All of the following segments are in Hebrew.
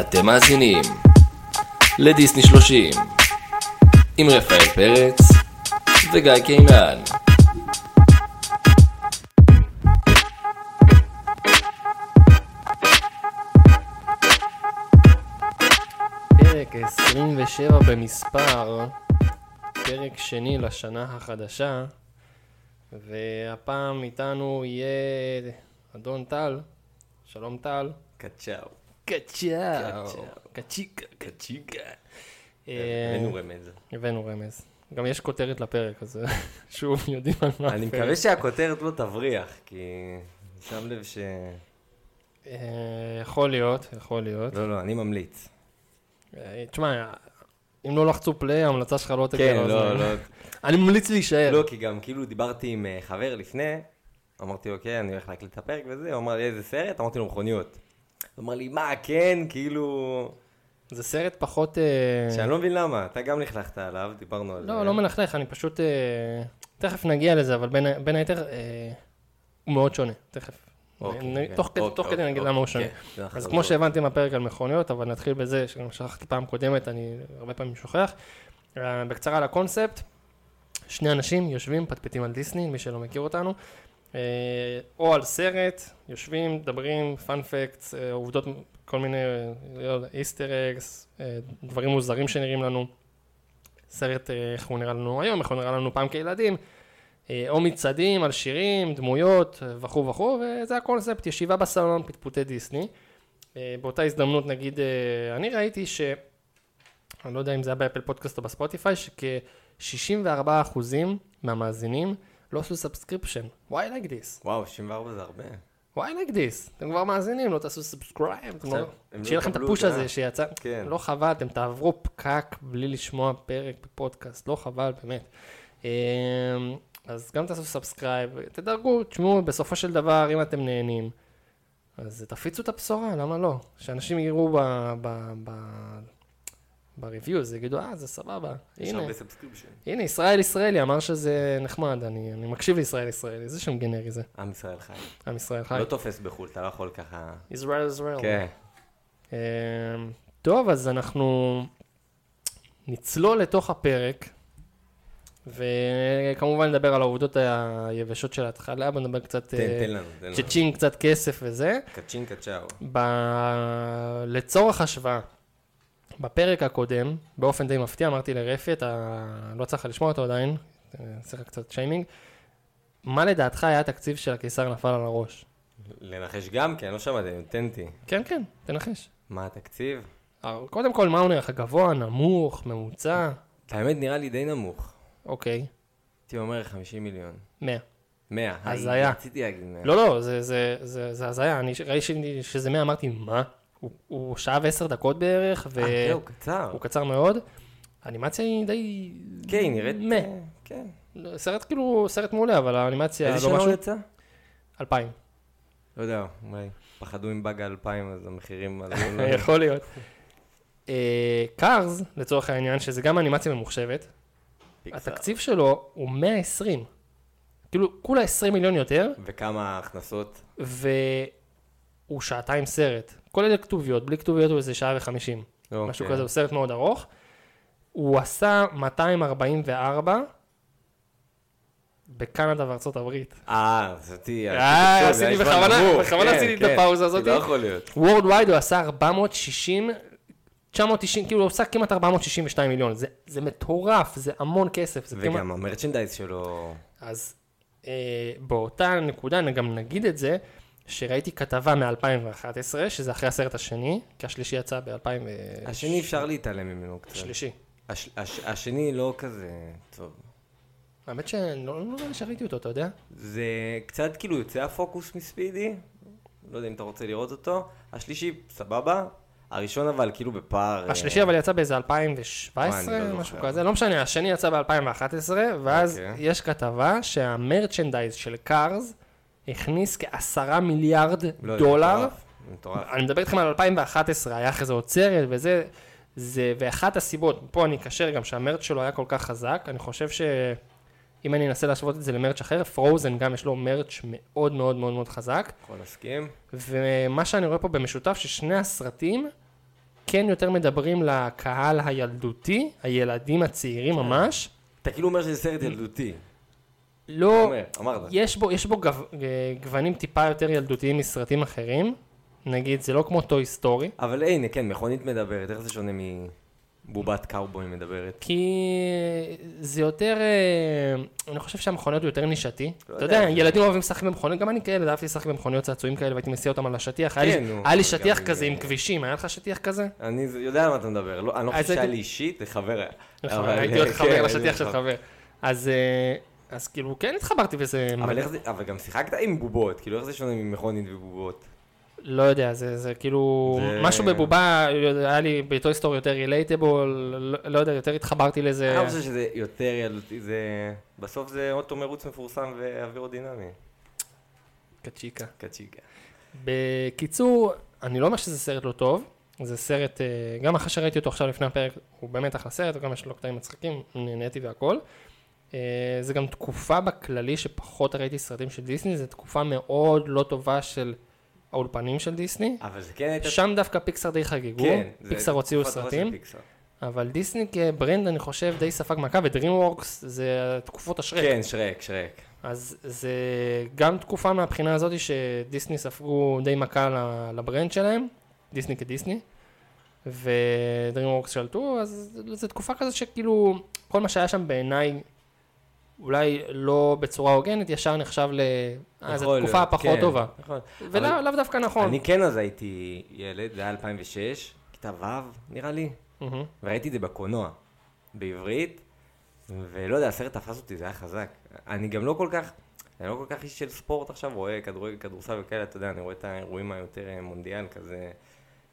אתם מאזינים לדיסני 30 עם רפאל פרץ וגיא קינן. פרק 27 במספר, פרק שני לשנה החדשה, והפעם איתנו יהיה אדון טל, שלום טל. קצ'או. קצ'או. קצ'או. קצ'יקה. קצ'יקה. אה, כן, הבאנו רמז. הבאנו רמז. גם יש כותרת לפרק, אז שוב יודעים על מה. אני הפרק. מקווה שהכותרת לא תבריח, כי אני שם לב ש... אה, יכול להיות, יכול להיות. לא, לא, אני ממליץ. אה, תשמע, אם לא לחצו פליי, ההמלצה שלך לא תגיע כן, לא, לאוזניים. לא. אני ממליץ להישאר. לא, כי גם כאילו דיברתי עם אה, חבר לפני, אמרתי לו, כן, אני הולך להקליט את הפרק וזה, הוא אמר לי, איזה סרט? אמרתי לו, מכוניות. הוא אמר לי, מה, כן, כאילו... זה סרט פחות... אה, שאני לא מבין למה, אתה גם לכלכת עליו, דיברנו על זה. לא, לא מלכלך, אני פשוט... אה, תכף נגיע לזה, אבל בין, ה- בין היתר, אה, הוא מאוד שונה, תכף. אוקיי, נ- כן. תוך, כדי- אוקיי, תוך כדי אוקיי, נגיד למה הוא שונה. אוקיי. זה אז נחזור. כמו שהבנתם מהפרק על מכוניות, אבל נתחיל בזה, שגם שכחתי פעם קודמת, אני הרבה פעמים שוכח. אה, בקצרה על הקונספט, שני אנשים יושבים, פטפטים על דיסני, מי שלא מכיר אותנו, אה, או על סרט, יושבים, מדברים, פאנפקטס, עובדות, כל מיני, אה, לא יודע, איסטר אקס, דברים מוזרים שנראים לנו. סרט, אה, איך הוא נראה לנו היום, איך הוא נראה לנו פעם כילדים, אה, או מצעדים על שירים, דמויות אה, וכו' וכו', וזה הקונספט, ישיבה בסלון, פטפוטי דיסני. אה, באותה הזדמנות נגיד, אה, אני ראיתי ש... אני לא יודע אם זה היה באפל פודקאסט או בספוטיפיי, שכ-64% מהמאזינים לא עשו סאבסקריפשן. Why like this? וואו, 64 זה הרבה. Why like this? אתם כבר מאזינים, לא תעשו סאבסקרייב. אתם לא- עכשיו, הם לא שיהיה לכם את יקבלו הפוש הודעה. הזה שיצא. כן. לא חבל, אתם תעברו פקק בלי לשמוע פרק בפודקאסט, לא חבל, באמת. אמ, אז גם תעשו סאבסקרייב, תדרגו, תשמעו, בסופו של דבר, אם אתם נהנים, אז תפיצו את הבשורה, למה לא? שאנשים יראו ב... ב, ב בריוויוז, יגידו, אה, זה סבבה, יש הנה, הרבה סאבסקריפשן. הנה, ישראל ישראלי אמר שזה נחמד, אני, אני מקשיב לישראל ישראלי, איזה שם גנרי זה, עם ישראל חי. עם ישראל חי. לא. לא תופס בחו"ל, אתה לא יכול ככה... ישראל ישראל. כן. אמ, טוב, אז אנחנו נצלול לתוך הפרק, וכמובן נדבר על העובדות היבשות של ההתחלה, בוא נדבר קצת... תן, אה, תן לנו, תן לנו. צ'צ'ינג, קצת כסף וזה. קצ'ין קצ'או. ב... לצורך השוואה, בפרק הקודם, באופן די מפתיע, אמרתי לרפי, אתה לא צריך לשמוע אותו עדיין, אה, עושה לך קצת שיימינג, מה לדעתך היה התקציב של הקיסר נפל על הראש? לנחש גם כן, לא שמעתי, אותנטי. כן, כן, תנחש. מה התקציב? אה, קודם כל, מה הוא נראה לך? גבוה, נמוך, ממוצע? האמת נראה לי די נמוך. אוקיי, הייתי אומר 50 מיליון. 100. 100. היי, הזיה. רציתי להגיד 100. לא, לא, זה- זה- זה זה הזיה. אני ש- ראיתי שזה 100, אמרתי, מה? הוא- הוא שעה ועשר דקות בערך, אה, זהו, והוא קצר. קצר מאוד. האנימציה היא די... כן, היא נראית... מה. אה, כן. סרט כאילו, סרט מעולה, אבל האנימציה איזה לא שנה משהו... הוא יצא? אלפיים. לא יודע, אולי. פחדו עם באג האלפיים, אז המחירים עלו. לא לנו. יכול להיות. קארז, אה, לצורך העניין, שזה גם אנימציה ממוחשבת, פיקסאר. התקציב שלו הוא 120. כאילו, כולה 20 מיליון יותר, וכמה הכנסות? והוא שעתיים סרט. כל אלה כתוביות, בלי כתוביות הוא איזה שעה וחמישים. אוקיי. משהו כזה, הוא סרט מאוד ארוך. הוא עשה 244 בקנדה וארצות הברית. אה, עשיתי... אה, טוב, עשיתי זה היה בכוונה- נמוך. בכוונה כן, עשיתי את כן. הפאוזה כי הזאת. לא יכול להיות. וורד וייד הוא עשה 460, 990, כאילו הוא עושה כמעט 462 מיליון. זה, זה מטורף, זה המון כסף. זה כמעט... וגם המרצ'נדייז שלו... אז אה, באותה נקודה, אני גם נגיד את זה, שראיתי כתבה מ-2011, שזה אחרי הסרט השני, כי השלישי יצא ב-2000... השני אפשר להתעלם ממנו קצת. השלישי. הש- הש- השני לא כזה טוב. האמת שאני לא לא נראה לי שראיתי אותו, אתה יודע? אה, זה קצת כאילו יוצא הפוקוס מספידי, לא יודע אם אתה רוצה לראות אותו. השלישי, סבבה. הראשון אבל כאילו בפער... אה, השלישי אבל יצא באיזה וואי, אני 2017, לא משהו זוכר. כזה, לא משנה, השני יצא ב-2011, ואז אוקיי. יש כתבה שהמרצ'נדייז של קארז הכניס כעשרה מיליארד לא יודע, דולר. מטורף, מטורף. אני מדבר איתכם על 2011, היה אחרי זה עוצרת וזה, זה, ואחת הסיבות, פה אני אקשר גם שהמרץ שלו היה כל כך חזק, אני חושב שאם אני אנסה להשוות את זה למרץ' אחר, פרוזן גם יש לו מרץ' מאוד מאוד מאוד מאוד חזק, יכול להסכים? ומה שאני רואה פה במשותף, ששני הסרטים כן יותר מדברים לקהל הילדותי, הילדים הצעירים ממש. אתה כאילו אומר שזה סרט ילדותי. לא, אומר, אמרת. יש בו, יש בו גו, ג- גוונים טיפה יותר ילדותיים מסרטים אחרים. נגיד, זה לא כמו טוי סטורי, אבל הנה, כן, מכונית מדברת, איך זה שונה מבובת קאובוי מדברת? כי זה יותר, אה, אני חושב שהמכוניות הוא יותר נישתי. לא אתה יודע. יודע, ילדים אוהבים לשחק במכוניות, גם אני כילד אהבתי לשחק במכוניות צעצועים כאלה, והייתי מסיע אותם על השטיח. היה לי- כן, נו, היה לי אבל שטיח גם כזה זה- עם כבישים, היה לך שטיח כזה? אני זה- יודע על מה אתה מדבר, לא- אני לא אז חושב שהיה הייתי- לי אישית, לחבר היה. אבל- נכון, הייתי עוד כן, חבר הייתי לשטיח של חבר. חבר. אז אה, אז כאילו, כן התחברתי וזה... אבל איך זה, אבל גם שיחקת עם בובות, כאילו איך זה שונה ממכונית ובובות? לא יודע, זה, זה כאילו, זה- זה... משהו בבובה, היה לי בטוי סטורי יותר רילייטבול, לא, לא יודע, יותר התחברתי לזה. אני חושב שזה יותר ילדותי, זה... בסוף זה אוטו מרוץ מפורסם ואווירודינמי. קצ'יקה. קצ'יקה. בקיצור, אני לא אומר שזה סרט לא טוב, זה סרט, אה, גם אחרי שראיתי אותו עכשיו לפני הפרק, הוא באמת אחלה סרט, וגם יש לו קטעים מצחיקים, נהניתי והכל. אה, זה גם תקופה בכללי שפחות ראיתי סרטים של דיסני, זו תקופה מאוד לא טובה של האולפנים של דיסני. אבל זה כן הייתה... שם דווקא פיקסאר די חגגו, כן. זה פיקסאר הוציאו תקופה טובה סרטים. של פיקסאר. אבל דיסני כברנד, אני חושב, די ספג מכה, ודרימוורקס זה תקופות השרק. כן. כן, שרק, שרק. אז זה גם תקופה מהבחינה הזאת שדיסני ספגו די מכה ל- לברנד שלהם, דיסני כדיסני, ודרימוורקס שלטו, אז זו תקופה כזאת שכאילו, כל מה שהיה שם בעיניי, אולי לא בצורה הוגנת, ישר נחשב ל... אה, זו יכול תקופה להיות, הפחות כן, טובה. נכון. ולאו לאו דווקא נכון. אני כן אז הייתי ילד, זה היה 2006, כיתה ו' נראה לי, מהמם. וראיתי את זה בקולנוע, בעברית, ולא יודע, הסרט תפס אותי, זה היה חזק. אני גם לא כל כך, אני לא כל כך איש של ספורט עכשיו, רואה כדורגל, כדורסל וכאלה, אתה יודע, אני רואה את האירועים היותר אה, מונדיאל כזה.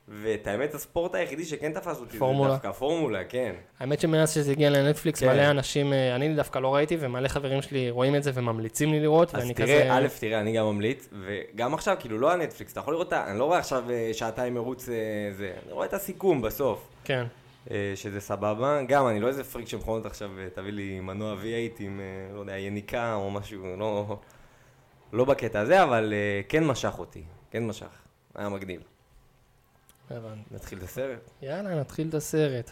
ואת האמת, הספורט היחידי שכן תפס אותי, פורמולה. זה דווקא הפורמולה, כן. האמת שמאז שזה הגיע לנטפליקס, כן. מלא אנשים, אה, אני דווקא לא ראיתי, ומלא חברים שלי רואים את זה וממליצים לי לראות, אז ואני תראה, כזה... א', תראה, אני גם ממליץ, וגם עכשיו, כאילו, לא הנטפליקס, אתה יכול לראות, את ה- אני לא רואה עכשיו אה, שעתיים מרוץ אה, זה, אני רואה את הסיכום בסוף. כן. אה, שזה סבבה. גם, אני לא איזה פריק שמכונות עכשיו, אה, תביא לי מנוע V8 עם, אה, לא יודע, יניקה או משהו, לא, לא בקטע הזה, אבל אה, כן משך אותי, כן משך. היה מגניב. הבנתי. נתחיל את הסרט. יאללה, נתחיל את הסרט.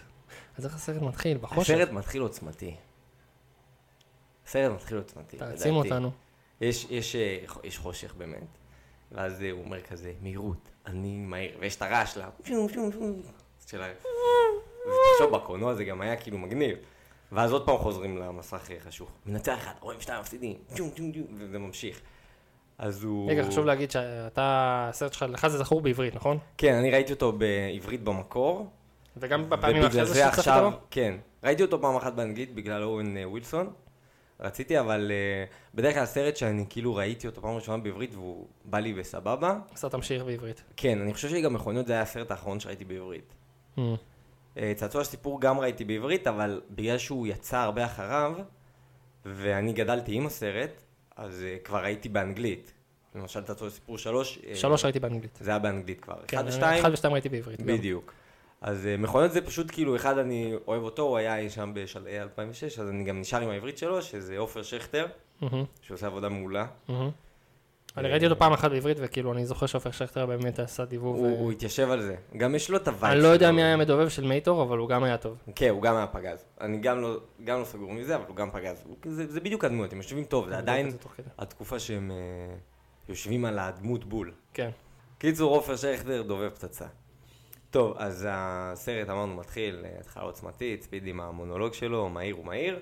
אז איך הסרט מתחיל? בחושך. הסרט מתחיל עוצמתי. הסרט מתחיל עוצמתי, תעצים לדעתי. אותנו. יש, יש, אה, ח- יש חושך באמת, ואז אה, הוא אומר כזה, מהירות, אני מהיר, ויש את הרעש לה, שום, שום, שום, של ה... ותחשוב, בקולנוע זה גם היה כאילו מגניב. ואז עוד פעם חוזרים למסך אה, חשוך. מנצח אחד, רואים שניים מפסידים, שום, שום, שום, וזה ממשיך. אז הוא... רגע, חשוב להגיד שאתה, הסרט שלך, לך זה זכור בעברית, נכון? כן, אני ראיתי אותו בעברית במקור. וגם בפעמים ובגלל אחרי זה זה שצריך עכשיו, אותו? כן. ראיתי אותו פעם אחת באנגלית בגלל אורן אה, ווילסון. רציתי, אבל אה, בדרך כלל סרט שאני כאילו ראיתי אותו פעם ראשונה בעברית והוא בא לי בסבבה. אז אתה תמשיך בעברית. כן, אני חושב שגם מכוניות זה היה הסרט האחרון שראיתי בעברית. Hmm. אה, צעצוע סיפור גם ראיתי בעברית, אבל בגלל שהוא יצא הרבה אחריו, ואני גדלתי עם הסרט, אז אה, כבר הייתי באנגלית. למשל צעצוע סיפור שלוש, אה, שלוש ראיתי באנגלית. זה היה באנגלית כבר. כן, אחד אני- ושתיים, אחד ושתיים ראיתי בעברית. גם. בדיוק. אז אה, מכוניות זה פשוט כאילו, אחד אני אוהב אותו, הוא היה אי שם בשלהי 2006, אז אני גם נשאר עם העברית שלו, שזה עופר שכטר, מהמם, שעושה עבודה מעולה. מהמם. אני ראיתי אותו פעם אחת בעברית, וכאילו, אני זוכר שעופר שכטר באמת עשה דיבוב. הוא ו- הוא התיישב על זה. גם יש לו את הווייב אה. אני לא יודע שלו. מי היה מדובב של מייטור, אבל הוא גם היה טוב. כן, הוא גם היה פגז. אני גם לא, גם לא סגור מזה, אבל הוא גם פגז. הוא, זה, זה בדיוק הדמות, הם יושבים טוב, זה עדיין זה תוך כדי. התקופה שהם אה, יושבים על הדמות בול. כן. קיצור, עופר שכטר דובב פצצה. טוב, אז הסרט אמרנו מתחיל, אה, התחלה עוצמתית, ספידי עם המונולוג שלו, מהיר ומהיר.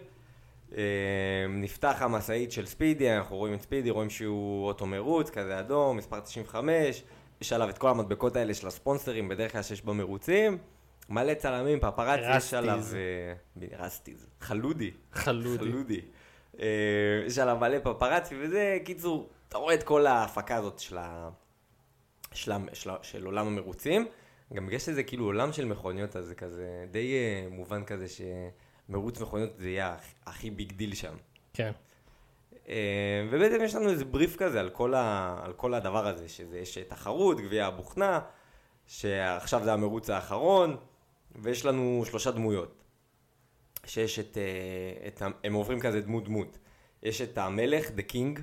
אה, נפתח המשאית של ספידי, אנחנו רואים את ספידי, רואים שהוא אוטו מרוץ, כזה אדום, מספר 95, יש עליו את כל המדבקות האלה של הספונסרים, בדרך כלל שיש במרוצים. מלא צלמים, פפרצי, רסטיז. יש עליו... אה, ב- רסטיז. חלודי. חלודי. חלודי. אה, יש עליו מלא פפרצי וזה, קיצור, אתה רואה את כל ההפקה הזאת של, ה... של, ה... של, ה... של עולם המרוצים. גם בגלל שזה כאילו עולם של מכוניות, אז זה כזה די אה, מובן כזה שמרוץ מכוניות זה יהיה הכ- הכי ביג דיל שם. כן. אה, ובעצם יש לנו איזה בריף כזה על כל, ה... על כל הדבר הזה, שזה יש תחרות, גביע הבוכנה, שעכשיו זה המרוץ האחרון, ויש לנו שלושה דמויות. שיש את... אה, את ה... הם עוברים כזה דמות דמות. יש את המלך, דה קינג,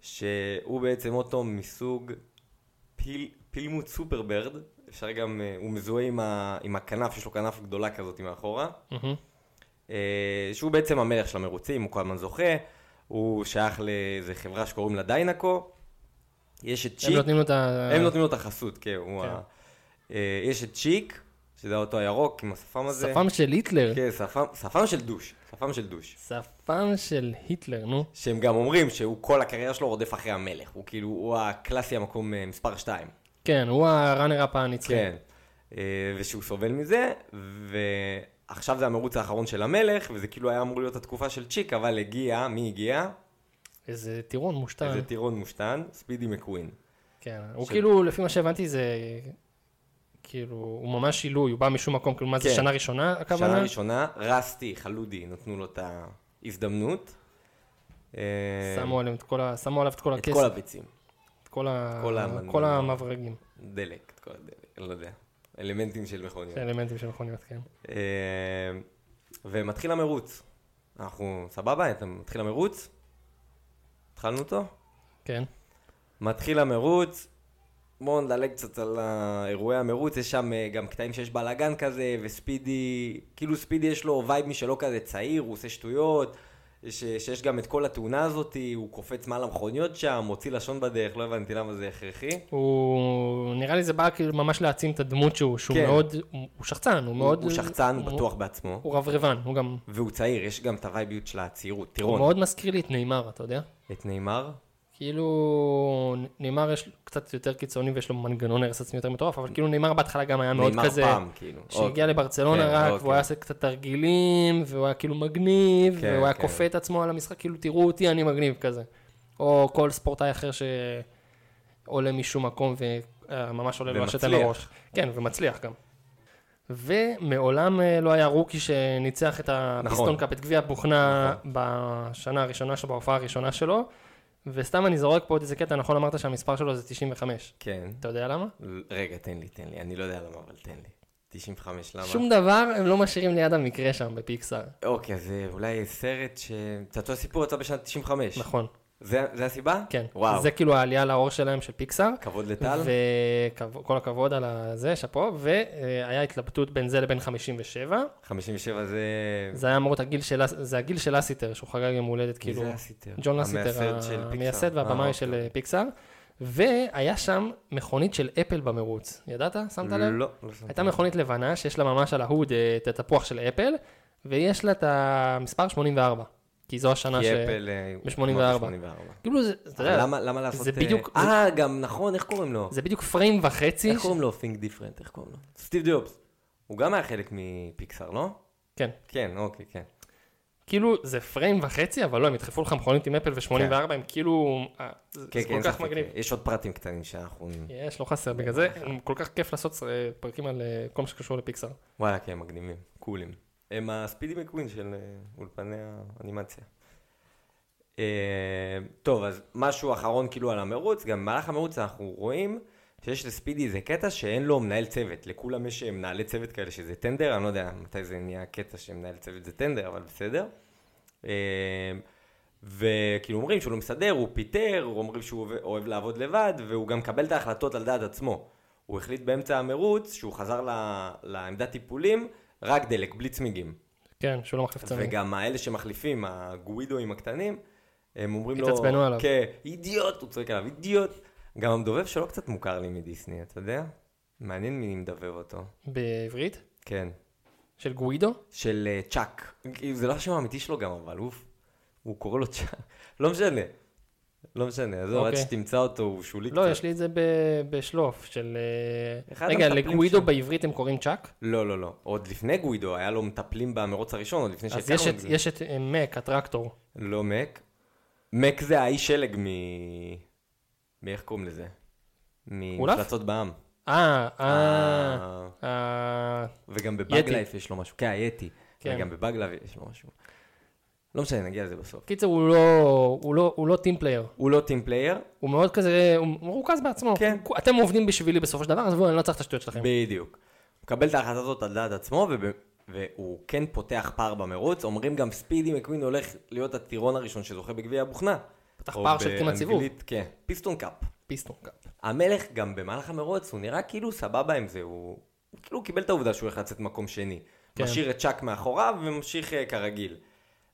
שהוא בעצם אוטו מסוג פיל... פילמוט סופרברד, אפשר גם, אה, הוא מזוהה עם, ה, עם הכנף, יש לו כנף גדולה כזאת מאחורה, מהמם. אה, שהוא בעצם המלך של המרוצים, הוא כל הזמן זוכה, הוא שייך לאיזה חברה שקוראים לה דיינקו, יש את צ'יק, הם נותנים לו את ה... הם נותנים לו את החסות, כן, הוא כן. ה... אה, יש את צ'יק, שזה האוטו הירוק עם השפם הזה, שפם של היטלר. כן, שפם, שפם של דוש, שפם של דוש. שפם של היטלר, נו. שהם גם אומרים שהוא כל הקריירה שלו רודף אחרי המלך, הוא כאילו, הוא הקלאסי המקום אה, מספר 2. כן, הוא הראנר אפ הנצחי. כן. אה, ושהוא סובל מזה, ועכשיו זה המרוץ האחרון של המלך, וזה כאילו היה אמור להיות התקופה של צ'יק, אבל הגיע, מי הגיע? איזה טירון מושתן. איזה טירון מושתן, ספידי מקווין. כן, הוא כאילו, לפי מה שהבנתי זה... כאילו, הוא ממש עילוי, הוא בא משום מקום, כאילו, מה זה כן. שנה ראשונה שנה הכוונה? ראשונה, רסטי, חלודי, נתנו לו את ההזדמנות. אה, שמו עליהם את כל ה- שמו עליו את כל את כל הכסף, הביצים, את כל ה- כל כן. המנגנון. כל המברגים, דלק, את כל הדלק, אני לא יודע, אלמנטים של מכוניות. זה אלמנטים של מכוניות, כן. אה, ומתחיל המרוץ. אנחנו, סבבה? אתה מתחיל המרוץ? התחלנו אותו? כן. מתחיל המרוץ, בואו נדלג קצת על אירועי המרוץ, יש שם אה, גם קטעים שיש בלאגן כזה, וספידי, כאילו ספידי יש לו וייב משלו כזה צעיר, הוא עושה שטויות, יש, שיש גם את כל התאונה הזאת, הוא קופץ מעל המכוניות שם, מוציא לשון בדרך, לא הבנתי למה זה הכרחי. הוא, נראה לי זה בא כאילו ממש להעצים את הדמות שהוא, שהוא כן. מאוד, הוא הוא שחצן, הוא מאוד... הוא שחצן, הוא בטוח בעצמו, הוא רברבן, הוא גם, והוא צעיר, יש גם את הווייביות של הצעירות. הוא טירון, מאוד מזכיר לי את נאמר, אתה יודע? את נאמר, כאילו, נאמר יש לו קצת יותר קיצוני ויש לו מנגנון הרס עצמי יותר מטורף, אבל כאילו נאמר בהתחלה גם היה מאוד נאמר כזה, פעם, כאילו. שהגיע לברצלונה כן, רק, אוקיי. והוא היה עושה קצת תרגילים, והוא היה כאילו מגניב, כן, והוא היה כן. כופה את עצמו על המשחק, כאילו תראו אותי, אני מגניב כזה. או כל ספורטאי אחר שעולה משום מקום וממש עולה לו השתן ומצליח. לראש. כן, ומצליח גם. ומעולם אה, לא היה רוקי שניצח את הפיסטון נכון. קאפ, את גביע בוכנה בשנה הראשונה שלו, בהופעה הראשונה שלו. וסתם אני זורק פה עוד איזה קטע, נכון אמרת שהמספר שלו זה 95. כן. אתה יודע למה? רגע, תן לי, תן לי, אני לא יודע למה, אבל תן לי. 95 למה? שום דבר הם לא משאירים ליד המקרה שם בפיקסאר. אוקיי, אז אה, אולי סרט ש... את אותו סיפור יצא בשנת 95. נכון, זה, זה הסיבה? כן. וואו, זה כאילו העלייה לאור שלהם של פיקסאר. כבוד לטל. וכל הכבוד על זה, שאפו. והיה התלבטות בין זה לבין 57. 57 זה... זה היה אמור להיות הגיל של, אס- זה הגיל של אסיטר, שהוא חגג יום הולדת, כאילו. זה הסיטר? ג'ון לסיטר, המייסד של פיקסאר. המייסד אה, והבמאי של אה, פיקסאר. והיה שם מכונית של אפל במרוץ. ידעת? אה, שמת לב? לא, לא שמתי הייתה לב. מכונית לבנה שיש לה ממש על ההוד אה, את התפוח של אפל, ויש לה את המספר 84, כי זו השנה ש... כי אפל... אה, ב- הוא 84. אמר ב- 84. כאילו זה, אתה אבל יודע, למה, למה לעשות... זה אה, בדיוק- אה, גם נכון, איך קוראים לו? זה בדיוק פריים וחצי. איך ש- קוראים לו? Think Different, איך קוראים לו? סטיב ג'ובס. הוא גם היה חלק מפיקסאר, לא? כן. כן, אוקיי, כן. כאילו זה פריים וחצי, אבל לא, הם ידחפו לך מכונית עם אפל ו-84, הם כאילו... אה, זה כן, זה כן, כל כך ספק. מגניב. יש עוד פרטים קטנים שאנחנו... יש, לא חסר, בגלל זה כל כך כיף לעשות אה, פרקים על אה, כל מה שקשור לפיקסאר. וואלה, כן, מגניבים, קולים. הם הספידי מקווין של אה, אולפני האנימציה. אה, טוב, אז משהו אחרון כאילו על המרוץ, גם במהלך המרוץ אנחנו רואים שיש לספידי איזה קטע שאין לו מנהל צוות, לכולם יש אה, מנהלי צוות כאלה שזה טנדר, אני לא יודע מתי זה נהיה קטע שמנהל צוות זה טנדר, אבל בסדר. אה, וכאילו אומרים שהוא לא מסדר, הוא פיטר, אומרים שהוא אוהב- אוהב לעבוד לבד, והוא גם מקבל את ההחלטות על דעת עצמו. הוא החליט באמצע המרוץ שהוא חזר ל- לעמדת טיפולים, רק דלק, בלי צמיגים. כן, שהוא לא מחליף צמיג. וגם האלה שמחליפים, הגווידואים הקטנים, הם אומרים לו... התעצבנו עליו. כן, אידיוט, הוא צועק עליו, אידיוט. גם המדובב שלו קצת מוכר לי מדיסני, אתה יודע? מעניין מי מדבב אותו. בעברית? כן. של גווידו? לא, של אה, צ'אק. כאילו, זה לא השם האמיתי שלו גם, אבל אוף. הוא קורא לו צ'אק. לא משנה. לא משנה, עזוב, עד אוקיי. שתמצא אותו, הוא שולי לא, קצת. יש לי את זה ב- בשלוף של... אה, אחד רגע, המטפלים לגווידו שם. בעברית הם קוראים צ'אק? לא, לא, לא. עוד לפני גווידו, היה לו מטפלים במרוץ הראשון, עוד לפני אז יש את את- זה. יש את אה, מק, הטרקטור. לא מק. מק זה האיש שלג מ... מאיך קוראים לזה? אולף? ממפלצות בעם. אה, אה, אה, אה, וגם יתי. בבאג לייף יש לו משהו. כן, היתי. כן. וגם בבאג לייף יש לו משהו. לא משנה, נגיע לזה בסוף. קיצר, הוא לא- הוא לא- הוא לא טים פלייר. הוא לא טים פלייר, הוא מאוד כזה, הוא מרוכז בעצמו. כן. הוא- אתם עובדים בשבילי בסופו של דבר, עזבו, אני לא צריך את השטויות שלכם. בדיוק. הוא מקבל את ההחלטה הזאת על דעת עצמו, וב... והוא כן פותח פער במרוץ. אומרים גם ספידי מקווין הולך להיות הטירון הראשון שזוכה בגביע הבוכנה. פתח או פער של כמעט באנגלית, סיבוב. כן, פיסטון קאפ. פיסטון קאפ. המלך גם במהלך המרוץ, הוא נראה כאילו סבבה עם זה, הוא הוא כאילו קיבל את העובדה שהוא הולך לצאת מקום שני. כן. משאיר את צ'אק מאחוריו וממשיך אה, כרגיל.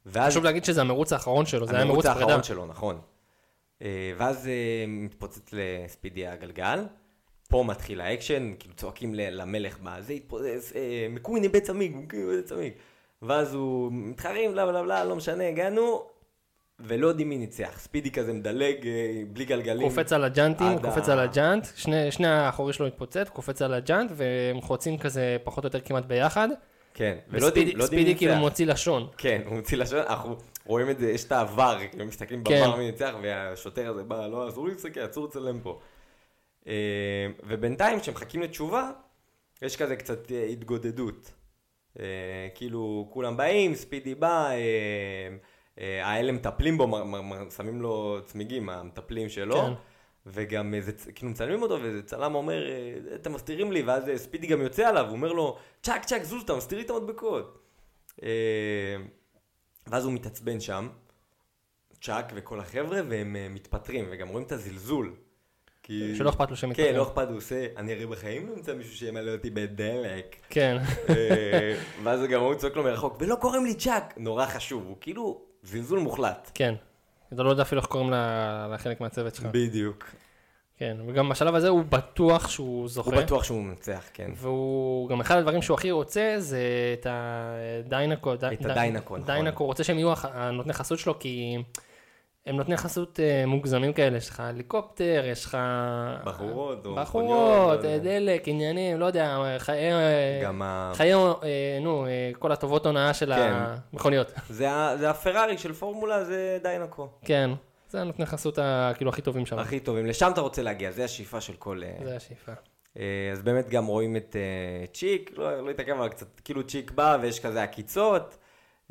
ואז חשוב להגיד שזה המרוץ האחרון שלו, זה היה מרוץ המרוץ פרידה. האחרון שלו, נכון. אה, ואז אה, מתפוצץ לספידי הגלגל, פה מתחיל האקשן, כאילו צועקים ל- למלך בזה, התפוצץ, אה, מקווין איבד צמיג, מקווין איבד צמיג. ואז הוא מתחרים, בלה בלה בלה, לא משנה, הגענו, ולא יודעים מי ניצח. ספידי כזה מדלג אה, בלי גלגלים. קופץ על הג'אנטים, עד קופץ ה- על הג'אנט, שני, שני האחורי שלו מתפוצץ, קופץ על הג'אנט, והם חוצים כזה פחות או יותר כמעט ביחד. כן, ולא יודעים וספידי לא יודעים מי ספידי כאילו ניצח. מוציא לשון. כן, הוא מוציא לשון, אנחנו רואים את זה, יש את העבר, כאילו מסתכלים כן. בבר מי ניצח, והשוטר הזה בא, לא, אסור להסתכל, אסור לצלם פה. אה, ובינתיים, כשמחכים לתשובה, יש כזה קצת אה, התגודדות. אה, כאילו, כולם באים, ספידי בא, אה, אה, האלה מטפלים בו, מ- מ- מ- שמים לו צמיגים, המטפלים שלו. כן. וגם איזה, צ- כאילו מצלמים אותו, ואיזה צלם אומר, אה, אתם מסתירים לי, ואז אה, ספידי גם יוצא עליו, הוא אומר לו, צ'ק, צ'ק, זוז, אתה מסתיר לי את המדבקות. אה, ואז הוא מתעצבן שם, צ'אק וכל החבר'ה, והם אה, מתפטרים, וגם רואים את הזלזול. כי... שלא אכפת לו שהם כן, מתפטרים. לא אכפת, הוא עושה, אני הרי בחיים לא אמצא מישהו שימלא אותי בדלק. כן, אה, ואז גם הוא צועק לו מרחוק, ולא קוראים לי צ'אק. נורא חשוב, הוא כאילו זלזול מוחלט. כן. אתה לא יודע אפילו איך קוראים ל- לחלק מהצוות שלך. בדיוק. כן, וגם בשלב הזה הוא בטוח שהוא זוכה. הוא בטוח שהוא מנצח, כן. והוא, גם אחד הדברים שהוא הכי רוצה זה את הדיינקו. די- את די- הדיינקו, נכון. דיינקו, הוא רוצה שהם יהיו הח- הנותני חסות שלו, כי הם נותני חסות אה, מוגזמים כאלה, יש לך הליקופטר, יש לך... בחורות או מכוניות, בחורות, לא אה, יודע. דלק, עניינים, לא יודע, חיי... אה, גם ה... חיי, אה, נו, אה, כל הטובות הונאה של כן. המכוניות. זה ה- זה הפרארי של פורמולה, זה דיינקו. כן, זה הנותני חסות ה- כאילו הכי טובים שם. הכי טובים, לשם אתה רוצה להגיע, זה השאיפה של כל... אה, זה השאיפה. אה, אז באמת גם רואים את אה, צ'יק, לא לא התעכב, אבל קצת, כאילו צ'יק בא ויש כזה עקיצות,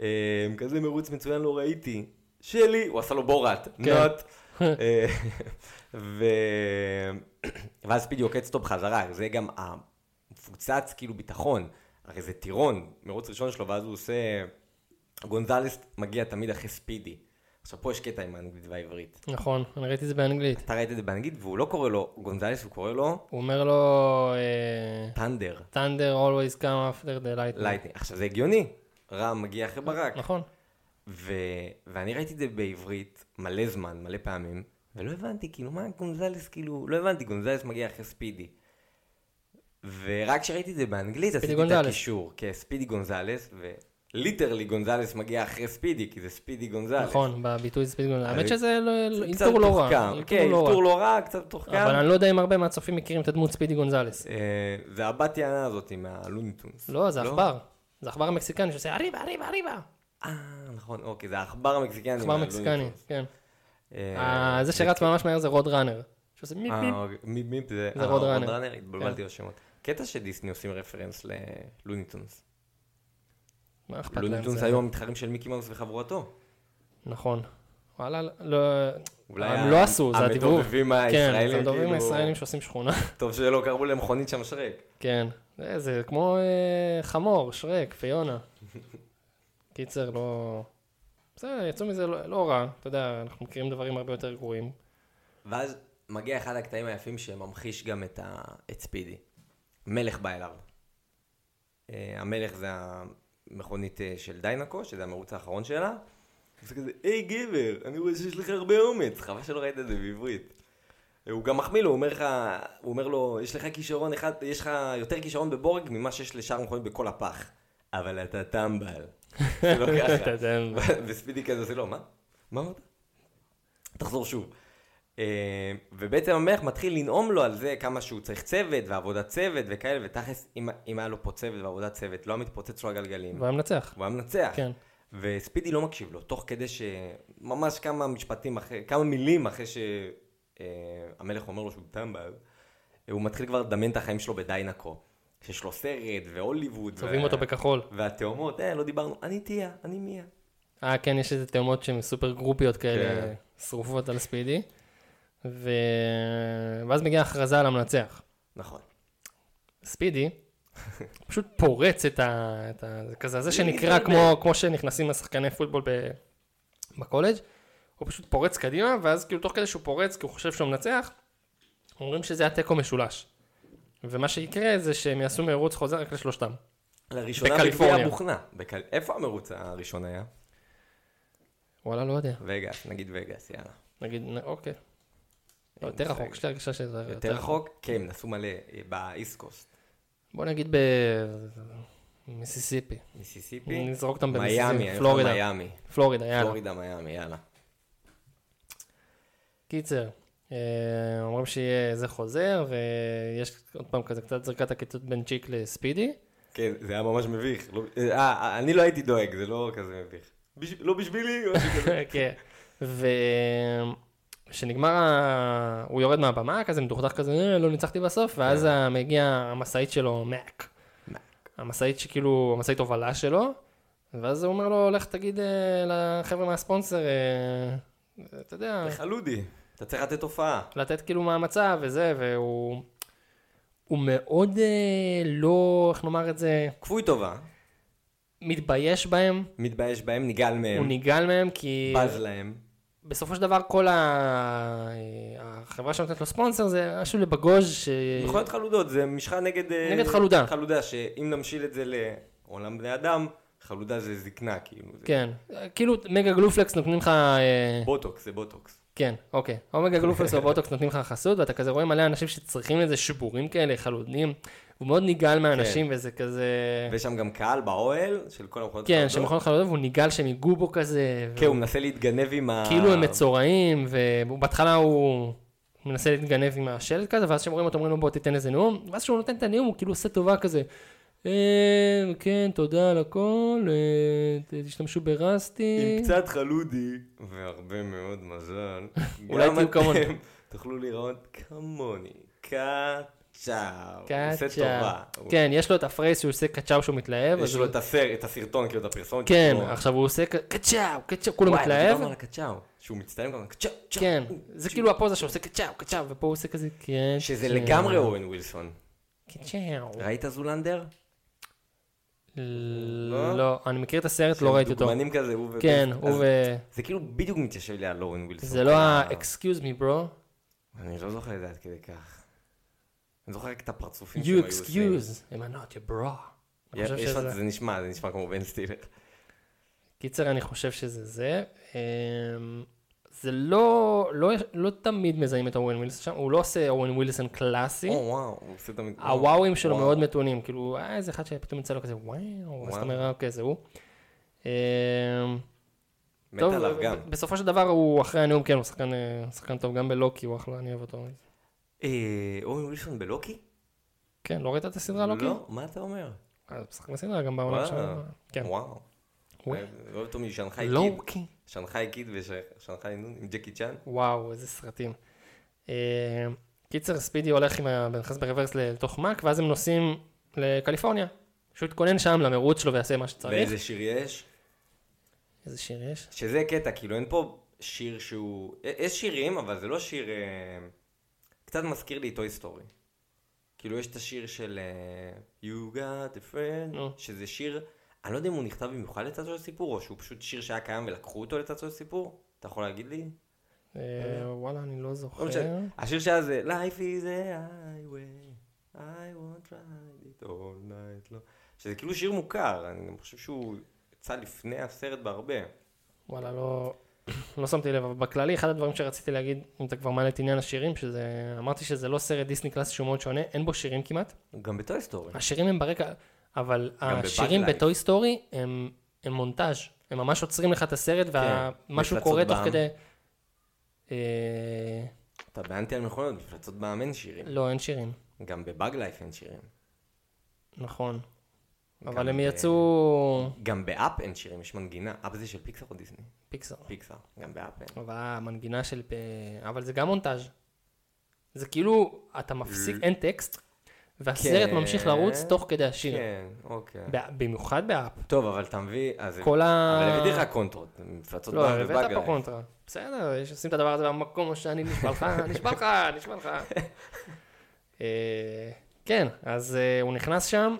אה, כזה מרוץ מצוין לא ראיתי, שלי, הוא עשה לו בורת, כן. נוט. אה, ו- ואז ספידי עוקץ אותו בחזרה, זה גם המפוצץ כאילו ביטחון, הרי זה טירון, מרוץ ראשון שלו, ואז הוא עושה... גונזלס מגיע תמיד אחרי ספידי. עכשיו פה יש קטע עם האנגלית והעברית. נכון, אני ראיתי את זה באנגלית. אתה ראית את זה באנגלית, והוא לא קורא לו גונזלס, הוא קורא לו הוא אומר לו... אה, טנדר. Thunder always come after the light. לייטנינג. עכשיו זה הגיוני, רם מגיע אחרי ברק. נכון. ו... ואני ראיתי את זה בעברית מלא זמן, מלא פעמים, ולא הבנתי, כאילו, מה גונזלס, כאילו, לא הבנתי, גונזלס מגיע אחרי ספידי. ורק כשראיתי את זה באנגלית, עשיתי את גונזלס. הקישור, כן, ספידי גונזלס, וליטרלי גונזלס מגיע אחרי ספידי, כי זה ספידי גונזלס. נכון, בביטוי זה ספידגון. האמת אבל- שזה לא- זה קצת אלתור לא רע. מתוחכם. כן, אלתור לא רע, קצת מתוחכם. אבל אני לא יודע אם הרבה מהצופים מכירים את הדמות ספידי גונזלס. אה, זה הבת יענה הזאת מהלוניטונס. לא, זה עכבר. זה עכבר המקסיקני שעושה אריבה, אריבה, אריבה. אה, נכון, אוקיי, זה העכבר המקסיקני. עכבר מהלוניטונס. מקסיקני, כן. לא אה, אה, זה שרץ ממש מהר זה רוד ראנר. שעושה מיפ מיפ. אה, מי מי זה? זה אה, רוד ראנר. התבלבלתי בשמות. קטע שדיסני עושים רפרנס ללוניטונס. מה אכפת להם? לוניטונס זה- היו המתחרים של מיקי מאוס וחבורתו. נכון. וואלה, לא... אולי הם ה- לא עשו, זה הדיבוב. המדובבים הישראלים, כן, זה מדברים כאילו- הישראלים שעושים שכונה. טוב שלא קראו להם מכונית שם שרק. כן, זה, זה כמו אה, חמור, שרק, פיונה. קיצר, לא... בסדר, יצאו מזה לא, לא רע, אתה יודע, אנחנו מכירים דברים הרבה יותר גרועים. ואז מגיע אחד הקטעים היפים שממחיש גם את, ה... את ספידי. מלך בא אליו. אה, המלך זה המכונית אה, של דיינקו, שזה המרוץ האחרון שלה. זה כזה, היי גבר, אני רואה שיש לך הרבה אומץ, חבל שלא ראית את זה בעברית. אה, הוא גם מחמיא לו, הוא אומר לך, הוא אומר לו, יש לך כישרון אחד, יש לך יותר כישרון בבורג ממה שיש לשאר המכונית בכל הפח. אבל אתה טמבל. זה לא ככה. אתה יודע, וספידי כזה עושה לו, מה? מה אמרת? תחזור שוב. אה, ובעצם המלך מתחיל לנאום לו על זה כמה שהוא צריך צוות ועבודת צוות וכאלה, ותכלס, אם, אם היה לו פה צוות ועבודת צוות, לא היה מתפוצץ לו הגלגלים. הוא היה מנצח. הוא היה מנצח. כן. וספידי לא מקשיב לו, תוך כדי שממש כמה משפטים, אחרי, כמה מילים אחרי שהמלך אומר לו שהוא טמבל, הוא מתחיל כבר לדמיין את החיים שלו בדיינקו. שיש לו סרט והוליווד. צובעים ו- אותו בכחול. והתאומות, אה, לא דיברנו, אני תהיה, אני מיה. אה, כן, יש איזה תאומות שהן סופר גרופיות כאלה, כן. שרופות על ספידי. ו... ואז מגיעה הכרזה על המנצח. נכון. ספידי פשוט פורץ את ה... את ה... זה כזה, זה שנקרא מתאבד. כמו, כמו שנכנסים לשחקני פוטבול ב... בקולג', הוא פשוט פורץ קדימה, ואז כאילו תוך כדי שהוא פורץ, כי הוא חושב שהוא מנצח, אומרים שזה היה תיקו משולש. ומה שיקרה זה שהם יעשו מרוץ חוזר רק לשלושתם. לראשונה בקליפורניה. בגביע בוכנה. בקל... איפה המרוץ הראשון היה? וואלה, לא יודע. וגאס, נגיד וגאס, יאללה. נגיד, נ- אוקיי. לא, אין יותר מושג. רחוק, יש לי הרגשה שזה יותר רחוק? כן, הם נסעו מלא אה, באיסט קוסט. בוא נגיד ב... מיסיסיפי. מיסיסיפי? נזרוק אותם מיאמי, במיסיסיפי. אני חושב פלורידה. מיאמי. פלורידה, יאללה. פלורידה, מיאמי, יאללה. קיצר, אה, אומרים שיהיה זה חוזר, ויש עוד פעם כזה קצת זריקת הקיצוץ בין צ'יק לספידי. כן, זה היה ממש מביך. לא- אה, אה, אני לא הייתי דואג, זה לא כזה מביך. בש- לא בשבילי, או משהו כזה. כן. וכשנגמר, ה... הוא יורד מהבמה, כזה מדוכדך כזה, "אה, לא ניצחתי בסוף, ואז ה- מגיע המשאית שלו, מאק. המשאית שכאילו, המשאית הובלה שלו, ואז הוא אומר לו, לך תגיד אה, לחבר'ה מהספונסר, אה, אתה יודע, זה חלודי, אתה צריך לתת הופעה. לתת כאילו מאמצה וזה, והוא... הוא מאוד אה, לא, איך נאמר את זה, כפוי טובה, מתבייש בהם, מתבייש בהם, ניגל הוא מהם, נגעל מהם, כי בז להם. בסופו של דבר כל ה... אה, החברה שנותנת לו ספונסר זה משהו לבגוז' ש... מכונות חלודות, זה משחה נגד... אה, נגד חלודה. חלודה, שאם נמשיל את זה לעולם בני אדם, חלודה זה זקנה, כאילו. זה כן, כאילו מגה גלופלקס נותנים לך, אה, בוטוקס, זה בוטוקס. כן, אוקיי, או מגה גלופלקס או בוטוקס נותנים לך חסות, ואתה כזה רואה מלא אנשים שצריכים את זה, שבורים כאלה, חלודים, הוא מאוד נגעל מהאנשים וזה כזה, ויש שם גם קהל באוהל של כל המכונות כן, החלודות. שמכון חלודים, והוא נגעל שהם ייגעו בו כזה, כן, הוא מנסה להתגנב עם ה... כאילו הם מצורעים, ובהתחלה הוא מנסה להתגנב עם השלט כזה, ואז כשהם רואים אותו אומרים לו בוא תיתן איזה נאום, ואז כשהוא נותן את הנאום הוא כאילו עושה טובה כזה. "אה, כן, תודה על הכל, אה, ת- תשתמשו ברסטי. עם קצת חלודי, והרבה מאוד מזל. אולי גם תהיו אתם כמוני. תוכלו להיראות כמוני. קצ'או. הוא עושה קצ'ה. טובה. הוא- כן, יש לו את הפרייס שהוא עושה קצ'או שהוא מתלהב. יש אז לו הוא- את הסר- את הסרטון, כאילו, את הפרסומת. כן, שלו. עכשיו הוא עושה כ- קצ'או, קצ'או, כולו וואי, מתלהב. דיברנו על הקצ'או. שהוא מצטלם גם קצ'או, קצ'או. כן, זה כאילו הפוזה שהוא עושה קצ'או, קצ'או, ופה הוא עושה כזה קצ'או. שזה לגמרי אורן ווילסון. קצ'או. ראית זולנדר? לא? לא, אני מכיר את הסרט, לא ראיתי אותו. דוגמנים כזה, הוא ו... כן, אז אה, הוא ו... זה כאילו בדיוק מתיישב לי על אורן ווילסון. זה לא ה- ה-excuse me bro, אני לא זוכר את זה עד כדי כך. אני זוכר רק את הפרצופים שהם you היו עושים. excuse, I'm not your bro. אני חושב יש לך- שזה- זה נשמע, זה נשמע כמו בן סטילר. קיצר, אני חושב שזה זה. אמ, זה לא, לא, לא תמיד מזהים את אורן ווילסון שם, הוא לא עושה אורן ווילסון קלאסי. או וואו, הוא עושה תמיד... הוואוים שלו וואו. מאוד מתונים, כאילו, היה איזה אחד שפתאום יצא לו כזה וואו, אז אתה אומר, אוקיי, זה הוא. אמ, מת טוב, עליו גם. ב- בסופו של דבר הוא אחרי הנאום, כן, הוא שחקן, אה, שחקן טוב גם בלוקי, הוא אחלה, אני אוהב אותו. אה, אורן ווילסון בלוקי? כן, לא ראית את הסדרה לוקי? לא, מה אתה אומר? אז הוא שחקן בסדרה גם בעולם וואו. שם. כן. וואו. אה, הוא- אני אוהב אותו משנגחאי קיד. לוקי. שנגחאי קיד ושנגחאי נון עם ג'קי צ'אן. וואו, איזה סרטים. אה, קיצר, ספידי הולך עם הבנכס ברוורס לתוך מאק, ואז הם נוסעים לקליפורניה. שהוא יתכונן שם למרוץ שלו ויעשה מה שצריך. ואיזה שיר יש? איזה שיר יש? שזה קטע, כאילו אין פה שיר שהוא... אה, יש שירים, אבל זה לא שיר... אה, קצת מזכיר לי טוי סטורי. כאילו יש את השיר של אה, You got a friend, נו. שזה שיר, אני לא יודע אם הוא נכתב במיוחד לצד של סיפור, או שהוא פשוט שיר שהיה קיים ולקחו אותו לצד של סיפור. אתה יכול להגיד לי? אה, וואלה, אני לא לא זוכר. משנה. השיר שהיה זה Life is a highway, I won't ride it all night long. שזה כאילו שיר מוכר, אני גם חושב שהוא יצא לפני הסרט בהרבה. וואלה, לא... לא שמתי לב, אבל בכללי, אחד הדברים שרציתי להגיד, אם אתה כבר מעלה את עניין השירים, שזה, אמרתי שזה לא סרט דיסני קלאסי שהוא מאוד שונה, אין בו שירים כמעט. גם בטוי סטורי. השירים הם ברקע, אבל גם השירים ב-Bug Life. בטוי סטורי הם, הם מונטאז', הם ממש עוצרים לך את הסרט, ומשהו כן, מפלצות קורה תוך בעם. כדי... אה, אתה באנטי על מכונות, מפלצות בעם אין שירים. לא, אין שירים, גם בבאג לייף אין שירים. נכון. גם אבל הם ב- יצאו גם באפ אין שירים, יש מנגינה. אפ זה של פיקסאר או דיסני? פיקסר. פיקסאר, גם באפ אין. אבל המנגינה של... פ- אבל זה גם מונטאז'. זה כאילו, אתה מפסיק, אין טקסט, והסרט כן. ממשיך לרוץ תוך כדי השיר. כן, אוקיי. ב- במיוחד באפ. טוב, אבל אתה מביא... אז- כל ה- אבל הבאתי לך קונטרות, מפלצות לא, בעם הבאת ובאג פה לייף. קונטרה. בסדר, יש עושים את הדבר הזה במקום שאני נשבע לך, נשבע לך, נשבע לך. אה, כן, אז אה, הוא נכנס שם,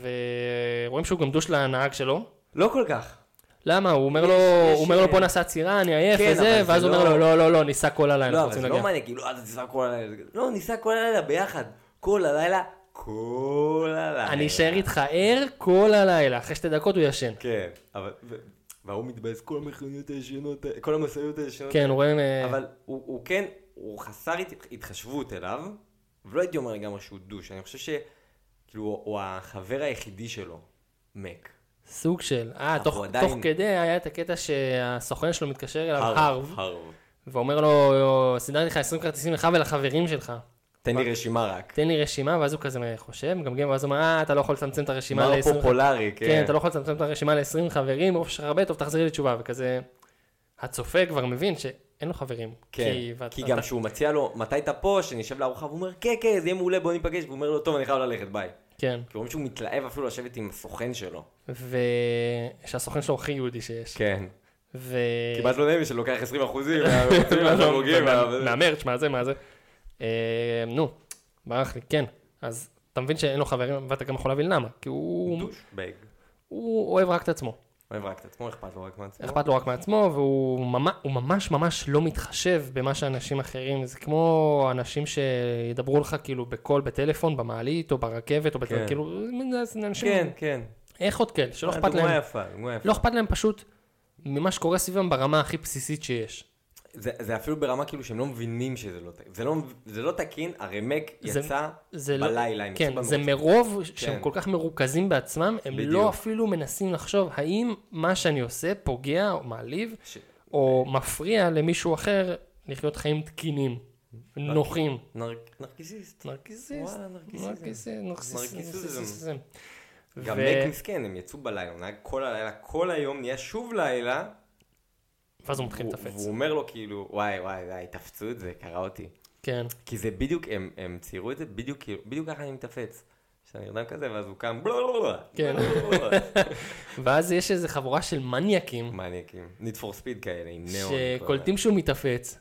ורואים שהוא גמדוש לנהג שלו. לא כל כך. למה? הוא אומר יש- לו, יש, הוא אומר לו אה, בוא נעשה עצירה, אני עייף כן, אבל וזה, זה ואז הוא אומר לא- לו, לא, לא, לא, ניסע כל הלילה, לא, אנחנו אבל זה רוצים לא להגיע. מעניין, כאילו, אז ניסע כל הלילה. לא, ניסע כל הלילה ביחד. כל הלילה, כל הלילה. אני אשאר איתך ער כל הלילה, אחרי שתי דקות הוא ישן. כן, אבל... ו- וההוא מתבאס, כל המכוניות הישנות, ה- כל המשאיות הישנות. כן, הוא רואה... אה, אבל הוא הוא כן, הוא חסר הת- התחשבות אליו, ולא הייתי אומר לגמרי שהוא דוש, אני חושב שכאילו הוא- הוא החבר היחידי שלו, מק. סוג של, אה, אנחנו תוך, עדיין- תוך כדי היה את הקטע שהסוכן שלו מתקשר אליו, הרב, הרב. ואומר לו, סידרתי לך 20 כרטיסים לך ולחברים שלך, תן לי רשימה רק. תן לי רשימה, ואז הוא כזה חושב, מגמגם, ואז הוא אומר, אה, אתה לא יכול לצמצם את הרשימה מר ל-20 פופולרי, כן. כן, אתה לא יכול לצמצם את הרשימה ל-20 חברים, אוף שלך הרבה, טוב, תחזרי לי תשובה, וכזה, הצופה כבר מבין שאין לו חברים. כן, ואת- כי גם אתה- כשהוא מציע לו, מתי אתה פה, שנשב לארוחה, והוא אומר, כן, כן, זה יהיה מעולה, בוא ניפגש, והוא אומר לו, טוב, אני חייב ללכת, ביי. כן, כי הוא אומר שהוא מתלהב אפילו לשבת עם הסוכן שלו. ושהסוכן שלו הוא הכי יהודי שיש. כן. ו... כמעט לא נעים שלוקח 20 אחוזים, מהמוגים, מה- מהמרץ', מה זה, מה זה. אה, נו, ברח לי, כן. אז אתה מבין שאין לו חברים, ואתה גם יכול להבין למה. כי הוא דושבג. הוא אוהב רק את עצמו. אוהב רק את עצמו, אכפת לו רק מעצמו. אכפת לו רק מעצמו, והוא ממש, הוא ממש ממש לא מתחשב במה שאנשים אחרים, זה כמו אנשים שידברו לך כאילו בקול, בטלפון, במעלית, או ברכבת, או בטלפון, כן. כאילו, מין זה אנשים, כן, כן. איך עוד כאלה, שלא לא אכפת אה, דוגמה להם, יפה, דוגמה יפה. לא אכפת להם פשוט ממה שקורה סביבם ברמה הכי בסיסית שיש. לא. זה זה אפילו ברמה כאילו שהם לא מבינים שזה לא תקין. זה לא- זה לא תקין, הרי מק זה- יצא זה לא- בלילה, הם יצאו כן, זה במרוץ. מרוב שהם כן. כל כך מרוכזים בעצמם, הם בדיוק. לא אפילו מנסים לחשוב האם מה שאני עושה פוגע או מעליב, ש- או מפריע למישהו אחר לחיות חיים תקינים, נוחים. נר- נרקיסיסט. נרקיסיסט, וואלה, נרקיסיזם. נרקיסיזם, נרקיסיזם. נרקיסיזם. גם מק מסכן, הם יצאו בלילה, הוא נהג כל הלילה, כל היום, נהיה שוב לילה, ואז הוא מתחיל והוא- לתפץ. והוא אומר לו כאילו, וואי וואי, די, תפצו את זה, קרע אותי. כן, כי זה בדיוק, הם, הם ציירו את זה בדיוק, כאילו- בדיוק ככה אני מתאפץ. שאתה נרדם כזה, ואז הוא קם בלולולולה. כן. ואז יש איזו חבורה של מניאקים מניאקים. need for speed כאלה, עם נאון. שקולטים שהוא מתאפץ,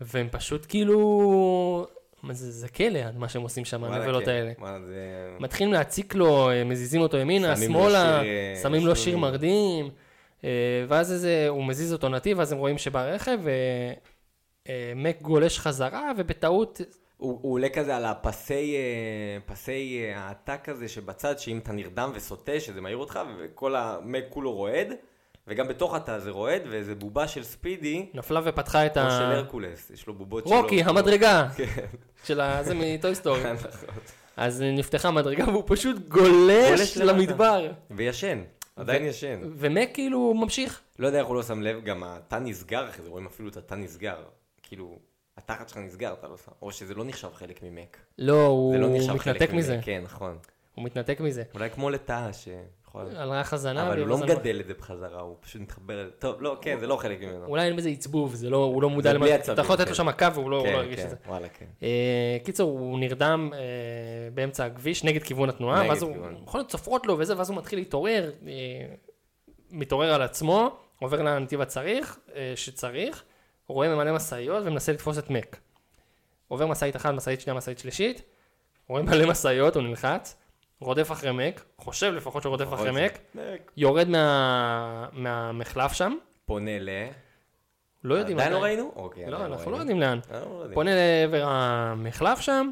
והם פשוט כאילו... מה זה, זה כלא, מה שהם עושים שם, וואלה, הנבלות כן. האלה. וואלה, זה... מתחילים להציק לו, אה, מזיזים אותו ימינה, שמים לו שמאלה, שיר, אה, שמים לו שיר מסלולים. מרדים, אה, ואז איזה, הוא מזיז אותו נתיב, אז הם רואים שבא רכב, אה, אה, מק גולש חזרה, ובטעות הוא הוא עולה כזה על הפסי, אה, פסי אה, העתק הזה שבצד, שאם אתה נרדם וסוטה, שזה מעיר אותך, וכל המק כולו רועד, וגם בתוך התא זה רועד, ואיזה בובה של ספידי, נפלה ופתחה את או של ה... הרקולס, יש לו בובות שלו. רוקי, המדרגה כן. של ה... זה מטוי סטורי. נכון. אז נפתחה המדרגה והוא פשוט גולש גולש למטה. למדבר. וישן, עדיין ישן. ומק כאילו ממשיך. לא יודע איך הוא לא שם לב, גם התא נסגר אחרי זה, רואים אפילו את התא נסגר. כאילו, התחת שלך נסגר, אתה לא שם. או שזה לא נחשב חלק ממק. לא, הוא זה לא נחשב חלק מתנתק מזה. כן, נכון. הוא מתנתק מזה. אולי כמו לתא שיכול... על ריח הזנב. אבל הוא לא אז- מגדל את זה בחזרה, הוא פשוט מתחבר... ל- טוב, לא, כן, זה לא חלק ממנו. אולי אין בזה עיצבוב, זה לא, הוא לא מודע זה למה, בלי אתה עצבים, יכול לתת כן. לו שם מכה והוא לא הוא לא כן, ירגיש את כן, זה. וואלה, כן. אה, קיצור, הוא נרדם אה, באמצע הכביש נגד כיוון התנועה, נגד ואז הוא, כיוון. יכול להיות צופרות לו וזה, ואז הוא מתחיל להתעורר, אה, מתעורר על עצמו, עובר לנתיב הצריך, אה, שצריך, רואה ממלא משאיות ומנסה לתפוס את מק. עובר משאית אחת, משאית שנייה, משאית שלישית, רואה מלא משאיות, הוא נלחץ, רודף אחרי מק, חושב לפחות שהוא רודף אחרי מק, מק. יורד מה, מהמחלף שם, פונה ל... לא יודעים עדיין לא מתי. ראינו? אוקיי. לא, עדיין אנחנו לא ראינו. יודעים לאן. אה, לא יודעים. פונה לעבר המחלף שם,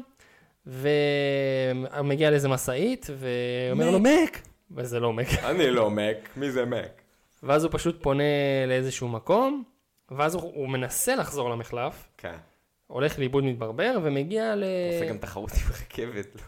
ומגיע לאיזה משאית, ואומר לו לא מק, וזה לא מק. אני לא מק, מי זה מק? ואז הוא פשוט פונה לאיזשהו מקום, ואז הוא, הוא מנסה לחזור למחלף, כן. הולך לאיבוד מתברבר, ומגיע ל... הוא עושה גם תחרות עם רכבת. לא?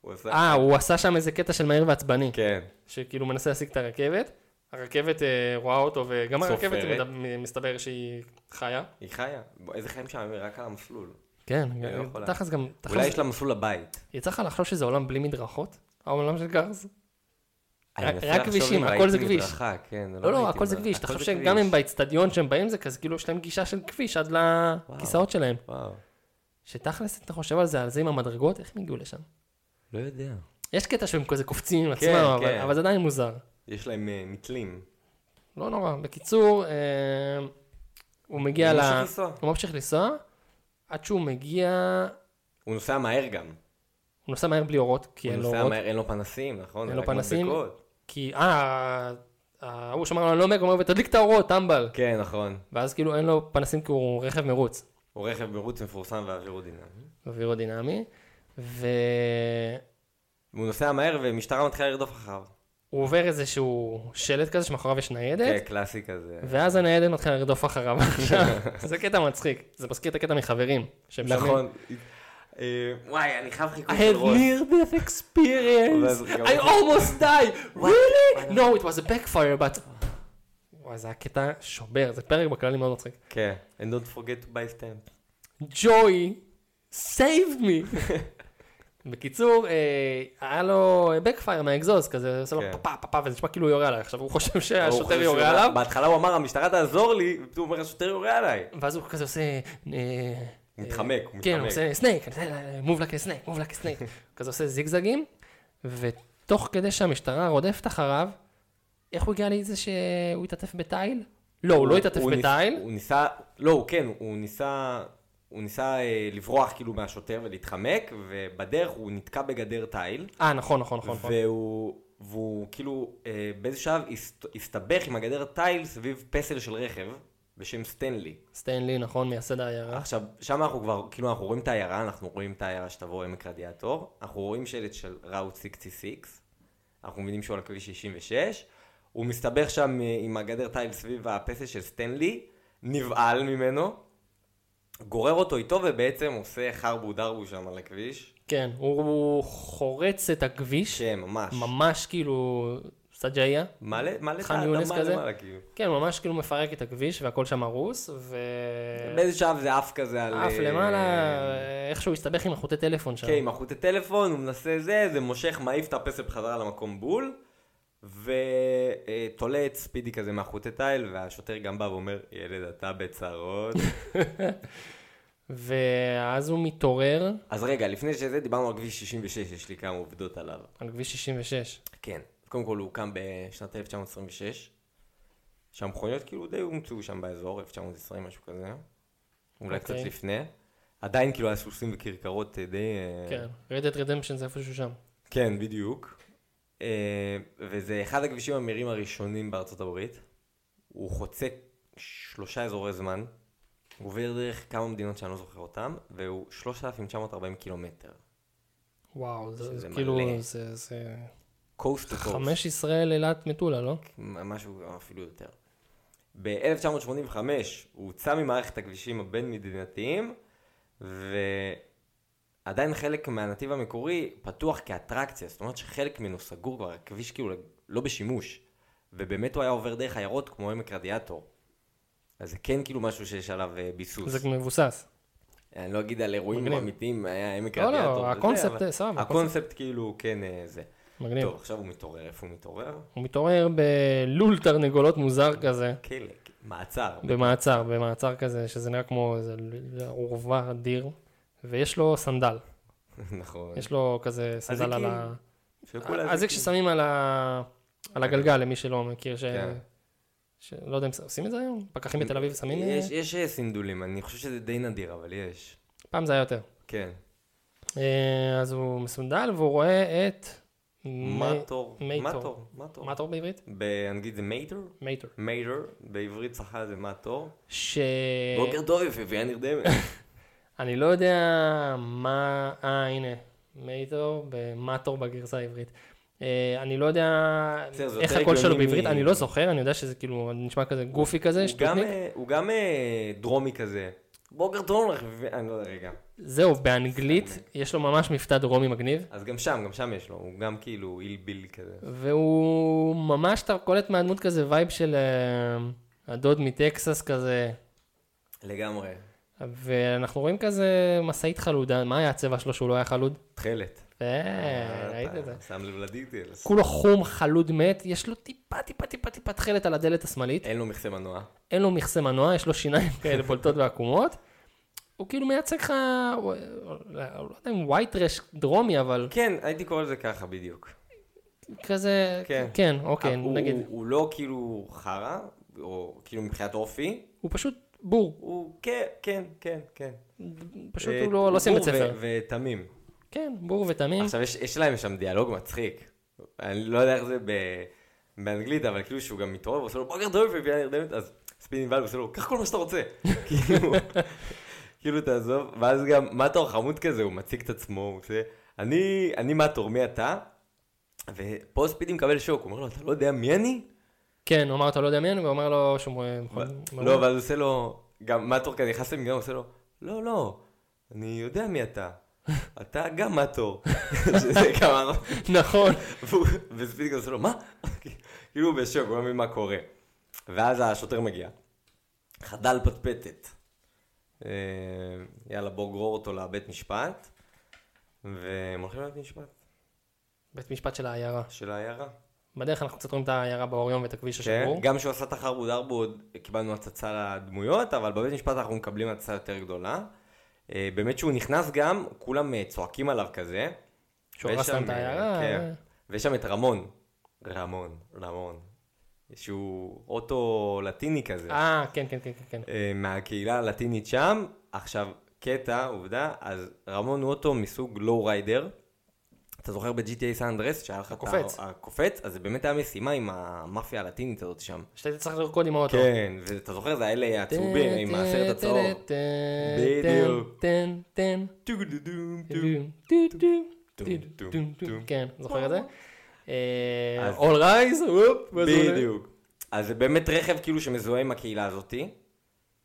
הוא עושה... אה, הוא עשה שם איזה קטע של מהיר ועצבני, כן. שכאילו הוא מנסה להשיג את הרכבת, הרכבת אה, רואה אותו, וגם סופרת. הרכבת היא מדב- מסתבר שהיא חיה. היא לא חיה. בוא, איזה חיים שם, רק על המסלול. כן, לא יכולה. תכלס גם, תכלס, אולי יש לה מסלול לבית. יצא לך לחשוב שזה עולם בלי מדרכות? העולם של גרז? אני רק- מנסה רק לחשוב כבישים, אם הכל ראיתי זה כביש. מדרכה, כן, לא, לא, ראיתי הכל זה מדרכה, כביש. אתה הכל חושב זה שגם כביש. הם באצטדיון שהם באים זה כזה, כאילו יש להם גישה של כביש עד לכיסאות שלהם. וואו, שתכלס, אתה חושב על זה, על זה עם המדרגות, איך הם הגיעו לשם? לא יודע. יש קטע שהם כזה קופצים עם כן, עצמם, אבל- כן. אבל זה עדיין מוזר. יש להם אה, מתלים. לא נורא. בקיצור, אה, הוא מגיע ל... הוא ממשיך לנסוע. הוא ממשיך לנסוע, עד שהוא מגיע... הוא נוסע מהר גם. הוא נוסע מהר בלי אורות, כי הוא אין לו נוסע אורות. מהר, אין לו פנסים, נכון? אין זה לו רק פנסים. מדבקות. כי, אה, ההוא שאמר לו, אני לא עומד, הוא אומר, ותדליק את האורות, טמבל. כן, נכון. ואז כאילו אין לו פנסים כי הוא רכב מרוץ. הוא רכב מרוץ מפורסם ואווירודינמי. אווירודינמי, והוא הוא נוסע מהר ומשטרה מתחילה לרדוף אחריו. עובר איזשהו שלט כזה שמאחוריו יש ניידת, כן, קלאסי כזה. ואז הניידת מתחילה לרדוף אחריו. עכשיו, זה קטע מצחיק, זה מזכיר את הקטע מחברים. שהם שומעים, נכון. אה, וואי, אני חייב I חיכוך של had ראש. near death experience, אבל זה גם- I almost die, really? No, it was a backfire, but... וואי, זה היה קטע שובר, זה פרק בכללי מאוד מצחיק. כן. And don't forget to buy stamp. ג'וי, saved me. בקיצור, אה, היה לו backfire מהאגזוז כזה, עושה לו כן. פאפה פאפה, וזה נשמע כאילו הוא יורה עליי. עכשיו הוא חושב הוא חושב שהשוטר שהוא- אה, יורה עליו, בהתחלה הוא אמר, המשטרה תעזור לי, ופתאום הוא אומר, השוטר יורה עליי. ואז הוא כזה עושה... אה, אה, מתחמק, הוא כן, הוא מתחמק. עושה סנייק, מוב לקה סנייק, מוב לקה סנייק. כזה עושה זיגזגים, ותוך כדי שהמשטרה רודפת אחריו, איך הוא הגיע לזה שהוא התעטף בתיל? לא, הוא לא התעטף הוא ניס- בתיל. הוא ניסה, לא, הוא כן, הוא ניסה, הוא ניסה אה, לברוח כאילו מהשוטר ולהתחמק, ובדרך הוא נתקע בגדר תיל, אה, נכון, נכון, נכון. נכון. והוא, והוא כאילו אה, באיזה שלב הסת- הסתבך עם הגדר תיל סביב פסל של רכב בשם סטנלי. סטנלי, נכון, מייסד העיירה. עכשיו, שם אנחנו כבר, כאילו אנחנו רואים את העיירה, אנחנו רואים את העיירה שתבוא עמק רדיאטור, אנחנו רואים שלט של ראוט 66, אנחנו מבינים שהוא על כביש 66, הוא מסתבך שם אה, עם הגדר טייל סביב הפסל של סטנלי, נבהל ממנו, גורר אותו איתו ובעצם עושה חרבו דרבו שם על הכביש. כן, הוא- הוא חורץ את הכביש, כן, ממש. ממש כאילו סג'איה. מלא, מלא את חאן יונס האדמה כזה? למעלה, כאילו. כן, ממש כאילו מפרק את הכביש והכל שם הרוס, ו... באיזה שלב זה עף כזה על... כן. עף אה, למעלה, איכשהו הסתבך עם החוטי טלפון שם. כן, עם החוטי טלפון, הוא מנסה זה, זה מושך, מעיף את הפסל בחזרה למקום בול, ותולה את ספידי כזה מהחוטי טייל, והשוטר גם בא ואומר, ילד, אתה בצרות. ואז הוא מתעורר אז רגע, לפני שזה, דיברנו על כביש 66, יש לי כמה עובדות עליו. על כביש 66. כן. קודם כל, הוא הוקם בשנת 1926, שהמכוניות כאילו די הומצאו שם באזור, 1920, משהו כזה. אולי קצת אוקיי. לפני. עדיין כאילו היה סוסים וכרכרות אה, די... אה, כן, Red Dead Redemption זה איפשהו שם. כן, בדיוק. אה, וזה אחד הכבישים המהירים הראשונים בארצות הברית. הוא חוצה שלושה אזורי זמן. הוא עובר דרך כמה מדינות שאני לא זוכר אותן, והוא 3,940 קילומטר. וואו, זה זה זה כאילו, מלא. זה... זה- קוסט טו קוסט. חמש ישראל אילת מטולה, לא? משהו אפילו יותר. ב-1985 הוא הוצא ממערכת הכבישים הבין-מדינתיים, ועדיין חלק מהנתיב המקורי פתוח כאטרקציה, זאת אומרת שחלק ממנו סגור כבר, הכביש כאילו לא בשימוש, ובאמת הוא היה עובר דרך עיירות כמו עמק רדיאטור. אז זה כן כאילו משהו שיש עליו אה, ביסוס. זה מבוסס. אני לא אגיד על אירועים מגניב. אמיתיים, כן, היה עמק לא, לא, רדיאטור. וזה, הקונספט, אבל אה, סבבה, הקונספט כאילו כן אה, זה. מגניב. טוב, עכשיו הוא מתעורר, איפה הוא מתעורר? הוא מתעורר בלול תרנגולות מוזר כזה. כלא, מעצר. במעצר, במעצר כזה, שזה נראה כמו איזה עורבה אדיר, ויש לו סנדל, נכון. יש לו כזה סנדל על ה... אזיקים, של כל כאילו, אזיק האזיקים. ששמים על ה... על הגלגל, למי שלא מכיר, ש... כן. ש- לא יודע אם ש- עושים את זה היום? פקחים בתל אביב שמים? אה? יש- יש אה, סינדולים, אני חושב שזה די נדיר, אבל יש. פעם זה היה יותר. כן. אה, אז הוא מסונדל והוא רואה את... מ- מטור. מייטור. מטור. מטור. מטור בעברית? באנגלית זה מייטור? מייטור. מייטור. בעברית צחה זה מטור. ש... בוקר טוב, יפיפייה נרדמת. אני לא יודע מה, אה הנה, מייטור במטור בגרסה העברית. אה, אני לא יודע בסדר, זה איך יותר הקול שלו הגיוני בעברית, מ- אני לא זוכר, אני יודע שזה כאילו נשמע כזה גופי כזה, הוא גם, שטוטניק. אה, הוא גם אה, דרומי כזה. בוקר טוב לך, יפיפייה- אני לא יודע, רגע. זהו, באנגלית יש לו ממש מבטא דרומי מגניב, אז גם שם, גם שם יש לו. הוא גם כאילו איל ביל כזה. והוא ממש, אתה קולט מהדמות כזה וייב של אה, הדוד מטקסס כזה, לגמרי. ואנחנו רואים כזה משאית חלודה, מה היה הצבע שלו שהוא לא היה חלוד? תכלת. אה, ראית את זה. אתה שם לב לדיטיילס. כולו חום, חלוד מת, יש לו טיפה, טיפה, טיפה, טיפה תכלת על הדלת השמאלית. אין לו מכסה מנוע. אין לו מכסה מנוע, יש לו שיניים כאלה בולטות ועקומות. הוא כאילו מייצג לך, הוא- הוא- לא יודע אם white trash דרומי, אבל כן, הייתי קורא לזה ככה בדיוק. כזה, כן. כן, אוקיי, הוא- נגיד, הוא- הוא לא כאילו חרא, או כאילו מבחינת אופי, הוא פשוט בור, הוא כן, כן, כן, כן. פשוט אה, הוא לא לא עושה בור בית ספר. ו- ותמים. כן, בור ותמים. עכשיו, יש- יש להם שם דיאלוג מצחיק. אני לא יודע איך זה ב... באנגלית, אבל כאילו שהוא גם מתעורר ועושה לו בוקר טוב וביאה נרדמת, אז ספיד נבהל ועושה לו, קח כל מה שאתה רוצה. כאילו, כאילו תעזוב, ואז גם מטור חמוד כזה, הוא מציג את עצמו, הוא עושה, אני, אני מטור, מי אתה? ופה ספידי מקבל שוק, הוא אומר לו, אתה לא יודע מי אני? כן, הוא אמר אתה לא יודע מי אני, והוא אומר לו שהוא... אה, נכון. לא, ואז הוא עושה לו, גם מטור כזה נכנס למגרם, הוא עושה לו, לא, לא, אני יודע מי אתה. אתה גם מטור. שזה כמה... נכון. והוא- וספידי כזה עושה לו, מה? כאילו הוא בשוק, הוא לא מבין מה קורה. ואז השוטר מגיע. חדל פטפטת. אה, יאללה, בוא גרור אותו לבית משפט. והם הולכים לבית משפט בית משפט של העיירה. של העיירה. בדרך אנחנו קצת רואים את העיירה באור יום ואת הכביש השבור. כן, גם כשהוא עשה את החרבוד ארבוד קיבלנו הצצה לדמויות, אבל בבית משפט אנחנו מקבלים הצצה יותר גדולה. אה, באמת שהוא נכנס גם, כולם אה, צועקים עליו כזה. שהוא ויש הרס להם שם, את אה, העיירה. כן. אה. ויש שם את רמון. רמון, רמון. שהוא אוטו לטיני כזה. אה, כן, כן, כן, כן, כן. אה, מהקהילה הלטינית שם. עכשיו, קטע, עובדה, אז רמון הוא אוטו מסוג לואו ריידר. אתה זוכר ב-GTA סן אנדרס שהיה לך את הקופץ. ה- הקופץ? אז זה באמת היה משימה עם המאפיה הלטינית הזאת שם. שאתה היית צריך לרקוד עם האוטו. כן, ואתה זוכר, זה האלה הצהובים עם הסרט הצהוב. בדיוק. בדיוק. טן, טן, טו-דו-דום, טו. טן, טו, טו, טו, טו, טו, טו. טו. כן, זוכר את זה? אה, אז- All Rise, וופ. ואז הוא עולה. בדיוק. אז זה באמת רכב כאילו שמזוהה עם הקהילה הזאתי.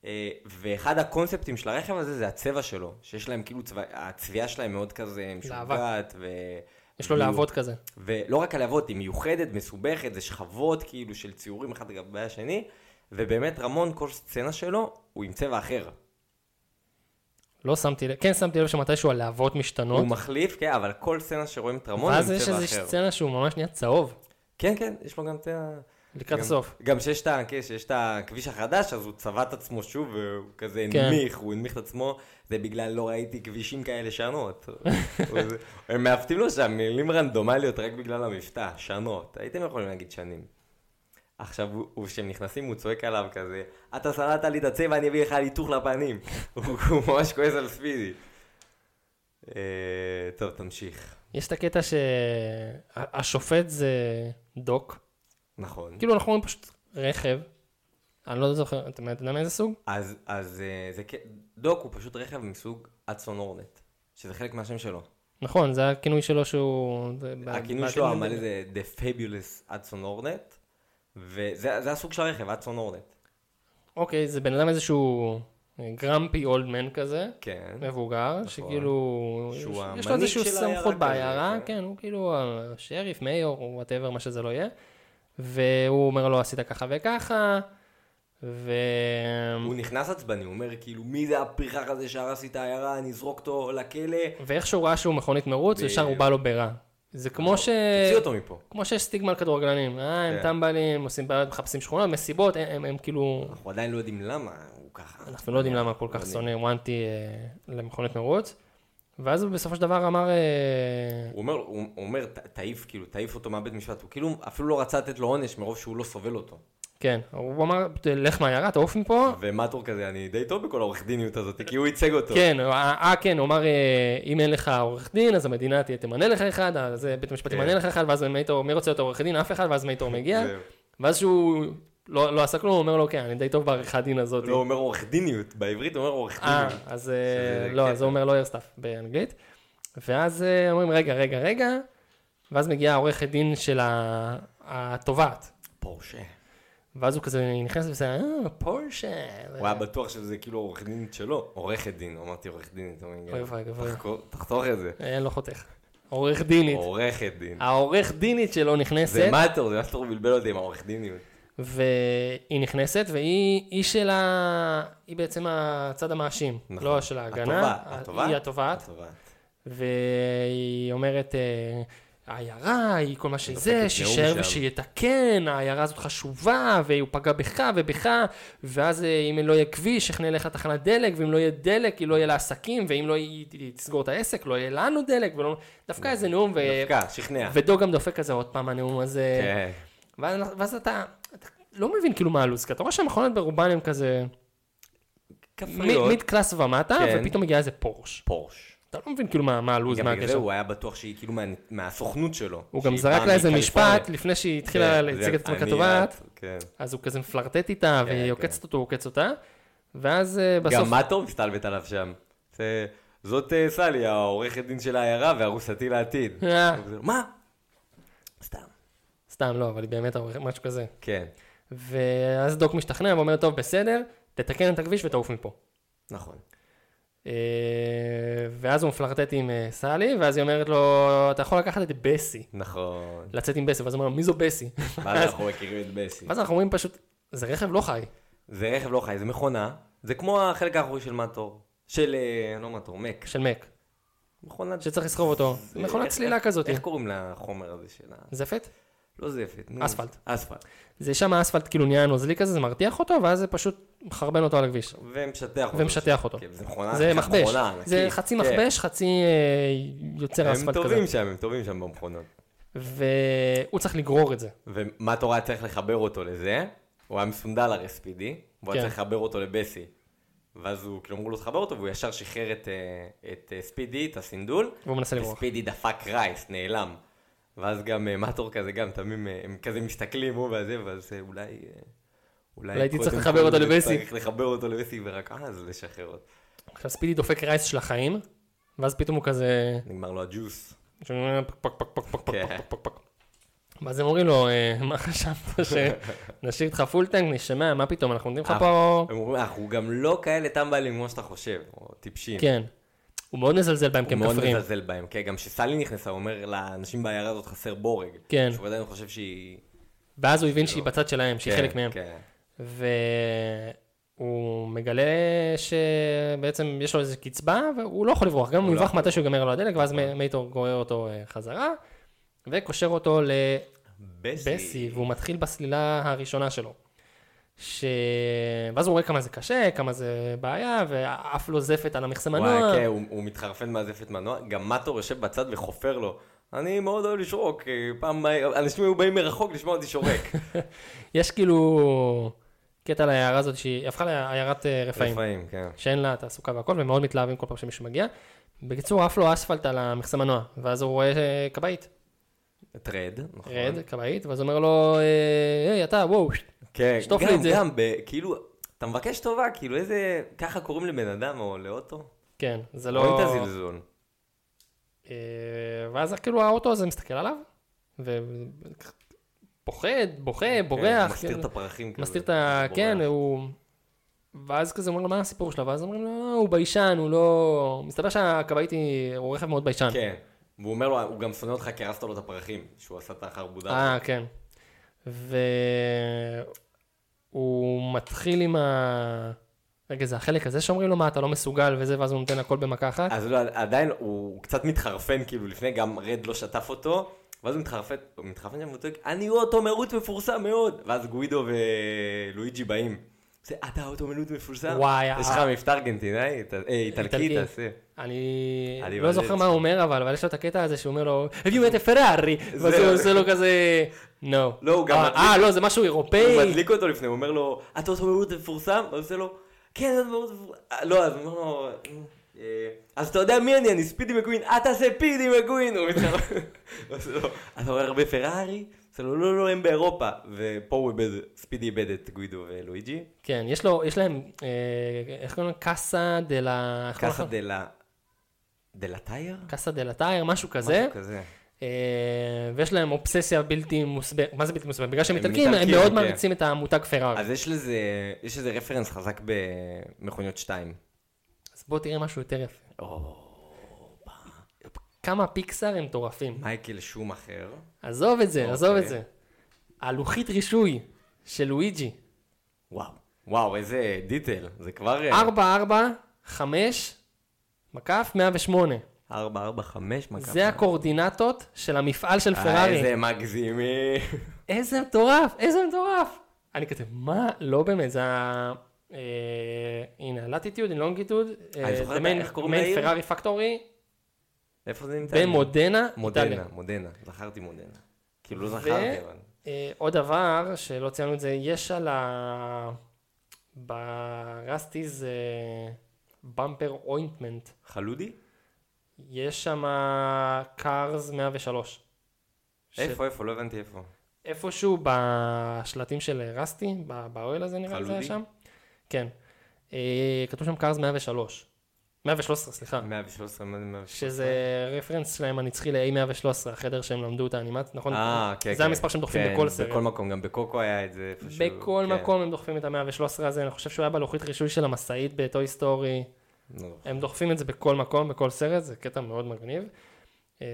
אה, ואחד הקונספטים של הרכב הזה זה הצבע שלו, שיש להם כאילו, צבע, הצביעה שלהם מאוד כזה משוגעת. ו... יש לו מיו- להבות כזה. ולא רק הלהבות, היא מיוחדת, מסובכת, זה שכבות כאילו של ציורים אחד לגבי השני. ובאמת רמון, כל סצנה שלו, הוא עם צבע אחר. לא שמתי לב, כן שמתי לב שמתישהו הלהבות משתנות. הוא מחליף, כן, אבל כל סצנה שרואים את רמון, הוא עם ואז צבע יש אחר. איזו סצנה שהוא ממש נהיה צהוב, כן, כן, יש לו גם צבע... לקראת גם- הסוף. גם שיש את ה- כן, שיש את הכביש החדש, אז הוא צבע את עצמו שוב, והוא כזה כן. הנמיך, הוא הנמיך את עצמו, זה בגלל לא ראיתי כבישים כאלה שנות. הוא זה- הם מעוותים לו שם מילים רנדומליות רק בגלל המבטא, שנות. הייתם יכולים להגיד שנים. עכשיו, הוא- הוא- כשהם נכנסים, הוא צועק עליו כזה, אתה סלדת לי את הצבע, אני אביא לך ליטוך לפנים. הוא הוא ממש כועס על ספידי. אה, טוב, תמשיך. יש את הקטע שהשופט זה דוק, נכון. כאילו אנחנו רואים פשוט רכב, אני לא זוכר, אתה יודע- אתה יודע מאיזה סוג? אז, אז אה, זה כ- דוק הוא פשוט רכב מסוג אדסון הורנט, שזה חלק מהשם שלו. נכון, זה הכינוי שלו שהוא... זה ב- הכינוי ב- שלו המלא זה The Fabulous אדסון הורנט, וזה זה הסוג של הרכב, אדסון הורנט. אוקיי, זה בן אדם איזשהו גרמפי אולדמן כזה, כן. אה, מבוגר, שכאילו... שהוא יש- יש המנהיג לו איזשהו של סמכות העיירה בעיירה, כזה, כן. כן, הוא כאילו השריף, מאיור, או וואטאבר, מה שזה לא יהיה. והוא אומר לו, עשית ככה וככה, ו... הוא נכנס עצבני, הוא אומר כאילו, מי זה הפריחח הזה שהרס לי את העיירה, אני אזרוק אותו לכלא, ואיך שהוא ראה שהוא מכונית מרוץ, ישר הוא בא לו ברע. זה כמו ש... תוציא נכון. אותו מפה. כמו שיש סטיגמה על כדורגלנים, אה, הם כן. טמבלים, עושים בעיות, מחפשים שכונות, מסיבות, הם- הם הם כאילו... אנחנו עדיין לא יודעים למה הוא ככה. אנחנו לא יודעים למה כל כך שונא וואנטי אה, למכונת מרוץ. ואז הוא בסופו של דבר אמר, אה, הוא אומר, הוא הוא אומר, "ת- תעיף, כאילו, תעיף אותו מהבית משפט, הוא כאילו אפילו לא רצה לתת לו עונש מרוב שהוא לא סובל אותו. כן, הוא אמר, לך מהעיירה, תעוף מפה. ומטור כזה, אני די טוב בכל העורך דיניות הזאת, כי הוא ייצג אותו. כן, הוא- אה, כן, הוא אמר, אה, אם אין לך עורך דין, אז המדינה תהיה- תמנה לך אחד, אז אה, בית המשפט כן. ימנה לך אחד, ואז מייטור, מי רוצה להיות עורך דין? אף אחד, ואז מייטור מגיע. זהו. ואז שהוא לא לא עשה כלום, הוא אומר לו, כן, אני די טוב בעריכת דין הזאת. לא, הוא אומר עורך דיניות, בעברית הוא אומר עורך אה, דיניות. אז אה, שזה כן. לא, קטע. אז הוא אומר לא איירסטאפ באנגלית. ואז אה, אומרים, רגע, רגע, רגע, ואז מגיעה העורכת דין של ה- התובעת. פורשה. ואז הוא כזה נכנס ועושה, אה, פורשה. הוא היה בטוח שזה כאילו עורך דינית שלו. עורכת דין, אמרתי עורך דינית. אוי, אוי ואבוי, אוי. תחקור- תחתוך את זה. אה, לא חותך. עורך דינית. אוקיי. עורכת דין. אה, העורך דינית שלו נכנסת, זה מטור, זה מטור בלבל אותי עם העורך דיניות. והיא נכנסת, והיא היא של ה... היא בעצם הצד המאשים. נכון. לא של ההגנה. התובעת, התובעת? היא התובעת. התובעת. והיא אומרת, אה, העיירה היא כל מה דופקת נאום שזה, שישאר שם. ושיתקן, העיירה הזאת חשובה, והוא פגע בך ובך, ואז אה, אם לא יהיה כביש, איך נלך לתחנת דלק, ואם לא יהיה דלק, היא לא יהיה לה עסקים, ואם לא היא היא תסגור את העסק, לא יהיה לנו דלק, ולא... דווקא איזה נאום, ו... דווקא, שכנע. ודו גם דופק כזה עוד פעם הנאום הזה, כן. ואז ואז אתה אתה לא מבין כאילו מה הלו"ז, כי אתה רואה שהמכונות ברובן הם כזה כפריות. מ- מיד קלאס ומטה, כן. ופתאום מגיעה איזה פורש. פורש. אתה לא מבין כאילו מה מה הלו"ז, גם מה בגלל זה הקשר. הוא היה בטוח שהיא כאילו מה- מהסוכנות שלו. הוא גם שהיא זרק באה לה איזה מקליפורניה. משפט לפני שהיא התחילה כן, להציג זה את עצמה אני כתובעת, את, כן. אז הוא כזה מפלרטט איתה, והיא כן. עוקצת אותו, הוא עוקץ אותה, ואז אה, בסוף... גם מה טוב מסתלבט עליו שם? זה- זאת אה, סלי, העורכת דין של העיירה והרוסתי לעתיד. אה, הוא כזה, מה? סתם. סתם לא, אבל היא באמת העורכת, משהו כזה. כן, ואז דוק משתכנע ואומר, טוב, בסדר, תתקן את הכביש ותעוף מפה. נכון. אה, ואז הוא מפלרטט עם אה, סלי, ואז היא אומרת לו, אתה יכול לקחת את בסי, נכון. לצאת עם בסי, ואז הוא אומר, מי זו בסי? ואז אנחנו מכירים את בסי. ואז אנחנו אומרים פשוט, זה רכב לא חי. זה רכב לא חי, זה מכונה. זה כמו החלק האחורי של מטור. של, אה, לא מטור, מק. של מק, מכונת... שצריך לסחוב אותו. זה- מכונת איך- צלילה איך- כזאת. איך קוראים לחומר הזה של ה... זפת? לא זפת. נו. אספלט. אספלט. זה שם האספלט כאילו נהיה נוזלי כזה, זה מרתיח אותו, ואז זה פשוט מחרבן אותו על הכביש. ומשטח אותו. ומשטח אותו. כן, אה, זה מכונה... זה מכבש. מכונה ענקית. זה חצי כן. מכבש, חצי אה, יוצר הם אספלט טובים כזה. שם, הם טובים שם במכונות. והוא צריך לגרור את זה. ומה תורה היה צריך לחבר אותו לזה? הוא היה מסונדל הרי ספידי, והוא היה כן. צריך לחבר אותו לבסי. ואז הוא, כאילו אמרו לו תחבר אותו, והוא ישר שחרר את, אה, את אה, ספידי, את הסינדול. והוא מנסה לברוח. וספידי דפק רייס, נעלם. ואז גם אה, מטור כזה, גם תמים, אה, הם כזה מסתכלים, הוא וזה, ואז אה, אולי... אה, אולי הייתי קודם צריך לחבר כל אותו לבסי. צריך לחבר אותו לבסי, ורק אז לשחרר אותו. עכשיו ספידי דופק רייס של החיים, ואז פתאום הוא כזה... נגמר לו הג'וס. שומעים, פק, פק, פק, פק, פק, פק, כן. פק, פק, פק. ואז הם אומרים לו, "אה, מה חשבת שנשאיר איתך פול טנק, נשמע, מה פתאום, אנחנו נותנים לך פה... אה, הם אומרים, אנחנו גם לא כאלה טמבלים כמו שאתה חושב, או טיפשים. כן. הוא מאוד מזלזל בהם כי הוא הם מאוד כפריים. מזלזל בהם, כן, גם כשסלי נכנסה, הוא אומר לאנשים בעיירה הזאת חסר בורג. כן. שהוא עדיין חושב שהיא... ואז הוא הבין שהיא בצד שלהם, שהיא כן, חלק מהם. כן. והוא מגלה שבעצם יש לו איזו קצבה, והוא לא יכול לברוח, גם אם הוא לא נכון. יברח מתי שהוא ייגמר לו הדלק, ואז מ- מייטור גורר אותו אה, חזרה, וקושר אותו לבסי, בסי. והוא מתחיל בסלילה הראשונה שלו. ש... ואז הוא רואה כמה זה קשה, כמה זה בעיה, ואף לא זפת על המכסה מנוע. וואי, כן, הוא, הוא מתחרפן מהזפת מנוע, גם מטור יושב בצד וחופר לו. אני מאוד אוהב לשרוק, אה, פעם אה, אנשים היו באים מרחוק לשמוע אותי שורק. יש כאילו קטע לעיירה הזאת, שהיא הפכה לעיירת אה, רפאים. לפעמים, כן. שאין לה תעסוקה והכל, והם מאוד מתלהבים כל פעם שמישהו מגיע. בקיצור, עף לו אספלט על המכסה מנוע, ואז הוא רואה אה, כבאית, טרד, נכון. רד, כבאית, ואז אומר לו, אה, היי, אתה, וואו, ש- כן, שטוף גם, לי את זה. גם, ב, כאילו, אתה מבקש טובה, כאילו איזה, ככה קוראים לבן אדם או לאוטו? כן, זה רואים לא... את הזלזול. אה, ואז כאילו האוטו הזה מסתכל עליו, ופוחד, בוכה, כן, בורח, מסתיר כן, את הפרחים כזה. מסתיר את ה... בורח. כן, הוא... ואז כזה אומר לו, מה הסיפור שלו? ואז אומרים לו, "אה, הוא ביישן, הוא לא... מסתבר שהכבאית היא... הוא רכב מאוד ביישן. כן. והוא אומר לו, הוא גם שונא אותך כי הרסת לו את הפרחים, שהוא עשה את החרבודה. אה, כן. והוא מתחיל עם ה... רגע, זה החלק הזה שאומרים לו, מה, אתה לא מסוגל וזה, ואז הוא נותן הכל במכה אחת? אז לא, עדיין הוא קצת מתחרפן, כאילו לפני, גם רד לא שטף אותו, ואז הוא מתחרפן, הוא מתחרפן שם וצועק, אני אוטו מרוץ מפורסם מאוד, ואז גוידו ולואיג'י באים. זה, אתה אוטו מרוץ מפורסם? וואי, אה. יש לך מבטא ארגנטינאי, איט- אה, איטלקי, איטלקי. תעשה. אני אני לא מלא זוכר מה לצחוק. הוא אומר, אבל אבל יש לו את הקטע הזה שהוא אומר לו, הביאו את הפרארי, ואז הוא עושה לו כזה, נו. לא, הוא גם אה, מדליק- אה, לא, זה משהו הוא אירופאי. מדליק אותו לפני, הוא אומר לו, אתה אוטו מרוץ מפורסם? הוא עושה לו, כן, אוטו מרוץ מפורסם. אה, לא, אז הוא אומר לו, "אה, אז אתה יודע מי אני, אני ספידי מקווין, אתה תעשה פידי מקווין, הוא מתחרפן. הוא עושה לו, אתה רואה הרבה פרארי? הוא עושה לו, לא, לא, הם באירופה. ופה הוא איבד, ספידי איבד את גוידו ולואיג'י. כן, יש לו, יש להם, אה, איך קוראים לו? קאסה דה לה... איך קוראים קאסה לך? דלה... דלה טייר? קאסה דה לה טייר, משהו כזה. משהו כזה. אה, ויש להם אובססיה בלתי מוסברת, מה זה בלתי מוסברת? בגלל שהם הם איטלקים, הם איטלקים, מאוד כן. מעריצים את המותג פרארי. אז יש לזה, יש איזה רפרנס חזק במכוניות 2. אז בוא תראה משהו יותר יפה. כמה פיקסאר הם מטורפים. מייקל שום אחר. עזוב את זה, עזוב אוקיי. את זה. הלוחית רישוי של לואיג'י, וואו. וואו, איזה דיטל. זה כבר... אה, 445, מקף 108. 445 מכבי. זה הקורדינטות של המפעל של פרארי. אה, איזה מגזימי. איזה מטורף, איזה מטורף. אני כזה, מה? לא באמת, זה ה... אה, הנה, לטיטיוד, לונגיטוד, אני זוכר את ה- איך קוראים לעיר? פרארי פקטורי, איפה זה נמצא? במודנה, איטליה. מודנה, מודנה. זכרתי מודנה. כאילו לא זכרתי, אבל... אה, עוד דבר, שלא ציינו את זה, יש על ה... ברסטיז אה, במפר אוינטמנט. חלודי? יש שם קארז 103. איפה, איפה? לא הבנתי איפה. איפשהו בשלטים של רסטי, ב- באוהל הזה נראה לי זה היה שם. חלודי? כן. אה, כתוב שם קארז 103. 113, סליחה. 113, מה זה 113? שזה רפרנס שלהם הנצחי ל-A113, החדר שהם למדו את האנימציה, נכון? אה, כן, כן. זה המספר שהם דוחפים כן, בכל סרט. בכל מקום, גם בקוקו היה את זה איפשהו. בכל כן. מקום הם דוחפים את ה-113 הזה, אני חושב שהוא היה בלוחית רישוי של המשאית בטוי סטורי. נו, הם דוחפים את זה בכל מקום, בכל סרט, זה קטע מאוד מגניב. אה,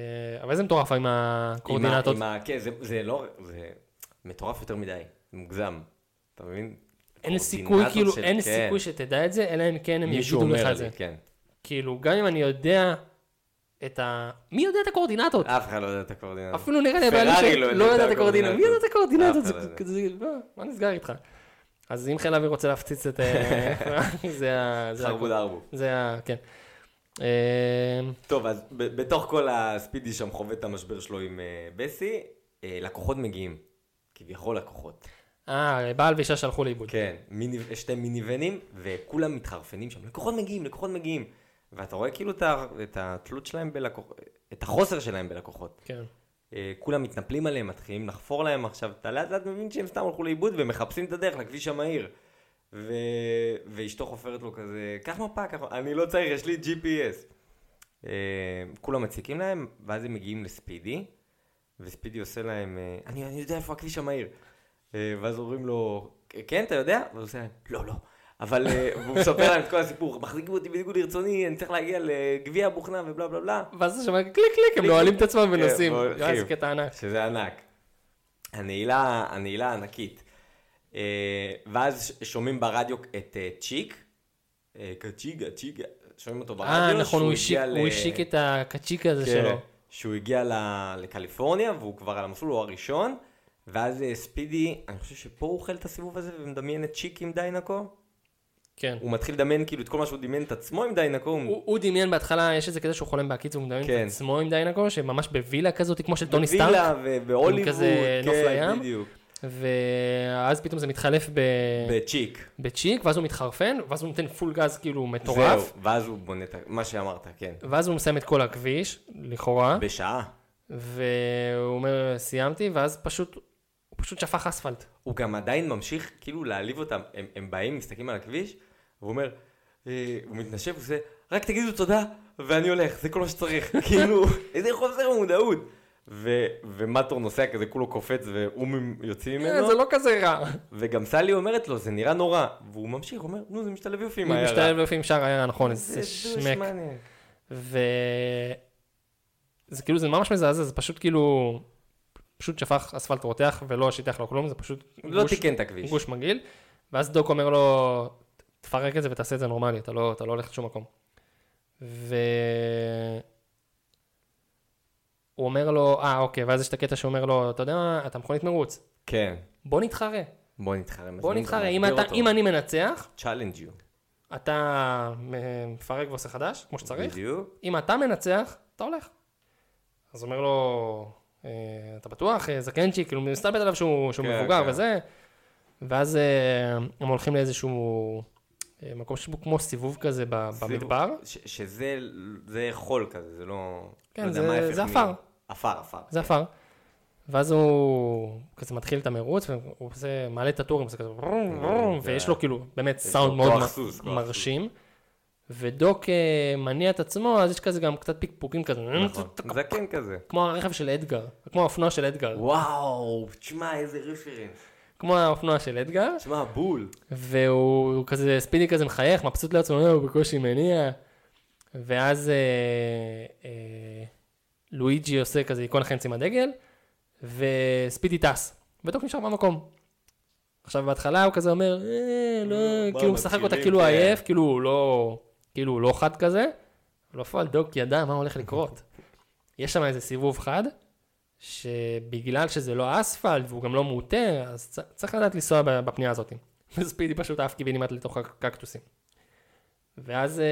אבל זה מטורף עם עם ה- הקורדינטות. עם ה- כן, זה- זה לא, זה מטורף יותר מדי, זה מוגזם, אתה מבין? אין הקורדינטות סיכוי, כאילו, של- אין כן. סיכוי שתדע את זה, אלא אם כן הם מישהו יגידו לך אומר לי, את זה. כן. כאילו, גם אם אני יודע את ה... מי יודע את הקורדינטות? אף אחד לא יודע את הקורדינטות. אפילו נראה לי פרארי הבעלים לא שלא יודע את יודע את הקורדינטות. מי יודע את הקורדינטות? אף זה- אחד לא יודע. זה- מה- מה נסגר איתך? אז אם חיל האוויר רוצה להפציץ את... אה, זה ה... זה ה- חרבו דרבו. זה ה... כן. אה, טוב, אז ב- בתוך כל הספידי שם חווה את המשבר שלו עם אה, בסי, אה, לקוחות מגיעים. כביכול לקוחות. אה, בעל ואישה שלחו לאיבוד. כן, מיני- שתי מיניוונים, וכולם מתחרפנים שם. לקוחות מגיעים, לקוחות מגיעים. ואתה רואה כאילו את ה- את התלות שלהם בלקוחות, את החוסר שלהם בלקוחות. כן. אה, כולם מתנפלים עליהם, מתחילים לחפור להם עכשיו, אתה לאט לאט מבין שהם סתם הלכו לאיבוד ומחפשים את הדרך לכביש המהיר. ו... ואשתו חופרת לו כזה, קח מפה, קח, אני לא צריך, יש לי GPS. אה, כולם מציקים להם, ואז הם מגיעים לספידי, וספידי עושה להם, אה, אני, אני יודע איפה הכביש המהיר. אה, ואז אומרים לו, כן, אתה יודע? ואז הוא עושה להם, לא, לא. אבל אה, הוא מספר להם את כל הסיפור, מחזיקים אותי בניגוד לרצוני, אני צריך להגיע לגביע בוכנה ובלה בלה בלה. ואז אתה שומע קליק קליק, הם נועלים את עצמם כן, ונוסעים. והולכים. וואי, זה קטע ענק. שזה ענק. הנעילה, הנעילה ענקית. אה, ואז ש- שומעים ברדיו את אה, צ'יק, אה, קצ'יגה, צ'יגה, שומעים אותו ברדיו. אה, נכון, לא שהוא הוא השיק- הגיע ל- הוא השיק את הקצ'יק הזה כן, שלו. שהוא הגיע ל- לקליפורניה, והוא כבר על המסלול הוא הראשון, ואז אה, ספידי, אני חושב שפה הוא אוכל את הסיבוב הזה ומדמיין את צ'יק עם דיינקו. כן. הוא מתחיל לדמיין כאילו את כל מה שהוא דמיין את עצמו עם דיינקו. הוא- הוא הוא דמיין בהתחלה, יש איזה קטע שהוא חולם בעקיץ, הוא מדמיין כן. את עצמו עם דיינקו, שממש בווילה כזאת, כמו של טוני סטארק. וילה ו- והוליווד, כזה נוף כן, לים. בדיוק. ואז פתאום זה מתחלף ב... בצ'יק. בצ'יק, ואז הוא מתחרפן, ואז הוא נותן פול גז כאילו מטורף, זהו, ואז הוא בונה את ה- מה שאמרת, כן. ואז הוא מסיים את כל הכביש, לכאורה, בשעה. והוא אומר, סיימתי, ואז פשוט, הוא פשוט שפך אספלט. הוא גם עדיין ממשיך כאילו להעליב אותם. הם, הם באים, מסתכלים על הכביש, והוא אומר, אה, הוא מתנשף, הוא עושה, רק תגידו תודה, ואני הולך, זה כל מה שצריך. כאילו, איזה חוסר מודעות. ו- ומטור נוסע כזה, כולו קופץ, ואומים יוצאים אה, ממנו. זה לא כזה רע. וגם סלי אומרת לו, זה נראה נורא. והוא ממשיך, הוא אומר, נו, זה משתלב יופי עם הוא העיירה. משתלב לפי עם שאר העיירה, נכון, זה איזה שמק. דושמני. ו... זה כאילו, זה ממש מזעזע, זה פשוט כאילו, פשוט שפך אספלט רותח ולא שיטח לו כלום, זה פשוט הוא לא גוש- תיקן את הכביש. גוש מגעיל, ואז דוק אומר לו, תפרק את זה ותעשה את זה נורמלי, אתה לא, אתה לא הולך לשום מקום. ו... הוא אומר לו, אה, אוקיי, ואז יש את הקטע שאומר לו, אתה יודע מה, אתה מכונית מרוץ, כן. בוא נתחרה. בוא נתחרה. בוא מזמינים אותך, נתחרה, אם, נסביר אתה, אותו. אם אני מנצח, challenge you. אתה אה, מפרק ועושה חדש, כמו שצריך. בדיוק. אם אתה מנצח, אתה הולך. אז אומר לו, אה, אתה בטוח, אה, זקנצ'יק, כאילו, מסתלבט עליו שהוא, שהוא כן, מבוגר כן. וזה, ואז אה, הם הולכים לאיזשהו אה, מקום שבו כמו סיבוב כזה ב- במדבר, ש- שזה זה חול כזה, זה לא... כן, לא יודע זה- מה ההפך זה מ- עפר. עפר, עפר. זה עפר. ואז הוא כזה מתחיל את המרוץ, והוא עושה, מעלה את הטורים, עושה כזה, "ברום, ברום", אה, זה- ויש לו כאילו באמת לו סאונד כוח מאוד מ- סוס, כוח מרשים. ודוק אה, מניע את עצמו, אז יש כזה גם קצת פיקפוקים כזה, נכון. זקן כזה. כמו הרכב של אדגר, כמו האופנוע של אדגר, וואו, תשמע, איזה רפרנס. כמו האופנוע של אדגר, תשמע, בול. והוא כזה, ספידי כזה מחייך, מבסוט לעצמו, "אה, הוא בקושי מניע. ואז אה, אה, לואיג'י עושה כזה איקון חנץ עם הדגל, וספידי טס, ודוק נשאר במקום. עכשיו בהתחלה הוא כזה אומר, אה, לא, מה, כאילו הוא משחק אותה מתחילים, כאילו הוא כן. עייף, כאילו הוא לא, כאילו הוא לא חד כזה, אבל בפועל דוק ידע מה הולך לקרות. יש שם איזה סיבוב חד, שבגלל שזה לא אספלט והוא גם לא מוטה, אז צ- צריך לדעת לנסוע ב- בפנייה הזאת. וספידי פשוט עף קיבינימט לתוך הקקטוסים. ואז, אה,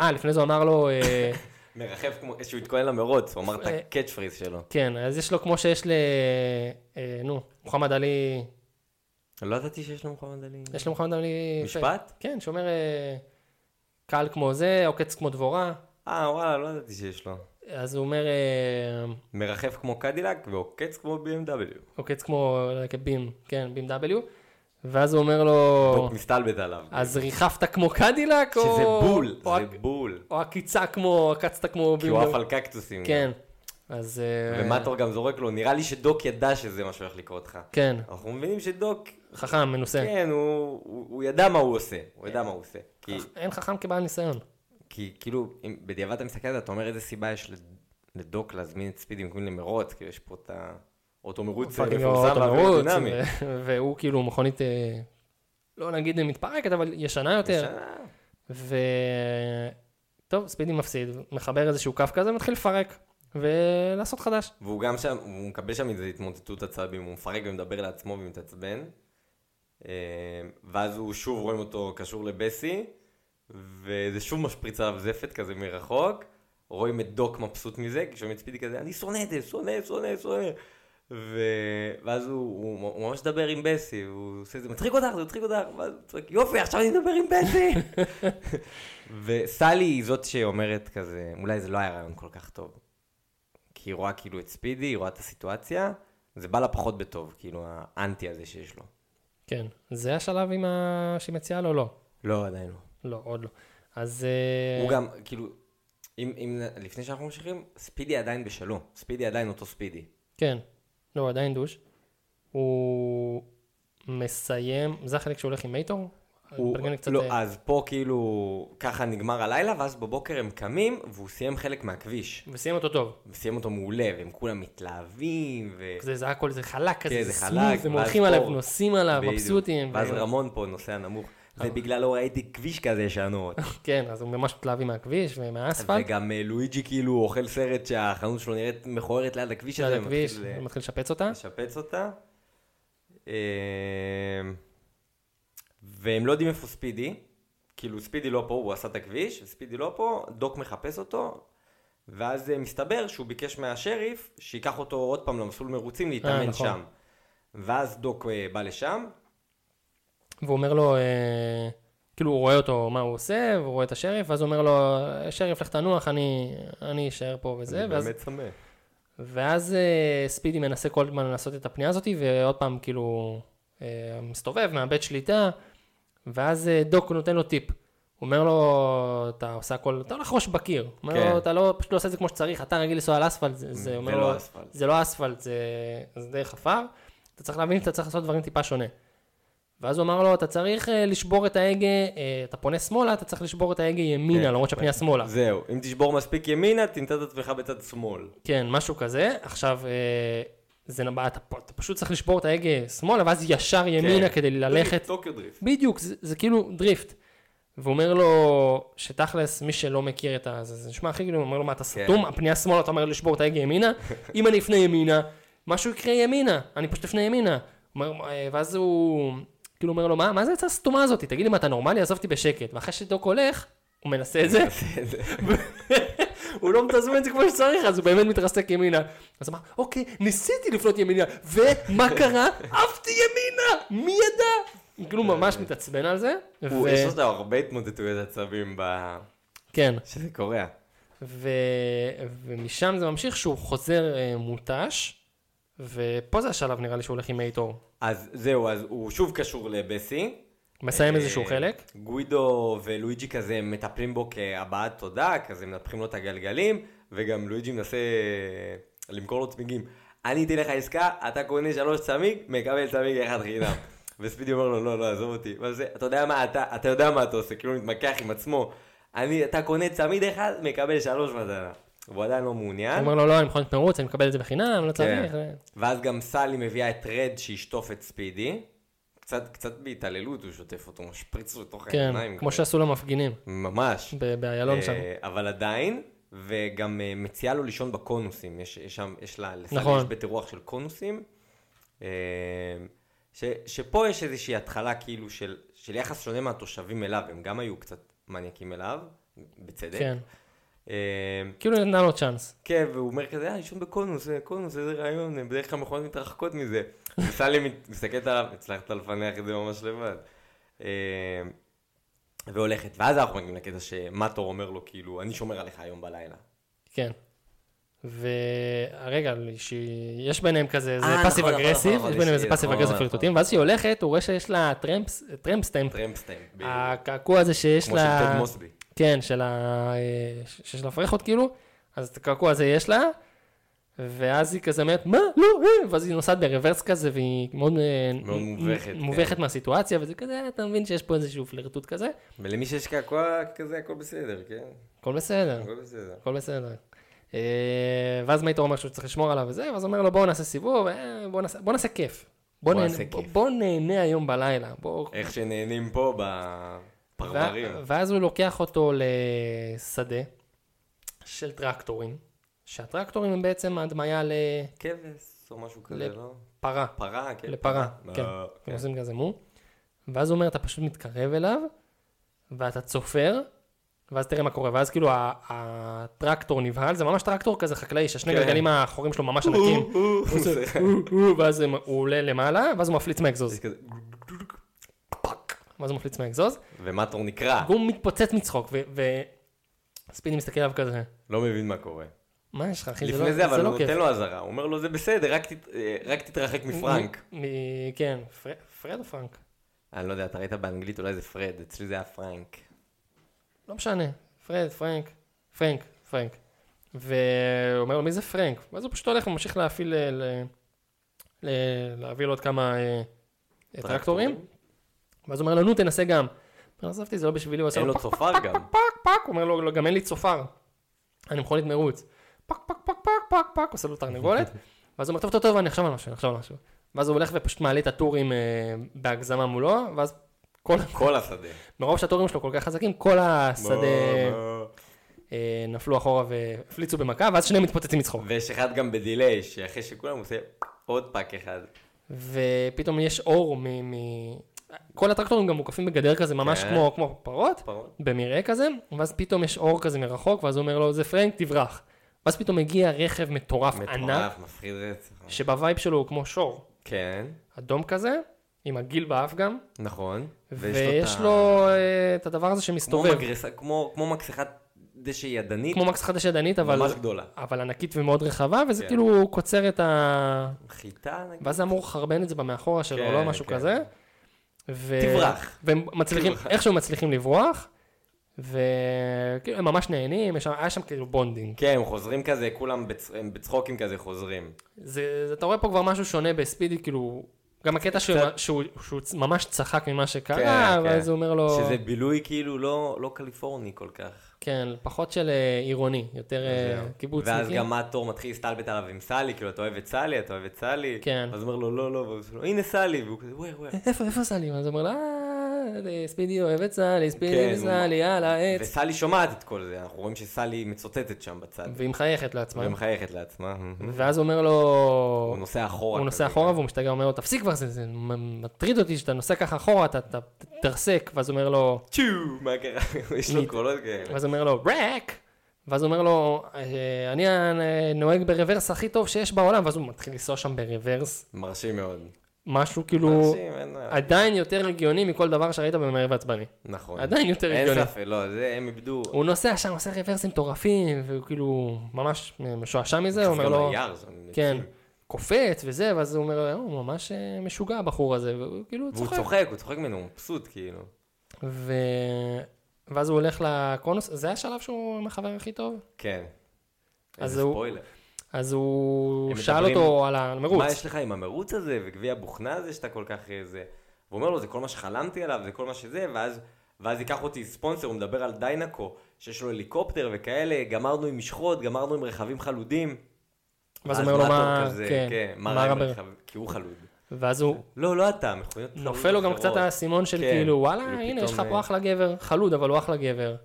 אה, לפני זה הוא אמר לו, אה, מרחב כמו שהוא התכונן למרוץ, הוא אמר את אה. הקאץ' פריז שלו. כן, אז יש לו כמו שיש ל... אה, נו, מוחמד עלי, לא ידעתי שיש לו מוחמד עלי. יש למוחמד עלי... משפט? כן, שאומר אה, קהל כמו זה, עוקץ כמו דבורה. אה, וואלה, לא ידעתי שיש לו. אז הוא אומר, אה, מרחף כמו קדילק ועוקץ כמו BMW. עוקץ כמו בים, כן, בים W, ואז הוא אומר לו, מסתלבט עליו. אז ריחפת כמו קדילק, או... שזה בול, או זה בול. או עקיצה כמו, עקצת כמו כי הוא עף על קקטוסים. כן, אז... אה, ומטור גם זורק לו, נראה לי שדוק ידע שזה מה שהולך לקרות לך. כן, אנחנו מבינים שדוק, חכם, מנוסה. כן, הוא- הוא הוא ידע מה הוא עושה. הוא ידע מה הוא עושה. כי- אין חכם כבעל ניסיון. כי כאילו, אם בדיעבד אתה מסתכל על זה, אתה אומר איזה סיבה יש לד- לדוק להזמין את ספידי במקום למרוץ, כי כאילו, יש פה את האוטו מרוץ פאקינג אה. מפורסם אוטו מרוץ, והדינמי. ו- והוא כאילו מכונית, אה, לא נגיד מתפרקת, אבל ישנה יותר. ו... טוב, ספידי מפסיד, מחבר איזשהו קו כזה, מתחיל לפרק, ולעשות חדש. והוא גם שם, הוא מקבל שם איזה התמוטטות עצבים, הוא מפרק ומדבר לעצמו ומתעצבן. אה, ואז הוא שוב רואים אותו קשור לבסי, וזה שוב משפריץ עליו זפת כזה מרחוק. רואים את דוק מבסוט מזה, כי שומעים את ספידי כזה, אני שונא את זה, שונא, שונא, שונא. ו... ואז הוא, הוא, הוא ממש מדבר עם בסי, הוא עושה את זה, מצחיק אותך, זה מצחיק אותך, ואז הוא צועק, יופי, עכשיו אני מדבר עם בסי. וסלי היא זאת שאומרת כזה, אולי זה לא היה רעיון כל כך טוב. כי היא רואה כאילו את ספידי, היא רואה את הסיטואציה, זה בא לה פחות בטוב, כאילו האנטי הזה שיש לו. כן, זה השלב עם ה... שהיא מציעה לו? לא. לא, עדיין לא. לא, עוד לא. אז... אה, הוא גם, כאילו, אם, אם, לפני שאנחנו ממשיכים, ספידי עדיין בשלו, ספידי עדיין אותו ספידי. כן. לא, הוא עדיין דוש. הוא מסיים, זה החלק שהוא הולך עם מייטור? הוא, מתבלגן לי קצת, לא, אה, אז פה כאילו, ככה נגמר הלילה, ואז בבוקר הם קמים, והוא סיים חלק מהכביש. וסיים אותו טוב. וסיים אותו מעולה, והם כולם מתלהבים, ו... זה, זה הכל, זה חלק כזה, כן, זה זה סמוט, חלק, הם ואז הולכים עליו, פה- נוסעים עליו, בדיוק. מבסוטים. ואז ו- אה. רמון פה נוסע נמוך. זה בגללו ראיתי כביש כזה ישנות. כן, אז הם ממש מתלהבים מהכביש ומהאספלט. וגם אה, לואיג'י כאילו אוכל סרט שהחנות שלו נראית מכוערת ליד הכביש הזה, על הכביש, ומתחיל, אה, הוא מתחיל לשפץ אותה. לשפץ אותה. אה, והם לא יודעים איפה ספידי, כאילו ספידי לא פה, הוא עשה את הכביש, ספידי לא פה, דוק מחפש אותו, ואז אה, מסתבר שהוא ביקש מהשריף שייקח אותו עוד פעם למסלול מרוצים אה, להתאמן נכון. שם. ואז דוק אה, בא לשם, והוא אומר לו, אה, כאילו הוא רואה אותו, מה הוא עושה, והוא רואה את השריף, ואז הוא אומר לו, "אה, שריף, לך תנוח, אני אני אשאר פה וזה. אני ואז- באמת שמח. ואז אה, ספידי מנסה כל הזמן לעשות את הפנייה הזאת, ועוד פעם כאילו אה, מסתובב, מאבד שליטה, ואז אה, דוק נותן לו טיפ. הוא אומר לו, אתה עושה הכל, אתה הולך ראש בקיר. הוא אומר כן. לו, אתה לא, פשוט לא עושה את זה כמו שצריך, אתה רגיל לנסוע על אספלט, זה, זה, זה אומר לא לו, אספלט. זה לא אספלט, זה, זה דרך עפר. אתה צריך להבין שאתה צריך לעשות דברים טיפה שונה. ואז הוא אמר לו, אתה צריך אה, לשבור את ההגה, אה, אתה פונה שמאלה, אתה צריך לשבור את ההגה ימינה, כן. למרות שהפנייה שמאלה. זהו, אם תשבור מספיק ימינה, תמצא את עצמך בצד שמאל. כן, משהו כזה. עכשיו, אה, זה נבע, אתה, פ- אתה פשוט צריך לשבור את ההגה שמאלה, ואז ישר ימינה כן. לא. כדי ללכת. טוקיו דריפט. בדיוק, זה, זה כאילו דריפט. והוא אומר לו, שתכלס, מי שלא מכיר את ה... זה, זה נשמע הכי כאילו, הוא אומר לו, מה, אתה כן. סתום? הפנייה שמאלה, אתה אומר לשבור את ההגה ימינה? אם אני אפנה ימינה, משהו יקרה ימינה, אני פשוט אפנה ימינה. הוא אומר, "אה", ואז הוא, כאילו אומר לו, מה, מה זה יצא הסתומה הזאת? תגיד לי, מה, אתה נורמלי? עזוב אותי בשקט. ואחרי שדוק הולך, הוא מנסה את זה, הוא לא מתזמן את זה כמו שצריך, אז הוא באמת מתרסק ימינה. אז אמר, אוקיי, ניסיתי לפנות ימינה, ומה קרה? עפתי ימינה! מי ידע? כאילו ממש מתעצבן על זה. הוא- ו- יש לו הרבה התמוטטויות עצבים ב... כן, שזה קורע. ו- ומשם זה ממשיך שהוא חוזר אה, מותש, ופה זה השלב נראה לי שהוא הולך עם מייטור. אז זהו, אז הוא שוב קשור לבסי. מסיים איזשהו אה, חלק. גוידו ולואיג'י כזה מטפלים בו כהבעת תודה, כזה מנפחים לו את הגלגלים, וגם לואיג'י מנסה אה, למכור לו צמיגים. אני אתן לך עסקה, אתה קונה שלוש צמיג, מקבל צמיג אחד חינם. וספידי אומר לו, לא, לא, עזוב אותי. ואז זה, אתה יודע מה אתה, אתה יודע מה אתה עושה, כאילו הוא מתמקח עם עצמו. אני, אתה קונה צמיד אחד, מקבל שלוש מתנה. והוא עדיין לא מעוניין. הוא אומר לו, לא, אני מכונת מרוץ, אני מקבל את זה בחינם, לא צריך. כן. ואז גם סלי מביאה את רד שישטוף את ספידי. קצת, קצת בהתעללות הוא שוטף אותו, משפריץ לו לתוך כן, העיניים. כמו כזה. שעשו למפגינים, ממש. ב- באיילון שם. אה, אבל עדיין, וגם אה, מציעה לו לישון בקונוסים. יש, יש שם, יש לה, לסלי נכון. יש בית אירוח של קונוסים. אה, ש, שפה יש איזושהי התחלה כאילו של, של יחס שונה מהתושבים אליו, הם גם היו קצת מניאקים אליו, בצדק. כן. אה, כאילו נתנה לו צ'אנס. כן, והוא אומר כזה, אה, לישון בקונוס, אה, קונוס, איזה רעיון, אה, בדרך כלל מכונות מתרחקות מזה. וסלי מת- מסתכלת עליו, הצלחת לפענח את זה ממש לבד. אה, והולכת. ואז אנחנו מגיעים לקטע שמטור אומר לו, כאילו, אני שומר עליך היום בלילה. כן. ורגע, שיש ביניהם כזה, זה אה, נכון, פאסיב נכון, נכון, אגרסיב, נכון, יש ביניהם איזה נכון, פאסיב נכון, אגרסיב נכון. פריטוטים, ואז כשהיא הולכת, הוא רואה שיש לה טרמפס- טרמפסטמפ, טרמפסטיין. בדיוק. הקעקוע הזה שיש כמו אה, לה... של טד מוסבי. כן, של ה... אה, ש- שיש לה פרחות כאילו, אז את הקעקוע הזה יש לה, ואז היא כזה אומרת, מה? לא, אה", ואז היא נוסעת ברוורס כזה, והיא מאוד... אה, מאוד מ- מובכת, כן. מובכת מהסיטואציה, וזה כזה, אתה מבין שיש פה איזשהו פלרטוט כזה, ולמי שיש קעקוע כזה, הכל בסדר, כן? הכל בסדר. הכל בסדר. הכל בסדר. אה, ואז מייטור אומר שהוא צריך לשמור עליו וזה, ואז אומר לו בואו נעשה סיבוב, אה, בואו נעשה, בוא נעשה כיף. בוא, בוא בוא, נעשה נהנה, בוא, כיף. אה, בוא נהנה היום בלילה. בוא... איך שנהנים פה בפרברים. ו- ואז הוא לוקח אותו לשדה של טרקטורים, שהטרקטורים הם בעצם הדמיה לפרה, כבש או משהו כזה, לפ- לא? פרה, כן. לפרה, כן, אה, הם עושים כזה מו. ואז הוא אומר, אתה פשוט מתקרב אליו, ואתה צופר, ואז תראה מה קורה, ואז כאילו ה- הטרקטור נבהל, זה ממש טרקטור כזה חקלאי, שהשני כן. גלגלים האחורים שלו ממש ענקים. הוא עושה, "או, או", ואז הם- הוא עולה למעלה, ואז הוא מפליץ זה מהאגזוז. כזה- ואז הוא מפליץ מהאגזוז, ומטור נקרע, והוא מתפוצץ מצחוק, ו- ו- ספידי מסתכל עליו כזה, לא מבין מה קורה. מה יש לך אחי, לפני זה, לא- אבל כן, זה הוא לא כיף. נותן לו אזהרה, הוא אומר לו, זה בסדר, רק תת- אה, רק תתרחק מפרנק. מ- מ- כן, פר- פרד או פרנק? אני לא יודע, אתה ראית באנגלית, אולי זה פרד, אצלי זה היה פרנק. לא משנה, פרד, פרנק, פרנק, פרנק. והוא אומר לו, מי זה פרנק? ואז הוא פשוט הולך וממשיך להפעיל, אה, ל- ל- ל- להביא לו עוד כמה אה, טרקטורים, ואז הוא אומר לו, נו, תנסה גם. הוא אומר, עזבתי, זה לא בשבילי, הוא עושה אין לו לו פק, צופר גם. פק, פק, הוא אומר לו, "לא, גם אין לי צופר, אני מכונית מרוץ. פק, פק, פק, פק, פק, פק, עושה לו תרנגולת, ואז הוא אומר, טוב, טוב, טוב, אני אחשוב על משהו, אני אחשוב על משהו. ואז הוא הולך ופשוט מעלה את הטורים אה, בהגזמה מולו, ואז כל, כל השדה. מרוב שהטורים שלו כל כך חזקים, כל בוא, השדה... בוא. אה, נפלו אחורה והפליצו במכה, ואז שניהם מתפוצצים מצחוק. ויש אחד גם בדיליי, שאחרי שכולם הוא עושה עוד פאק אחד. ופתאום יש אור מ... מ... כל הטרקטורים גם מוקפים בגדר כזה, ממש כן. כמו, כמו פרות, פרות. במרעה כזה, ואז פתאום יש אור כזה מרחוק, ואז הוא אומר לו, זה פרנק, תברח. ואז פתאום מגיע רכב מטורף, ענק, מטורף, מפחיד רצח. שבווייב שלו הוא כמו שור, כן, אדום כזה, עם הגיל באף גם, נכון. ויש את ה- לו אה, את הדבר הזה כמו שמסתובב, מגרסה- כמו כמו מקסחת דשא ידנית, כמו מקס חדש ידנית, אבל, ממש גדולה. אבל ענקית ומאוד רחבה, וזה כן. כאילו קוצר את ה... חיטה נגיד. ואז אמור לחרבן את זה במאחורה שלו, כן, לא משהו כן. כזה. ו... תברח. והם מצליחים, תברח. איכשהו מצליחים לברוח, וכאילו הם ממש נהנים, יש שם- היה שם כאילו בונדינג. כן, הם חוזרים כזה, כולם בצ- הם בצחוקים כזה חוזרים. זה, זה- אתה רואה פה כבר משהו שונה בספידי, כאילו, גם הקטע שהוא, קצת- שהוא, שהוא צ- ממש צחק ממה שקרה, כן, ואז כן. הוא אה, אומר לו, שזה בילוי כאילו לא לא קליפורני כל כך. כן, פחות של אה, עירוני, יותר אה, זהו. קיבוצניקי. ואז גם מטור מתחיל להסתלבט עליו עם סלי, כאילו, אתה אוהב את סלי, אתה אוהב את סלי. כן. אז הוא אומר לו, לא, לא, ואז הוא אומר לו, הנה סלי, והוא כזה, וואי, וואי. איפה, איפה סלי? אז הוא אומר לה, "אה, ספידי אוהב את סלי, כן, ספידי הוא- וסלי, יאללה, עץ. וסלי שומעת את כל זה, אנחנו רואים שסלי מצוטטת שם בצד. והיא מחייכת לעצמה. ומחייכת לעצמה. ואז הוא אומר לו, הוא נוסע אחורה. נכון. הוא נוסע כזה. כן. אחורה והוא משתגע, אומר לו, תפסיק כבר, זה- זה מ- מטריד אותי שאתה נוסע ככה אחורה, אתה אתה תרסק, ואז הוא אומר לו, צ'ו, מה קרה? יש לו קולות כאלה. ואז הוא אומר לו, רק! ואז הוא אומר לו, "אה, אני הנוהג ברוורס הכי טוב שיש בעולם, ואז הוא מתחיל לנסוע שם ברוורס, מרשים מאוד. משהו כאילו מרשים, אין מה. עדיין יותר הגיוני מכל דבר שראית במהר ועצבני. נכון. עדיין יותר הגיוני. אין ספק, לא, זה, הם איבדו. הוא נוסע שם, עושה רוורסים מטורפים, והוא כאילו ממש משועשע מזה, הוא אומר גם לו, היער, זה מציל. כן, קופץ וזה, ואז הוא אומר לו, הוא ממש אה, משוגע הבחור הזה, והוא כאילו והוא צוחק. צוחק, הוא צוחק ממנו, הוא מבסוט, כאילו. ו... ואז הוא הולך לקונוס, זה השלב שהוא עם החבר הכי טוב? כן. אז איזה הוא- ספוילר. אז הוא הם שאל מדברים- אותו על מה המרוץ. יש לך עם המרוץ הזה, וגביע הבוכנה הזה שאתה כל כך אה, זה? והוא אומר לו, זה כל מה שחלמתי עליו, זה כל מה שזה, ואז... ואז ייקח אותי ספונסר, הוא מדבר על דיינקו, שיש לו הליקופטר וכאלה, גמרנו עם משחות, גמרנו עם רכבים חלודים. ואז הוא אומר לו מטור מה, כזה, כן, מה רע עם רבר?" רכב- כי הוא חלוד. ואז הוא, לא, לא אתה, מכוניות חלוד נופל לו גם אחרות. קצת האסימון של כן, כאילו, וואלה, כאילו הנה, יש לך פתאום, פה אה, אחלה גבר, חלוד, אבל הוא אחלה גבר.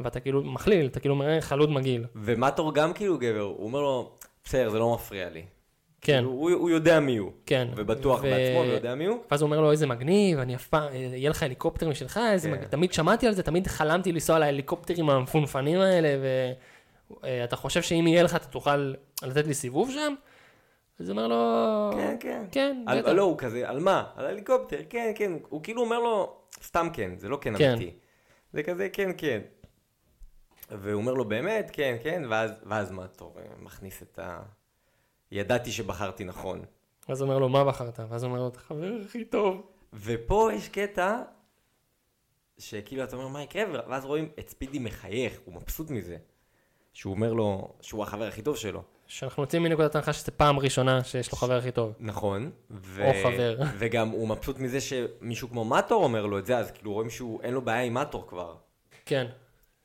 ואתה כאילו מכליל, אתה כאילו אומר, חלוד מגעיל. ומטור גם כאילו גבר, הוא אומר לו, בסדר, זה לא מפריע לי. כן, כאילו, הוא, הוא יודע מי הוא. כן. ובטוח ו- בעצמו, הוא יודע מי הוא. ואז הוא אומר לו, איזה מגניב, אני אף פעם, יהיה לך הליקופטר משלך, איזה כן. מגניב, תמיד שמעתי על זה, תמיד חלמתי לנסוע על ההליקופטרים המפונפנים האלה, ואתה חושב שאם יהיה לך, אתה תוכל לתת לי סיבוב שם? אז הוא אומר לו, כן, כן. כן, על, בטח. לא, הוא כזה, על מה? על הליקופטר, כן, כן. הוא כאילו אומר לו, סתם כן, זה לא כן, כן. אמיתי. זה כזה, כן, כן. והוא אומר לו, באמת, כן, כן, ואז, ואז מה טוב, מכניס את ה... ידעתי שבחרתי נכון. ואז הוא אומר לו, מה בחרת? ואז הוא אומר לו, אתה חבר הכי טוב. ופה יש קטע שכאילו אתה אומר מה יקרה, ואז רואים את ספידי מחייך, הוא מבסוט מזה. שהוא אומר לו שהוא החבר הכי טוב שלו. שאנחנו יוצאים מנקודת הנחה שזו פעם ראשונה שיש לו חבר הכי טוב. נכון. ו... או חבר. וגם הוא מבסוט מזה שמישהו כמו מטור אומר לו את זה, אז כאילו רואים שהוא אין לו בעיה עם מטור כבר. כן.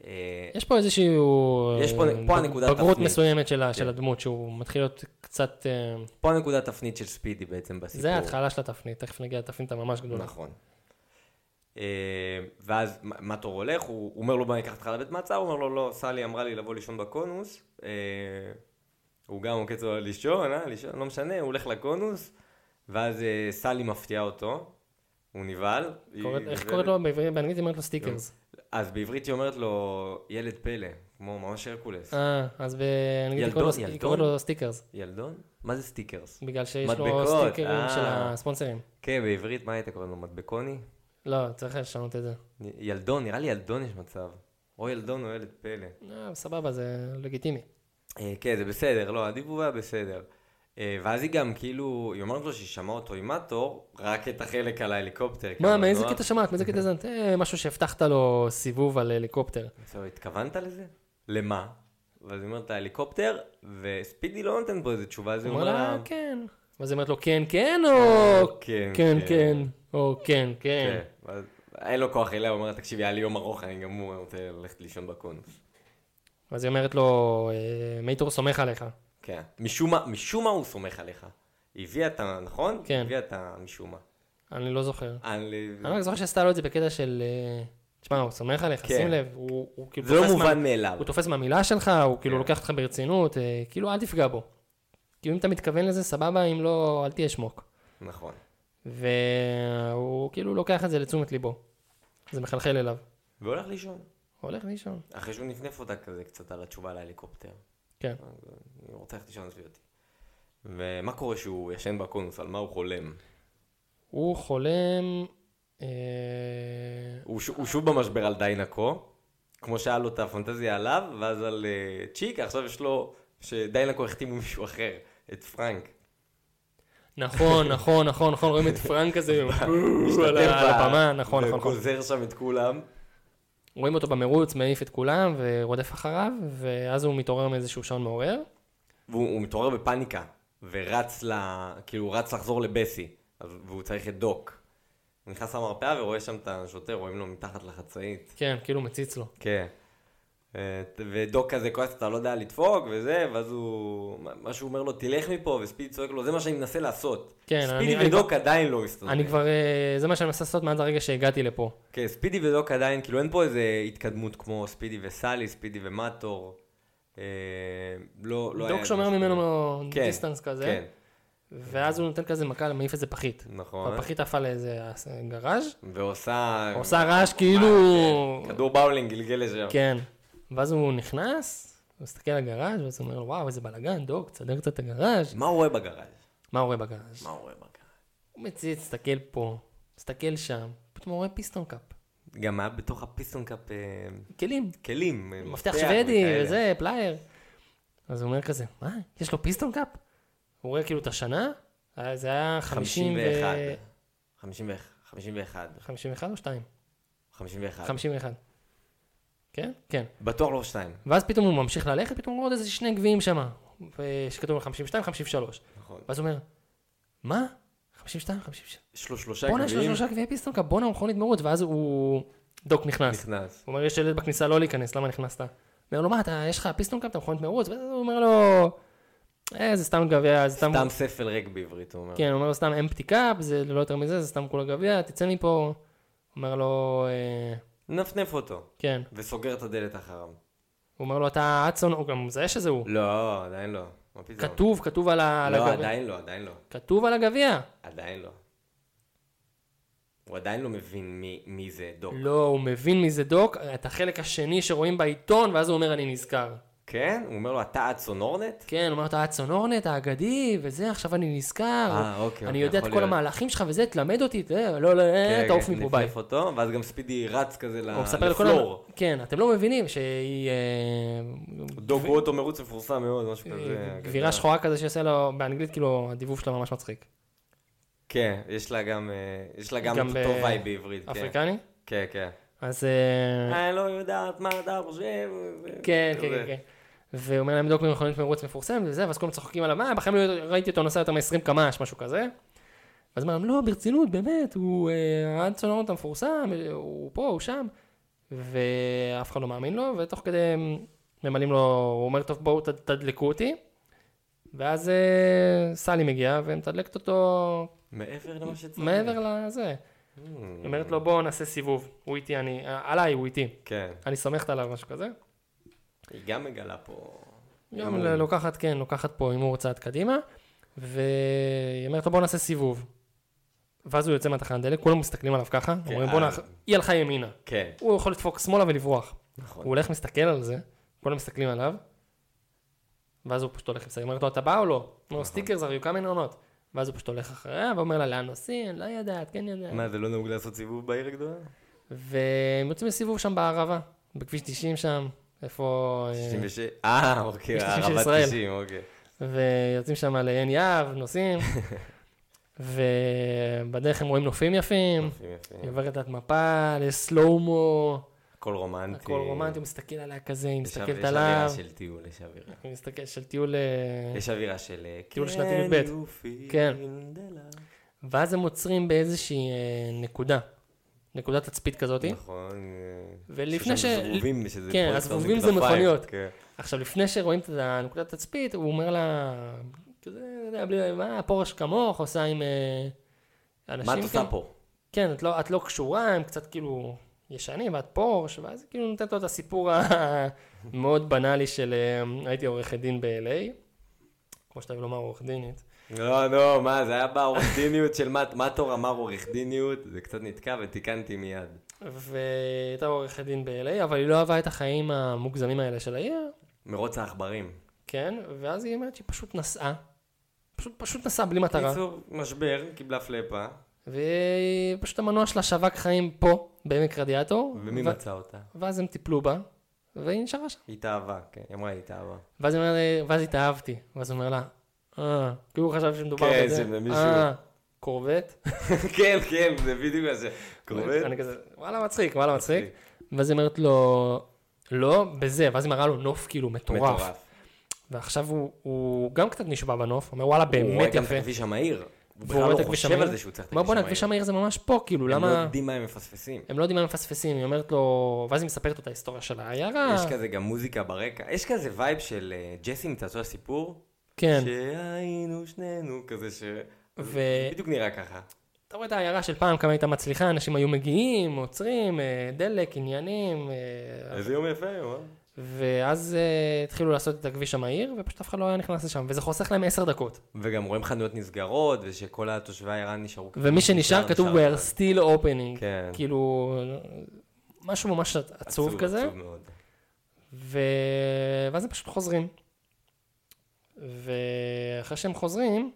אה, יש פה איזשהו... יש פה- אה, פה כן. הנקודה בגרות התפנית. מסוימת של ה- של הדמות, שהוא מתחיל להיות קצת... אה, פה הנקודה התפנית של ספידי בעצם בסיפור. זה ההתחלה של התפנית, תכף נגיע לתפנית הממש גדולה. נכון. אה, ואז מ- מטור הולך, הוא הוא אומר לו בוא ניקח אותך לבית מעצר, הוא אומר לו לא, סלי אמרה לי לבוא לישון בקונוס. אה, הוא גם עוקץ לו לישון, אה, לישון, לא משנה, הוא הולך לקונוס, ואז אה, סלי מפתיעה אותו, הוא נבהל. היא קוראת- איך גברת- קוראת לו בעברית? באנגלית היא אומרת לו סטיקרס. אז בעברית היא אומרת לו ילד פלא, כמו ממש הרקולס. אה, אז באנגלית היא ילדון, קוראת לו- היא ילדון? קוראת לו סטיקרס, ילדון? מה זה סטיקרס? בגלל שיש לו מדבקות, סטיקרים של אה. הספונסרים. כן, בעברית מה היית קורא לו? מדבקוני? לא, צריך לשנות את זה. ילדון, נראה לי ילדון יש מצב. או ילדון או ילד פלא. אה, סבבה, זה לגיטימי. אה, כן, זה בסדר, לא, הדיבוב היה בסדר. אה, ואז היא גם כאילו, היא אומרת לו שהיא שמעה אותו עם מטור, רק את החלק על ההליקופטר. "לא, מה, כמה מאיזה נוח. קטע שמעת? מאיזה קטע זאת? אה, משהו שהבטחת לו סיבוב על הליקופטר. אז הוא, התכוונת לזה? למה? ואז היא אומרת ההליקופטר, וספידי לא נותן פה איזה תשובה, אז הוא היא אומר אומרת לה, לה... כן. ואז היא אומרת לו, כן, כן, או... כן, כן, כן. כן, או כן, כן. כן. ואז אין לו כוח אליה, הוא אומר לה, תקשיבי, היה לי יום ארוך, אני גמור, אני רוצה ללכת לישון בקונוס. אז היא אומרת לו, אה, מייטור סומך עליך. כן. משום מה, משום מה הוא סומך עליך. היא הביאה את ה... נכון? כן. הביאה את ה... משום מה. אני לא זוכר. אני- אני רק זוכר שעשתה לו את זה בקטע של... אה, תשמע, הוא סומך עליך, כן. שים לב, הוא הוא כאילו זה לא תופס מה- מובן מאליו. כן. הוא תופס מהמילה שלך, הוא כאילו לוקח אותך ברצינות, אה, כאילו אל תפגע בו. כאילו אם אתה מתכוון לזה, סבבה, אם לא, אל תהיה שמוק. נכון. והוא כאילו לוקח את זה לתשומת ליבו. זה מחלחל אליו. והולך לישון. הוא הולך לישון. אחרי שהוא נפנף אותה כזה קצת על התשובה להליקופטר. כן. אני רוצה ללכת לישון עזבי אותי. ומה קורה שהוא ישן בקונוס? על מה הוא חולם? הוא חולם... אה, הוא, ש... הוא שוב במשבר על דיינקו, כמו שהיה לו את הפנטזיה עליו, ואז על uh, צ'יק, עכשיו יש לו, שדיינקו החתימו מישהו אחר, את פרנק. נכון, נכון, נכון, נכון, רואים את פרנק כזה, בואו, על ה- על הבמה, נכון, נכון, נכון. וגוזר שם את כולם. רואים אותו במרוץ, מעיף את כולם ורודף אחריו, ואז הוא מתעורר מאיזשהו שעון מעורר. והוא הוא מתעורר בפאניקה, ורץ ל... כאילו, הוא רץ לחזור לבסי, אז... והוא צריך את דוק. הוא נכנס למרפאה ורואה שם את השוטר, רואים לו מתחת לחצאית. כן, כאילו מציץ לו. כן. אה, ודוק כזה כועס, אתה לא יודע לדפוק וזה, ואז הוא... מה- מה שהוא אומר לו, תלך מפה, וספידי צועק לו, זה מה שאני מנסה לעשות. כן, אני- ספידי אני ודוק עדיין לא מסתדרים. אני כבר, אה, זה מה שאני מנסה לעשות מאז הרגע שהגעתי לפה. כן, ספידי ודוק עדיין, כאילו אין פה איזה התקדמות כמו ספידי וסלי, ספידי ומטור. אה, לא, לא היה דוק איזה שומר משהו. ממנו כן, דיסטנס כן, כזה, ואז הוא נותן כזה מכה, מעיף איזה פחית. נכון. הפחית עפה לאיזה גראז', ועושה... עושה רעש כאילו... כן, כדור באולינג גלגל לשם. כן. ואז הוא נכנס, הוא מסתכל על הגראז' ואז הוא אומר לו, וואו, איזה בלאגן, דוק, תסדר קצת את הגראז'. מה הוא רואה בגראז'? מה הוא רואה בגראז'? מה הוא רואה בגראז'? הוא מציץ, מסתכל פה, מסתכל שם, פתאום הוא רואה פיסטון קאפ. גם היה בתוך הפיסטון קאפ אה, כלים, כלים. אה, מפתח שוודי וכאלה. וזה, פלייר. אז הוא אומר כזה, מה, יש לו פיסטון קאפ? הוא רואה כאילו את השנה, אה, זה היה 50 ו... 51. 51. 51 או 2? 51. 51. כן? כן. בטוח לא שתיים. ואז פתאום הוא ממשיך ללכת, פתאום הוא רואה עוד איזה שני גביעים שם, אה, שכתוב לו 52, 53. נכון. ואז הוא אומר, מה? 52, 53. יש לו שלושה בואנה, יש לו גביעים. שלושה גביעי פיסטון קאפ, בואנה, הוא מכונית מרוץ, ואז הוא... דוק נכנס. נכנס. הוא אומר, יש ילד בכניסה לא להיכנס, למה נכנסת? אומר לו, מה, אתה, יש לך פיסטון קאפ, אתה מכונת מרוץ? ואז הוא אומר לו, אה, זה סתם גביע, זה סתם... סתם ספל ריק בעברית, הוא אומר. כן, הוא אומר לו, סתם אמפטי קאפ, זה לא יותר מזה, זה סתם כולה גביע, תצא מפה. אומר לו, "אה, נפנף אותו. כן. וסוגר את הדלת אחריו. הוא אומר לו, אתה אצון, הוא גם מזהה שזה הוא. לא, עדיין לא. מה פתאום? כתוב, כתוב על ה- על לא, הגביע. עדיין לא, עדיין לא. כתוב על הגביע. עדיין לא. הוא עדיין לא מבין מי- מי זה דוק. לא, הוא מבין מי זה דוק, את החלק השני שרואים בעיתון, ואז הוא אומר, אני נזכר. כן? הוא אומר לו, אתה אדסון הורנט? כן, הוא אומר, אתה אדסון הורנט, האגדי, וזה, עכשיו אני נזכר. אה, אוקיי, אני אוקיי, יודע את יכול כל להיות. המהלכים שלך וזה, תלמד אותי, תראה, לא, לא, אה, כן, תעוף כן, מפה, נפנף ביי. אותו, ואז גם ספידי רץ כזה ל- הוא מספר לכל... לפלור. ה- כן, אתם לא מבינים שהיא... אה, דוג ווטו מרוץ מפורסם מאוד, משהו כזה. גבירה שחורה כזה שעושה לו, באנגלית כאילו, הדיבוב שלה ממש מצחיק. כן, יש לה גם, אה, יש לה גם גם את ב- אותו וייב בעברית. כן. אפריקני? כן, כן. אז... אה, אני לא יודעת מה אתה חושב. כן, כן, כזה. כן, כן. והוא אומר להם דוקטור מכונית מרוץ מפורסם וזה, ואז כולם צוחקים עליו, מה, בחיים לא ראיתי אותו נוסע יותר מ-20 קמ"ש, משהו כזה. ואז אמר להם, לא, ברצינות, באמת, הוא אה, אנסון אורנט המפורסם, אה, הוא פה, הוא שם. ואף אחד לא מאמין לו, ותוך כדי הם ממלאים לו, הוא אומר, טוב, בואו ת- תדלקו אותי. ואז אה, סלי מגיע ומתדלקת אותו מעבר למה שצריך. Mm, מעבר לזה. היא אומרת לו, בואו נעשה סיבוב, הוא איתי, אני, אה, עליי, הוא איתי. כן, אני סומכת עליו, משהו כזה. היא גם מגלה פה. גם ל- לוקחת, כן, לוקחת פה הימור צעד קדימה, והיא אומרת לו בוא נעשה סיבוב. ואז הוא יוצא מהתחנת דלק, כולם מסתכלים עליו ככה, אומרים בוא אה. נח... היא הלכה ימינה. כן, הוא יכול לדפוק שמאלה ולברוח. הוא נכון. הולך, מסתכל על זה, כולם מסתכלים עליו, ואז הוא פשוט הולך לפסק, היא אומרת לו אתה בא או לא? הוא נכון. אומר סטיקר זה היו כמה עונות. ואז הוא פשוט הולך אחריה ואומר לה לאן נוסעים, אני לא יודעת, כן אה. יודעת. מה, זה לא נהוג לעשות סיבוב בעיר הגדולה? והם יוצאים לסיבוב שם בערבה, בכביש 90 שם, איפה... אה, 96? אה, אוקיי, יש 90 של הערבה ישראל. 90, אוקיי. ויוצאים שם לעין יהב, נוסעים, ובדרך הם רואים נופים יפים, יפים, יפים. היא עוברת את מפה לסלומו, הכל רומנטי. הכל רומנטי, הוא מסתכל עליה כזה, היא כן. יש או- מסתכלת יש אווירה עליו, של טיול, יש אווירה. היא מסתכלת של טיול, אה, יש אווירה של... אה, טיול can שנתי י"ב. you feel כן. the love? ואז הם עוצרים באיזושהי אה, נקודה, נקודת תצפית כזאתי. נכון. אה, כן. ולפני שיש ש- שם זבובים, שזה כן, פרויקט הזבובים על זה כנפיים, מכוניות. כן. עכשיו, לפני שרואים את הנקודת התצפית, הוא אומר לה, כזה, אתה יודע, בלי- מה פורש כמוך עושה עם אה, אנשים מה את כאלה?" עושה פה? כן, את לא, את לא קשורה, הם קצת כאילו ישנים, ואת פורש, ואז כאילו נותנת לו את הסיפור המאוד בנאלי של אה, הייתי עורכת דין ב-LA, כמו שאתה אוהב לומר עורך דינית. לא, לא, מה, זה היה בעורך דיניות של מה- מה תור אמר עורך דיניות, זה קצת נתקע ותיקנתי מיד. והיא הייתה עורכת דין ב-LA, אבל היא לא אהבה את החיים המוגזמים האלה של העיר, מרוץ העכברים. כן, ואז היא אומרת שהיא פשוט נסעה. פשוט, פשוט נסעה בלי מטרה. בקיצור, משבר, קיבלה פלאפה, והיא פשוט המנוע שלה שווק חיים פה, בעמק רדיאטור. ומי ו- מצא אותה? ואז הם טיפלו בה, והיא נשארה שם. היא התאהבה, כן, היא אמרה היא התאהבה. ואז היא אומרת, ואז התאהבתי, ואז הוא אומר לה, אה, כי הוא חשב שמדובר כן, בזה, זה מישהו. אה, קורבט, כן, כן, זה בדיוק מה ש... קורבט? אני כזה, וואלה מצחיק, וואלה מצחיק, מצחיק. ואז היא אומרת לו, לא, בזה, ואז היא מראה לו נוף כאילו מטורף, מטורף. ועכשיו הוא- הוא גם קצת נשבע בנוף, אומר וואלה הוא רואה באמת גם את יפה, הכביש המהיר. הוא והוא בכלל רואה את לא הכביש חושב המהיר, על זה שהוא צריך את הוא אומר, בואנה, הכביש הכביש המהיר. המהיר זה ממש פה, כאילו, הם לא למה, יודעים מה הם מפספסים. הם לא יודעים מה הם מפספסים, היא אומרת לו, ואז היא מספרת לו את ההיסטוריה של העיירה, יש כזה גם מוזיקה ברקע. יש כזה וייב של אה, ג'סי מצעצוע סיפור. כן, שהיינו שנינו כזה ש... ו- זה בדיוק נראה ככה. אתה רואה את העיירה של פעם, כמה הייתה מצליחה, אנשים היו מגיעים, עוצרים, אה, דלק, עניינים, אה, איזה יום יפה היום, אה? ואז uh, התחילו לעשות את הכביש המהיר, ופשוט אף אחד לא היה נכנס לשם, וזה חוסך להם עשר דקות. וגם רואים חנויות נסגרות, ושכל התושבי העיירה נשארו... ומי שנשאר כתוב נשאר. we're still opening. כן. כאילו, משהו ממש עצוב, עצוב כזה, עצוב מאוד. ו... ואז הם פשוט חוזרים. ואחרי שהם חוזרים,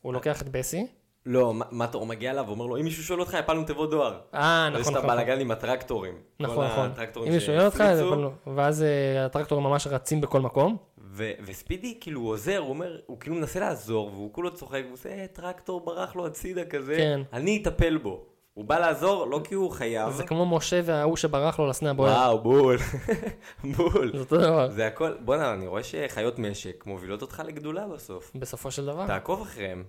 הוא אה. לוקח את בסי. לא, מה- מה אתה הוא מגיע אליו ואומר לו, אם מישהו שואל אותך, הפלנו תיבות דואר. אה, נכון, יש את נכון. נכון. הבלאגן עם הטרקטורים. נכון, כל נכון. הטרקטורים אם מישהו שואל אותך, אז שהפריצו, אבל לא. ואז אה, הטרקטורים ממש רצים בכל מקום. ו- וספידי כאילו הוא עוזר, הוא אומר, הוא כאילו מנסה לעזור, והוא כולו צוחק, והוא עושה, "אה, טרקטור ברח לו הצידה כזה, כן. אני אטפל בו. הוא בא לעזור, לא כי הוא חייב. זה כמו משה וההוא שברח לו לסנה הבוער. וואו, בול. בול. זה אותו דבר. זה הכל, בואנה, אני רואה שחיות משק מובילות אותך לגדולה בסוף. בסופו של דבר. תעקוב אחריהם.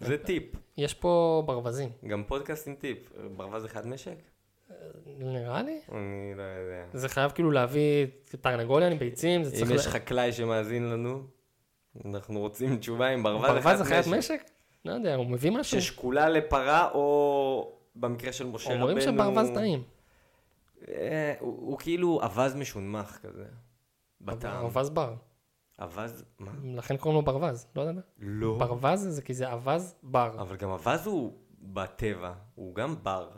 זה טיפ. יש פה ברווזים, גם פודקאסט עם טיפ. ברווז אחד משק? נראה לי. אני לא יודע. זה חייב כאילו להביא תרנגוליה עם ביצים, זה אם צריך... יש ל- חקלאי שמאזין לנו, אנחנו רוצים תשובה עם ברווז ברווז אחד זה חיית משק. משק? לא יודע, הוא מביא משהו? ששקולה לפרה, או במקרה של משה רבנו... אומרים שברווז טעים. אה, הוא הוא כאילו אווז משונמך כזה. בטעם. ברווז בר. אווז... מה? לכן קוראים לו ברווז, לא יודע. לא. ברווז זה כי זה אווז בר. אבל גם אווז הוא בטבע, הוא גם בר.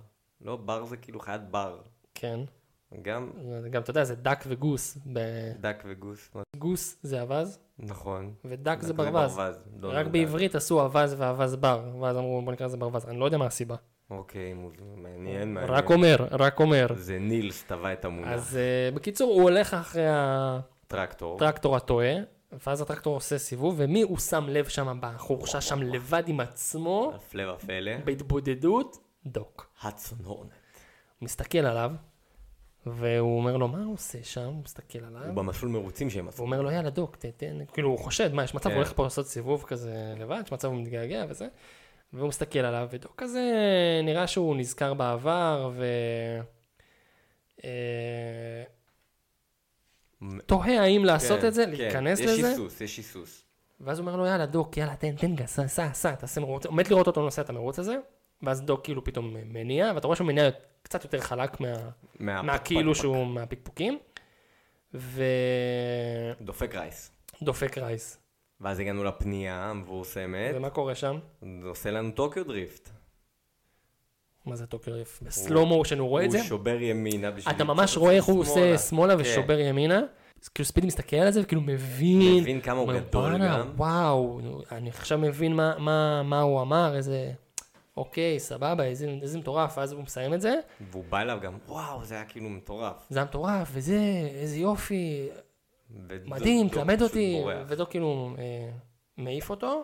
לא בר זה כאילו חיית בר. כן. גם זה גם, אתה יודע, זה דק וגוס. ב- דק וגוס, מה- גוס זה אווז, נכון. ודק דק זה ברווז. לא רק נודע. בעברית עשו אווז ואווז בר, ואז אמרו בוא נקרא לזה ברווז, אני לא יודע מה הסיבה. אוקיי, מוז- מעניין, מעניין. רק אומר, רק אומר. זה נילס טבע את המונח. אז אה, בקיצור, הוא הולך אחרי הטרקטור טרקטור. הטועה, ואז הטרקטור עושה סיבוב, ומי הוא שם לב שם בחורשה שם לבד עם עצמו, הפלא ופלא. בהתבודדות? דוק. הצאן הורנט. הוא מסתכל עליו, והוא אומר לו, מה הוא עושה שם? הוא מסתכל עליו, הוא במסלול מרוצים שהם והוא עשו. אומר לו, יאללה דוק, תתן, כאילו הוא חושד, מה, יש מצב, כן. הוא הולך פה לעשות סיבוב כזה לבד, יש מצב הוא מתגעגע וזה, והוא מסתכל עליו, ודוק כזה, נראה שהוא נזכר בעבר, ו... אה, תוהה האם לעשות כן, את זה, כן. להיכנס יש לזה, היסוס, יש היסוס. ואז הוא אומר לו, יאללה, דוק, יאללה, תן, תן גס, סע, סע, סע, תעשה מרוץ, עומד לראות אותו נוסע את המרוץ הזה, ואז דוק כאילו פתאום מניע, ואתה רואה שהוא מניע קצת יותר חלק מה... כאילו מה- מהכאילו פק- שהוא מהפקפוקים, ודופק פק- דופק רייס. רייס. ואז הגענו לפנייה המבורסמת. ומה קורה שם? זה עושה לנו טוקיו דריפט. מה זה טוקיו ריף? בסלואו מושן הוא רואה את זה? הוא שובר ימינה בשביל... אתה לצאת ממש רואה איך הוא שמאלה. עושה שמאלה כן. ושובר ימינה. אז כאילו ספיד מסתכל על זה וכאילו מבין. מבין כמה הוא אומר, גדול "בואנה, גם." וואו, נו, אני עכשיו מבין מה- מה- מה הוא אמר, איזה... אוקיי, סבבה, איזה איזה מטורף, ואז הוא מסיים את זה. והוא בא אליו גם, וואו, זה היה כאילו מטורף. זה היה מטורף, וזה, איזה יופי, ודוק- מדהים, דוק תלמד לא פשוט אותי, בורח. ודו כאילו אה, מעיף אותו,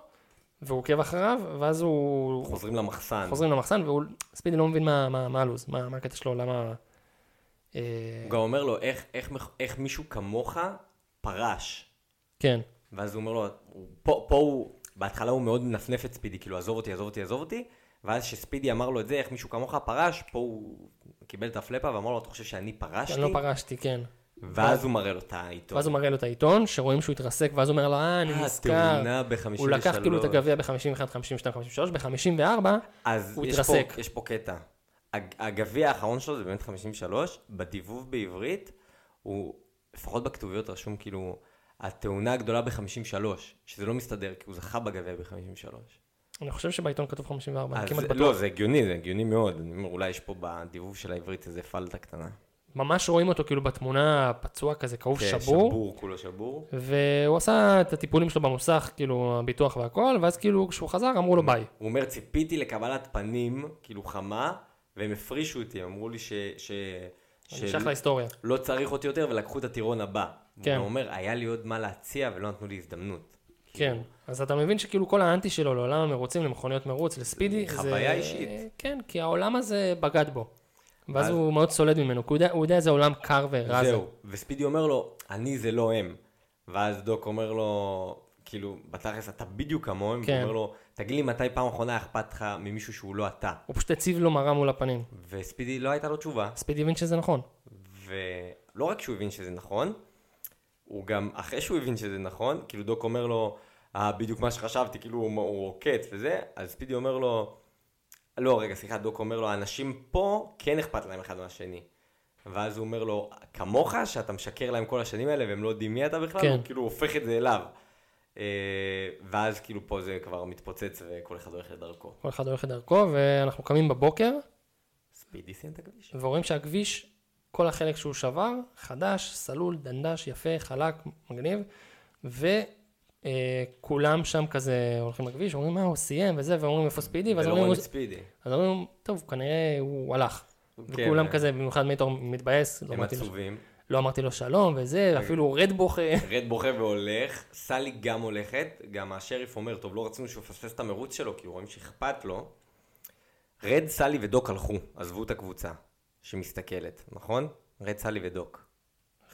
והוא עוקב אחריו, ואז הוא חוזרים למחסן. חוזרים למחסן, והוא, ספידי לא מבין מה- מה מה הלו"ז, מה מה הקטע שלו, למה... אה, הוא גם אומר לו, "איך- איך מח- איך מישהו כמוך פרש? כן, ואז הוא אומר לו, הוא- פה פה הוא, בהתחלה הוא מאוד מנפנף את ספידי, כאילו, עזוב אותי, עזוב אותי, עזוב אותי. ואז כשספידי אמר לו את זה, איך מישהו כמוך פרש, פה הוא קיבל את הפלאפה ואמר לו, אתה חושב שאני פרשתי? אני לא פרשתי, כן. ואז הוא מראה לו את העיתון. ואז הוא מראה לו את העיתון, שרואים שהוא התרסק, ואז הוא אומר לו, אה, אני נזכר. התאונה ב-53. הוא לקח כאילו את הגביע ב-51, 52, 53, ב-54, אז הוא יש התרסק. פה, יש פה קטע. הג- הגביע האחרון שלו זה באמת 53, בדיבוב בעברית, הוא, לפחות בכתוביות רשום כאילו, התאונה הגדולה ב-53, שזה לא מסתדר, כי הוא זכה בגביע ב-53. אני חושב שבעיתון כתוב 54, אני אז כמעט זה- בטוח. לא, זה הגיוני, זה הגיוני מאוד. אני אומר, אולי יש פה בדיבוב של העברית איזה פלטה קטנה. ממש רואים אותו כאילו בתמונה, פצוע כזה, כאוב כן, שבור. שבור, כולו שבור. והוא עשה את הטיפולים שלו במוסך, כאילו, הביטוח והכל, ואז כאילו, כשהוא חזר, אמרו לו ביי. הוא אומר, ציפיתי לקבלת פנים, כאילו חמה, והם הפרישו אותי, הם אמרו לי ש... ש... אני של- שייך להיסטוריה. לא צריך אותי יותר, ולקחו את הטירון הבא. כן. כן. הוא אומר, היה לי עוד מה להציע ולא נתנו לי הזדמנות. כן. אז אתה מבין שכאילו כל האנטי שלו לעולם המרוצים, למכוניות מרוץ, לספידי, זה... חוויה אישית. כן, כי העולם הזה בגד בו. ואז אז- הוא מאוד סולד ממנו, כי הוא יודע- הוא יודע איזה עולם קר ורע זה. זהו. וספידי אומר לו, אני זה לא הם. ואז דוק אומר לו, כאילו, בתכלס אתה בדיוק כמוהם, כן. כן. אומר לו, תגיד לי מתי פעם אחרונה אכפת לך ממישהו שהוא לא אתה. הוא פשוט הציב לו מראה מול הפנים. וספידי לא הייתה לו תשובה, ספידי הבין שזה נכון. ולא רק שהוא הבין שזה נכון, הוא גם, אחרי שהוא הבין שזה נכון, כאילו דוק אומר לו, אה, בדיוק מה שחשבתי, כאילו הוא, הוא עוקץ וזה, אז ספידי אומר לו, לא, רגע, סליחה, דוק אומר לו, האנשים פה כן אכפת להם אחד מהשני. ואז הוא אומר לו, כמוך, שאתה משקר להם כל השנים האלה והם לא יודעים מי אתה בכלל, כן. כן. הוא כאילו הופך את זה אליו. אה, ואז כאילו פה זה כבר מתפוצץ וכל אחד הולך לדרכו. כל אחד הולך לדרכו, ואנחנו קמים בבוקר, ספידי סיים את הכביש. ורואים שהכביש, כל החלק שהוא שבר, חדש, סלול, דנדש, יפה, חלק, מגניב, וכולם שם כזה הולכים לכביש, אומרים, מה, הוא סיים, וזה, ואומרים, איפה ספידי, ואז ולא אומרים, לא לא רואים "הוא-" את ספידי. אז אומרים, טוב, כנראה הוא הלך. כן, וכולם אה. כזה, במיוחד מייטור מתבאס, לא הם אמרתי לו- עצובים. כן. לא אמרתי לו שלום, וזה, אפילו רד בוכה. רד בוכה והולך, סלי גם הולכת, גם השריף אומר, טוב, לא רצינו שהוא יפספס את המרוץ שלו, כי רואים שאכפת לו. רד, סלי ודוק הלכו, עזבו את הקבוצה שמסתכלת, נכון? רד, סלי ודוק.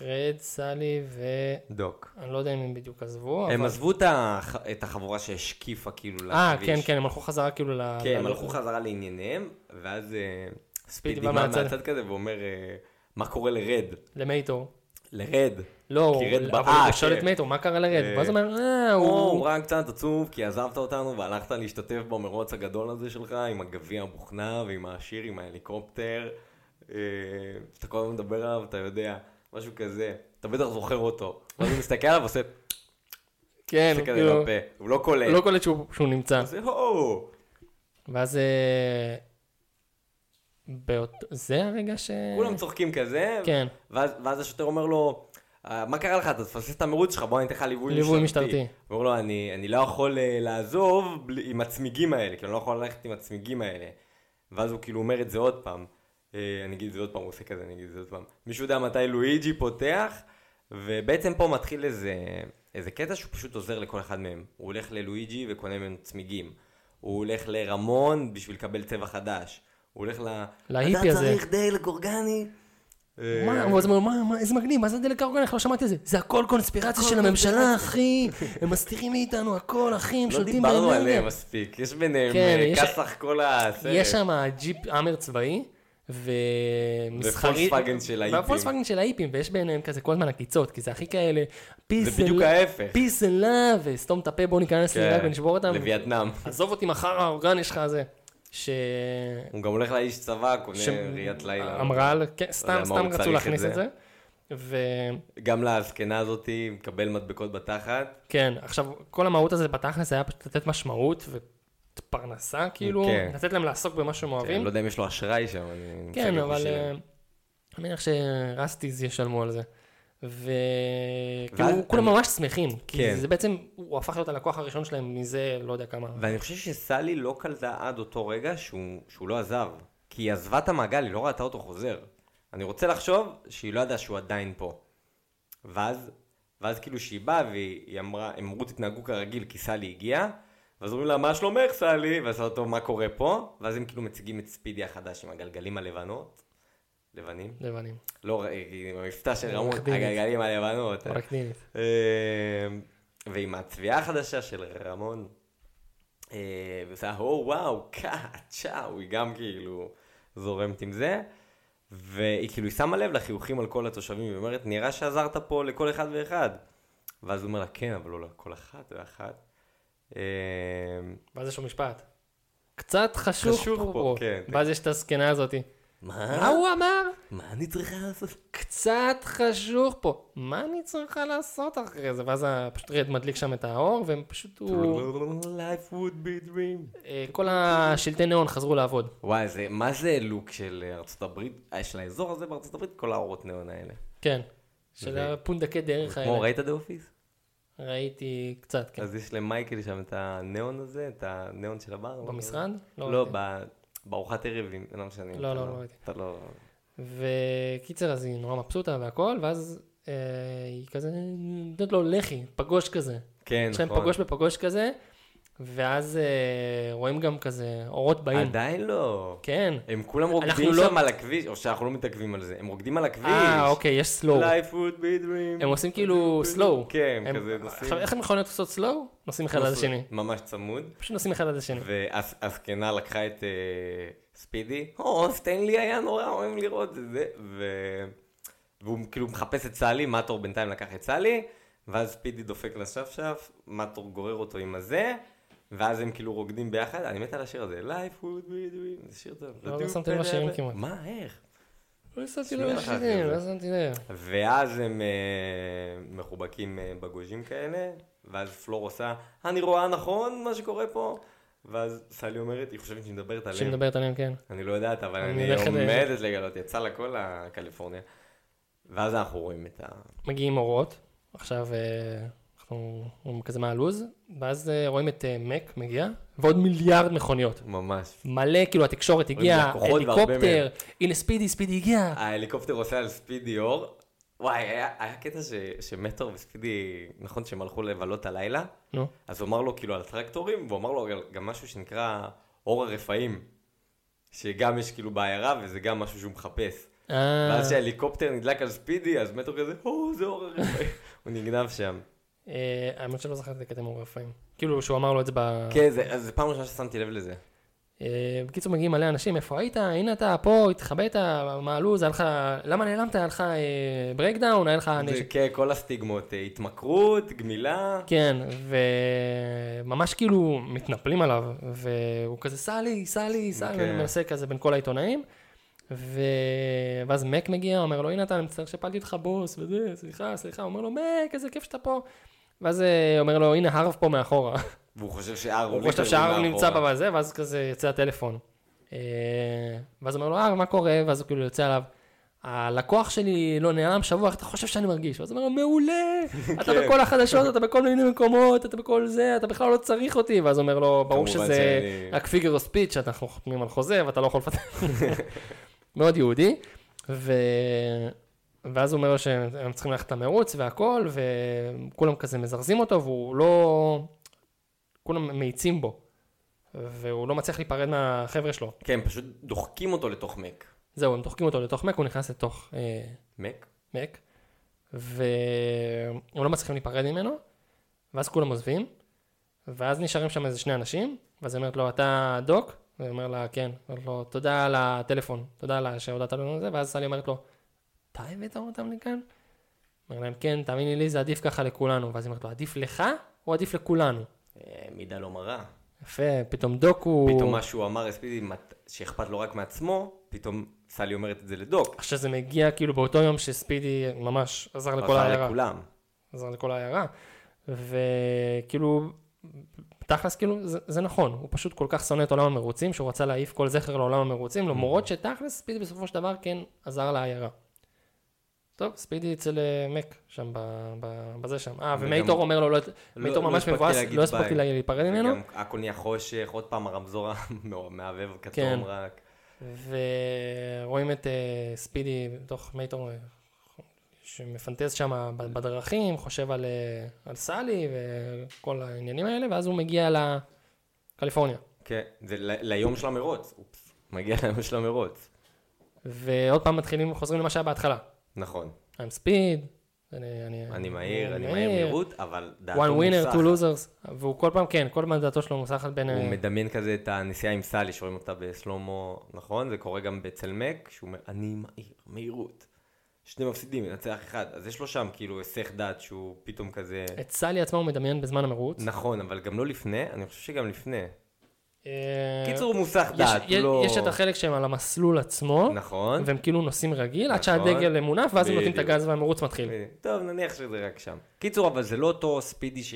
רד, סלי ו... דוק. אני לא יודע אם הם בדיוק עזבו, הם אבל... עזבו את הח- את החבורה שהשקיפה כאילו לכביש. אה, כן, כן, הם הלכו חזרה כאילו ל... כן, ל- הם הלכו חזרה לענייניהם, ואז אה, ספידי בא בא מהצד. מהצד כזה ואומר, אה, מה קורה לרד? למייטור. לרד. לא, כי רד הוא- בא- אבל אה, הוא שואל כן. את מייטור, מה קרה לרד? אה. ואז הוא אומר, אה, או, הוא... הוא רק קצת עצוב כי עזבת אותנו והלכת להשתתף במרוץ הגדול הזה שלך עם הגביע המוכנע ועם השיר עם ההליקופטר. אה, אתה כל הזמן מדבר עליו, אתה יודע, משהו כזה. אתה בטח זוכר אותו. ואז הוא מסתכל עליו ועושה כן, עושה כזה כאילו, לפה. הוא לא קולט. לא קולט שהוא שהוא נמצא. אז זה, "הו!" ואז אה, באות- זה הרגע ש... כולם צוחקים כזה, אה, כן. ואז, ואז השוטר אומר לו, "אה, מה קרה לך? אתה תפסס את המרוץ שלך, בוא אני אתן לך ליווי משטרתי. ליווי משטרתי. הוא אומר לו, אני, אני לא יכול אה, לעזוב בלי, עם הצמיגים האלה, כאילו, אני לא יכול ללכת עם הצמיגים האלה. ואז הוא כאילו אומר את זה עוד פעם. אה, אני אגיד את זה עוד פעם, הוא עושה כזה, אני אגיד את זה עוד פעם. מישהו יודע מתי לואיג'י פותח? ובעצם פה מתחיל איזה, איזה קטע שהוא פשוט עוזר לכל אחד מהם. הוא הולך ללואיג'י וקונה ממנו צמיגים. הוא הולך לרמון בשביל לקבל צבע חדש. הוא הולך ל... להיפי אתה הזה." צריך דייל גורגני? אה, מה, הוא אז אומר, מה, מה, איזה מגניב, מה זה דלק אורגן, איך לא שמעתי את זה? זה הכל קונספירציה של הממשלה, אחי. הם מסתירים מאיתנו הכל, אחי, הם לא שולטים דיברנו עליהם באנרגיה. מספיק, יש ביניהם כן, אה, יש- כסח כל הסרט. יש שם ג'יפ אמר צבאי, ומסחרי... ופולקסווגן של האיפים. והפולקסווגן של האיפים, ויש ביניהם כזה כל הזמן עקיצות, כי זה הכי כאלה, peace זה בדיוק and- ההפך. כן, peace and love, וסתום את הפה, בואו ניכנס לעיראק ונשבור אותם. לווייטנאם. עזוב אותי מחר האורגני שלך הזה. ש... הוא גם הולך לאיש צבא, קונה ש- ראיית לילה. אמרה, ל- כן, יודע סתם, מה סתם הוא רצו צריך להכניס את את זה. ו... גם לזקנה הזאתי, מקבל מדבקות בתחת. כן, עכשיו, כל המהות הזה בתכלס היה פשוט לתת משמעות ופרנסה, כאילו, כן. לתת להם לעסוק במה שהם אני אוהבים. לא יודע אם יש לו אשראי שם, אני... כן, מסתכל אבל בשביל- אה, אני מניח שרסטיז ישלמו על זה. ואז וכאילו, כולם אני- ממש שמחים, כן. כי זה בעצם, הוא הפך להיות הלקוח הראשון שלהם מזה, לא יודע כמה. ואני חושב שסלי לא קלטה עד אותו רגע שהוא שהוא לא עזב. כי היא עזבה את המעגל, היא לא ראתה אותו חוזר. אני רוצה לחשוב שהיא לא ידעה שהוא עדיין פה. ואז, ואז כאילו שהיא באה והיא אמרה, הם אמרו תתנהגו כרגיל כי סלי הגיעה, ואז אומרים לה, מה שלומך סלי? ואז אמרת לו, מה קורה פה? ואז הם כאילו מציגים את ספידי החדש עם הגלגלים הלבנות. לבנים? לבנים, לא, אה, עם המבטא של רמון, עורך דין. הגלגלים הלבנות. רק דינית. אה, ועם הצביעה החדשה של רמון, אה, וזה היה, או וואו, קאט, צ'או, היא גם כאילו זורמת עם זה, והיא כאילו היא שמה לב לחיוכים על כל התושבים, היא אומרת, נראה שעזרת פה לכל אחד ואחד. ואז הוא אומר לה, כן, אבל לא לכל אחת ואחת. אה, ואז יש לו משפט. קצת חשוך חשוך פה, פה. כן. אה? ואז יש את הזקנה הזאתי. מה מה? הוא אמר? מה אני צריכה לעשות? קצת חשוך פה, מה אני צריכה לעשות אחרי זה? ואז ה- פשוט רד מדליק שם את האור, והם פשוט, הוא... Life would be dream. אה, כל השלטי ניאון חזרו לעבוד. וואי, זה, מה זה לוק של ארצות הברית, אה, של האזור הזה בארצות הברית, כל האורות נאון האלה. כן. של הפונדקי דרך כמו האלה. ראית את האופיס? ראיתי קצת, כן. אז יש למייקל שם את הניאון הזה, את הניאון של הבר. במשרד? לא, ראיתי. ב- בארוחת ערב, אם- לא משנה. אם לא, אתה לא, לא ראיתי. אתה לא... וקיצר, אז היא נורא מבסוטה והכל, ואז אה, היא כזה, נותנת לו לחי, פגוש כזה. כן, יש להם נכון. פגוש בפגוש כזה, ואז אה, רואים גם כזה אורות באים. עדיין לא. כן. הם כולם רוקדים אנחנו לא- שם על הכביש, או שאנחנו לא מתעכבים על זה, הם רוקדים על הכביש. אה, אוקיי, יש סלואו. Life would be dream. הם עושים כאילו slow. כן, הם- כזה נוסעים. עכשיו, איך הם יכולים לעשות slow? נוסעים אחד עד השני. ממש צמוד. פשוט נוסעים אחד עד השני. והזקנה לקחה את אה, ספידי, או, סטנלי היה נורא אוהב לראות את זה, ו... והוא כאילו מחפש את סלי, מטור בינתיים לקח את סלי, ואז ספידי דופק לשפשף, מטור גורר אותו עם הזה, ואז הם כאילו רוקדים ביחד, אני מת על השיר הזה, Life would be doing, זה שיר טוב. לא שמתי לב לשירים כמעט. מה, איך? לא שמתי שנייה לב אחת, לשירים, זה. לא שמתי לב. ואז הם אה, מחובקים אה, בגוז'ים כאלה, ואז פלור עושה, אני רואה נכון מה שקורה פה? ואז סלי אומרת, היא חושבת שהיא מדברת עליהם. שמדברת עליהם, כן. אני לא יודעת, אבל אני אני הולך ל- עומדת לגלות, יצא לה כל הקליפורניה. ואז אנחנו רואים את ה... מגיעים אורות, עכשיו אה, אנחנו אומרים כזה מה הלו"ז, ואז אה, רואים את אה, מק מגיע, ועוד מיליארד מכוניות. ממש. מלא, כאילו התקשורת הגיעה, לקוחות והרבה הליקופטר, מהם. אה. הנה ספידי, ספידי הגיע. ההליקופטר עושה על ספידי אור. וואי, היה, היה קטע ש, שמטר וספידי, נכון שהם הלכו לבלות הלילה? נו, אז הוא אמר לו כאילו על טרקטורים, והוא אמר לו גם- גם משהו שנקרא אור הרפאים. שגם יש כאילו בעיירה, וזה גם משהו שהוא מחפש. אה, ואז כשההליקופטר נדלק על ספידי, אז מטר כזה, או, זה אור הרפאים. הוא נגנב שם. אה, האמת שלא זכרתי את הקטע מורפאים. כאילו שהוא אמר לו את זה ב... כן, זה אז זה פעם ראשונה ששמתי לב לזה. אה, בקיצור, מגיעים מלא אנשים, איפה היית? הנה אתה, פה, התחבאת, מה הלו"ז, היה לך... למה נעלמת? היה לך אה, ברייקדאון, היה לך זה נשק. כן, כל הסטיגמות, אה, התמכרות, גמילה. כן, וממש כאילו מתנפלים עליו, והוא כזה, סלי, סלי, סלי, כן. okay. מנסה כזה בין כל העיתונאים. ו... ואז מק מגיע, אומר לו, הנה אתה, אני מצטער שהפלתי אותך בוס, וזה, סליחה, סליחה, הוא אומר לו, מק, איזה כיף שאתה פה. ואז אה, אומר לו, הנה, הרב פה מאחורה. והוא חושב שהארון הוא חושב שהארון נמצא בזה, ואז כזה יצא הטלפון. אה, ואז הוא אומר לו, אה, מה קורה? ואז הוא כאילו יוצא עליו. הלקוח שלי לא נעלם שבוע, איך אתה חושב שאני מרגיש? ואז הוא אומר, לו, מעולה, אתה כן. בכל החדשות, אתה בכל מיני מקומות, אתה בכל זה, אתה בכלל לא צריך אותי. ואז הוא אומר לו, ברור כמובן שזה שאני- רק פיגר או ספיץ', שאנחנו חותמים על חוזה ואתה לא יכול לפתח. מאוד יהודי. ו... ואז הוא אומר לו שהם צריכים ללכת למרוץ והכל, וכולם כזה מזרזים אותו, והוא לא... כולם מאיצים בו. והוא לא מצליח להיפרד מהחבר'ה שלו. כן, פשוט דוחקים אותו לתוך מק. זהו, הם דוחקים אותו לתוך מק, הוא נכנס לתוך אה, מק? מק, והם לא מצליחים להיפרד ממנו, ואז כולם עוזבים, ואז נשארים שם איזה שני אנשים, ואז היא אומרת לו, אתה דוק? והיא אומרת לה, כן. אומרת לו, תודה על הטלפון, תודה על שהודעת לנו על זה, ואז סלי אומרת לו, אתה הבאת אותם לכאן? אומר להם, כן, תאמיני לי, זה עדיף ככה לכולנו. ואז היא אומרת לו, עדיף לך או עדיף לכולנו? אה, מידה לא מרה. יפה, פתאום דוק הוא... פתאום מה שהוא אמר הספידי, מת- שאכפת לו רק מעצמו, פתאום סלי אומרת את זה לדוק. עכשיו זה מגיע כאילו באותו יום שספידי ממש עזר לכל עזר העיירה. לכולם. עזר לכל העיירה. וכאילו, תכלס כאילו, זה, זה נכון, הוא פשוט כל כך שונא את עולם המרוצים, שהוא רצה להעיף כל זכר לעולם המרוצים, Mm-hmm. למרות שתכלס ספידי בסופו של דבר כן עזר לעיירה. טוב, ספידי אצל אה, מק, שם ב, ב, בזה שם. אה, וגם- ומייטור אומר לו, לא, לא- מייטור לא ממש הספקתי מבואס, להגיד לא הספקתי ביי. להיפרד ממנו. וגם הכל נהיה חושך, עוד פעם הרמזור המעבב כן. כתום רק. ורואים את אה, ספידי בתוך מייטור אה, שמפנטז שם ב- בדרכים, חושב על, אה, על סלי וכל העניינים האלה, ואז הוא מגיע לקליפורניה. כן, זה ל- ליום של המרוץ. אופס, מגיע ליום של המרוץ. ועוד פעם מתחילים, חוזרים למה שהיה בהתחלה. נכון. I'm speed, אני, אני, אני מהיר, אני מהיר מהירות, אבל כן. אה. one דעתו winner, two מוסחת. losers, והוא כל פעם, כן, כל פעם דעתו שלו מוסחת בין... הוא אה, מדמיין כזה את הנסיעה עם סלי, שרואים אותה בסלומו, נכון? זה קורה גם בצל מק, שהוא אומר, אני מהיר, מהירות. שני מפסידים, מנצח אחד. אז יש לו שם כאילו היסח דעת שהוא פתאום כזה... את סלי עצמו הוא מדמיין בזמן המרוץ. נכון, אבל גם לא לפני, אני חושב שגם לפני. אה, קיצור, הוא מוסך יש- דעת, יש- לא... יש את החלק שהם על המסלול עצמו. נכון. והם כאילו נוסעים רגיל, עד נכון. שהדגל מונף, ואז הם נותנים את בדיוק. כן, הגז והמרוץ מתחיל. טוב, נניח שזה רק שם. קיצור, אבל זה לא אותו ספידי ש...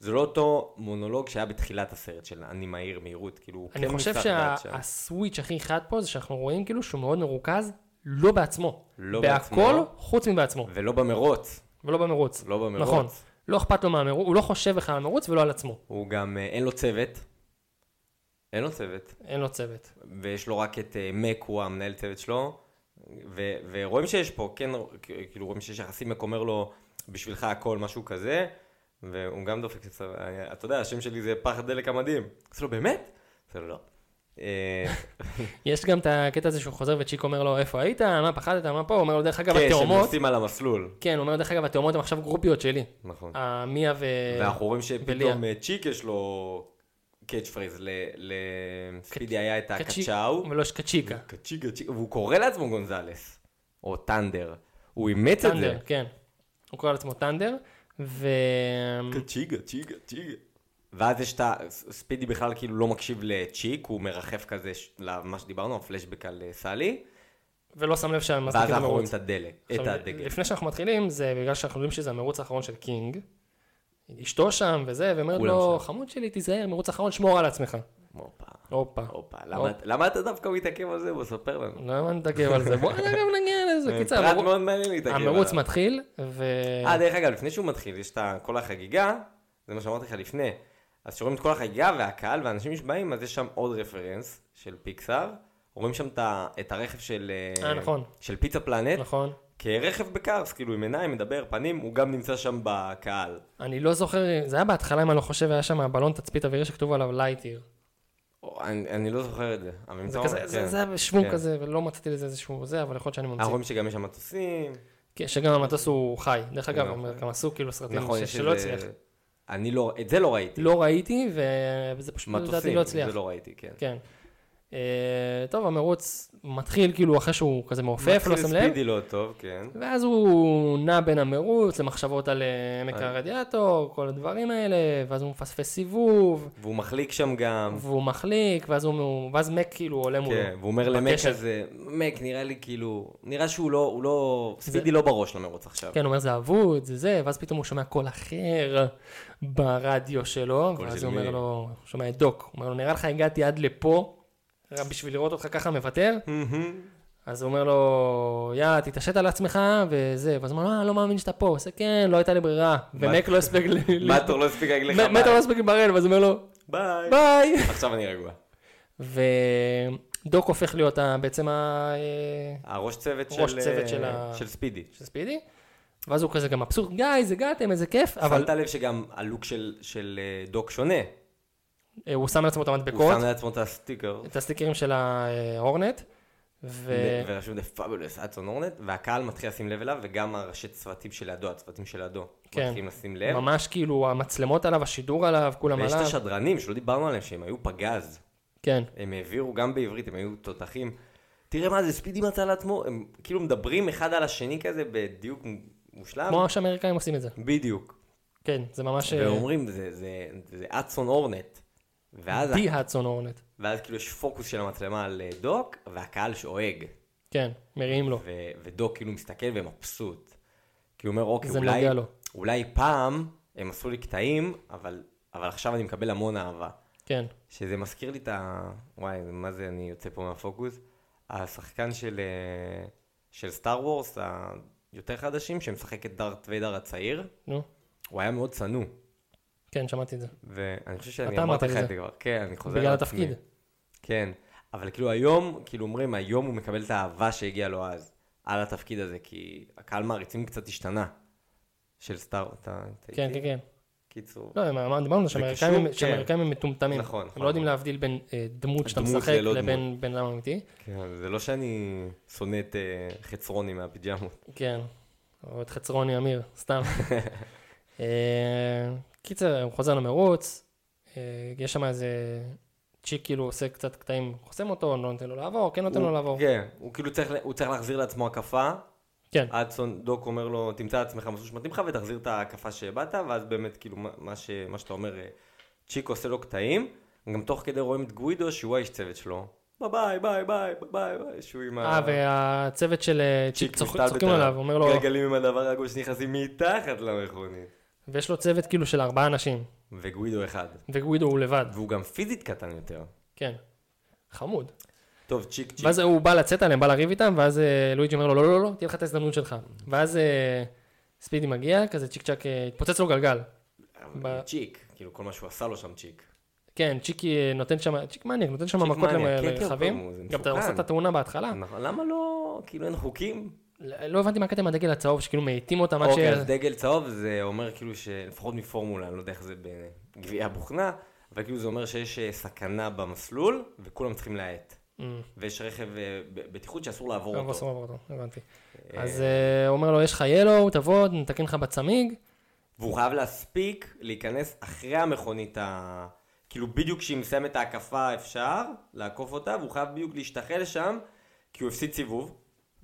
זה לא אותו מונולוג שהיה בתחילת הסרט של אני מהיר, מהירות, כאילו, הוא אני כן חושב מוסך דעת שם. שהסוויץ' הכי חד פה זה שאנחנו רואים כאילו שהוא מאוד מרוכז, לא בעצמו. לא בהכל בעצמו. חוץ מבעצמו, ולא במרוץ, ולא במרוץ. לא במרוץ. נכון. לא אכפת לו מהמרוץ, הוא לא חושב בכלל על המרוץ ולא על עצמו. הוא גם, אה, אין לו צוות. אין לו צוות. אין לו צוות. ויש לו רק את אה, מק, הוא המנהל צוות שלו. ו- ורואים שיש פה, כן, כאילו רואים שיש יחסים, מק אומר לו, בשבילך הכל, משהו כזה. והוא גם דופק, את ה- אה, אתה יודע, השם שלי זה פח דלק המדהים. אז לו, באמת? אז לו, לא. אה, יש גם את הקטע הזה שהוא חוזר וצ'יק אומר לו, איפה היית? מה פחדת? מה פה? הוא אומר לו, דרך אגב, כן, שהם התאומות... נוסעים על המסלול. כן, הוא אומר, לו, דרך אגב, התאומות הן עכשיו גרופיות שלי. נכון. אה, מיה ו... ואנחנו רואים שפתאום וליה. אה, צ'יק יש לו קאץ' פריז, ל- לספידי היה את קצ'יק- אה, הקצ'או. ולא יש קצ'יקה. קצ'יגה צ'יגה, והוא קורא לעצמו גונזלס, או טנדר. הוא אימץ את זה. טנדר, כן. הוא קורא לעצמו טנדר, ו... קצ'יגה צ'יגה צ'יגה. ואז יש את ה... ספידי בכלל כאילו לא מקשיב לצ'יק, הוא מרחף כזה ש- למה שדיברנו, הפלשבק על אה, סלי, ולא שם לב שהם ואז מזניקים את אנחנו רואים המרוץ. את הדלק, את עכשיו, אה, הדגל. לפני שאנחנו מתחילים, זה בגלל שאנחנו יודעים שזה המרוץ האחרון של קינג. אשתו שם וזה, ואומרת כולם לו, חמוד שלי, תיזהר, מרוץ אחרון, שמור על עצמך. הופה, הופה. הופה, למה- למה אתה דווקא מתעכב על זה? בוא ספר לנו. למה נתעכב על זה? בוא גם נגיע לזה. קיצר, פרט המרוץ- מאוד מעניין להתעכב עליו. המרוץ מתחיל, ו... אה, דרך אגב, לפני שהוא מתחיל, יש את ה- כל החגיגה, זה מה שאמרתי לך לפני. אז שרואים את כל החגיגה והקהל והאנשים שבאים, אז יש שם עוד רפרנס של פיקסאר. רואים שם את ה- את הרכב של... אה, נכון. של פיצה פלנט. נכון. כרכב בקארס, כאילו עם עיניים, מדבר, פנים, הוא גם נמצא שם בקהל. אני לא זוכר, זה היה בהתחלה, אם אני לא חושב, היה שם הבלון תצפית אווירי שכתוב עליו לייטיר. או, אני אני לא זוכר את זה. אבל אם זה אתה כזה, אומר, זה כן. זה היה שוונג כן. כזה, ולא מצאתי לזה איזשהו זה, אבל יכול להיות שאני אנחנו ממציא. רואים שגם יש שם מטוסים. כן, שגם המטוס הוא חי. דרך אגב, נכון. הם גם עשו כאילו סרטים נכון, ש- יש שלא איזה- הצליח. אני לא, את זה לא ראיתי. לא ראיתי, ו- וזה פשוט לדעתי מטוסים, לא את הצליח. זה לא ראיתי, כן. כן. אה, טוב, המרוץ מתחיל כאילו אחרי שהוא כזה מעופף, מתחיל לא שם לב, ספידי לא טוב, כן. ואז הוא נע בין המרוץ למחשבות על אה, עמק על- הרדיאטור, כל הדברים האלה, ואז הוא מפספס סיבוב, והוא מחליק שם גם. והוא מחליק, ואז הוא- ואז מק כאילו עולה מולו. נכון. כן, והוא אומר למק בקשר. כזה, מק נראה לי כאילו, נראה שהוא לא, הוא לא, ספידי לא בראש למרוץ עכשיו. כן, הוא אומר זה אבוד, זה זה, ואז פתאום הוא שומע קול אחר ברדיו שלו, קול ואז של הוא מי? אומר לו, הוא שומע את דוק, הוא אומר לו, נראה לך הגעתי עד לפה, בשביל לראות אותך ככה מוותר, מהמם. אז הוא אומר לו, יאללה, תתעשת על עצמך, וזה, ואז הוא אומר, אה, לא מאמין שאתה פה, הוא עושה, כן, לא הייתה לי ברירה, ומק לא הספיק, ל- מטור לא הספיק להגיד לך מ- מטר לא ביי. הספיק לברר, ואז הוא אומר לו, ביי. ביי. עכשיו אני רגוע. ודוק הופך להיות ה- בעצם ה... אה, הראש צוות של... ראש צוות של אה, ה- של ספידי. של ספידי, ואז הוא כזה גם מבסוט, גייז, הגעתם, איזה כיף, אבל שמת לב שגם הלוק של- של אה, דוק שונה. אה, הוא שם לעצמו את הוא המדבקות, שם לעצמו את הסטיקר. את הסטיקרים של ההורנט, ו... ו- ורשום The Fabulous אצון הורנט, והקהל מתחיל לשים לב אליו, וגם הראשי צוותים שלידו, הצוותים שלידו, כן. מתחילים לשים לב. ממש כאילו המצלמות עליו, השידור עליו, כולם ויש את עליו. השדרנים שלא דיברנו עליהם, שהם היו פגז. כן, הם העבירו גם בעברית, הם היו תותחים. תראה מה זה, ספידי מצא לעצמו, הם כאילו מדברים אחד על השני כזה בדיוק מושלם. כמו שהאמריקאים עושים את זה. בדיוק. כן, זה ממש... אה, ואומרים, זה- זה זה אצון הורנט. ואז די האדסון הורנט. ואז כאילו יש פוקוס של המצלמה על אה, דוק, והקהל שואג. כן, מריעים לו. ו- ודוק כאילו מסתכל ומבסוט. כי הוא אומר, אוקיי, זה אולי, נוגע לו." אולי פעם הם עשו לי קטעים, אבל, אבל עכשיו אני מקבל המון אהבה. כן. שזה מזכיר לי את ה... וואי, מה זה, אני יוצא פה מהפוקוס. השחקן של, אה, של סטאר וורס, היותר חדשים, שמשחק את דארט ויידר הצעיר, נו. הוא היה מאוד צנוע. כן, שמעתי את זה. ואני חושב שאני אתה אמרתי אמרת לך לי את זה. זה כבר. כן, אני חוזר בגלל על התפקיד. עצמי. כן, אבל כאילו היום, כאילו אומרים, היום הוא מקבל את האהבה שהגיעה לו אז, על התפקיד הזה, כי הקהל מעריצים קצת השתנה. של סטאר, אתה... אתה כן, איתי? כן, כן. קיצור, לא, הם- אמרנו אמרנו שהאמריקאים כאילו- קשור, הם- כן. שהאמריקאים הם מטומטמים. נכון, הם נכון. לא יודעים להבדיל בין אה, דמות שאתה דמות משחק ללא דמות. לבין בן אדם אמיתי. כן, זה לא שאני שונא את אה, חצרוני מהפיג'מות. כן. או את חצרוני אמיר, סתם. אה, קיצר, הוא חוזר למרוץ. אה, יש שם איזה צ'יק כאילו עושה קצת קטעים, חוסם אותו, לא נותן לו לעבור, כן נותן לו הוא- לעבור. כן, הוא כאילו צריך, ל- הוא צריך להחזיר לעצמו הקפה, כן, אדסון דוק אומר לו, תמצא לעצמך מסלול שמתאים לך ותחזיר את ההקפה שהבעת, ואז באמת, כאילו, מה- מה, ש, מה שאתה אומר, אה, צ'יק עושה לו קטעים, גם תוך כדי רואים את גווידו, שהוא האיש צוות שלו. ביי ביי ביי ביי ביי ביי, שהוא עם אה, והצוות של אה, צ'יק צוחק- משתלט צוחקים עליו. עליו, אומר לו, גלגלים עם הדבר הגול שנכנסים מתחת למכונית. ויש לו צוות כאילו של ארבעה אנשים, וגווידו אחד. וגווידו הוא לבד, והוא גם פיזית קטן יותר. כן. חמוד. טוב, צ'יק צ'יק. ואז הוא בא לצאת עליהם, בא לריב איתם, ואז אה, לואיג'י אומר לו, לא, לא, לא, תהיה לך את ההזדמנות שלך. ואז אה, ספידי מגיע, כזה צ'יק צ'אק, אה, התפוצץ לו גלגל. ב- צ'יק, כאילו כל מה שהוא עשה לו שם צ'יק. כן, צ'יקי אה, נותן שם, צ'יק מניאק, נותן שם צ'יק מכות מניאק, כן, כן, לרכבים. הוא- זה גם אתה מסוכן. עושה את התאונה בהתחלה. נכון, למה לא, כאילו אין חוקים? לא לא הבנתי מה הקטע עם הדגל הצהוב, שכאילו מאיטים אותם עד ש... אוקיי, אז דגל צהוב זה אומר כאילו שלפחות מפורמולה, אני לא יודע איך זה בגביע הבוכנה, אבל כאילו זה אומר שיש אה, סכנה במסלול, וכולם צריכים להאט. אמ, ויש רכב אה, ב- בטיחות שאסור לעבור לא, אותו. בסוף עבר אותו, הבנתי. אז אה, הוא אומר לו, יש לך ילו, תבוא, נתקן לך בצמיג. והוא חייב להספיק להיכנס אחרי המכונית ה... כאילו בדיוק כשהיא מסיימת את ההקפה אפשר לעקוף אותה, והוא חייב בדיוק להשתחל שם, כי הוא הפסיד סיבוב,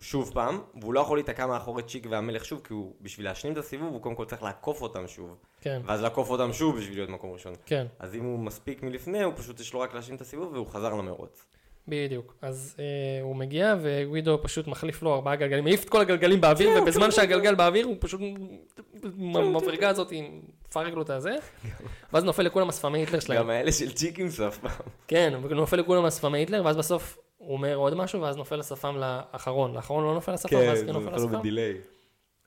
שוב פעם, והוא לא יכול להיתקע מאחורי צ'יק והמלך שוב, כי הוא, בשביל להשלים את הסיבוב, הוא קודם כל צריך לעקוף אותם שוב. כן, ואז לעקוף אותם שוב בשביל להיות מקום ראשון. כן. אז אם הוא מספיק מלפני, הוא פשוט יש לו רק להשלים את הסיבוב והוא חזר למרוץ. בדיוק. אז אה, הוא מגיע, וגווידו פשוט מחליף לו ארבעה גלגלים, מעיף את כל הגלגלים באוויר, כן, ובזמן שהגלגל באוויר, הוא פשוט, המברגה הזאת, היא מפרק לו את הזה, ואז נופל לכולם אספמי היטלר שלהם. גם האלה של צ'יקים סף פעם. כן, הוא נופל לכולם אספמי היטלר, ואז בסוף הוא אומר עוד משהו, ואז נופל השפם לאחרון. לאחרון לא נופל השפם, ואז כן נופל השפם. בדיליי.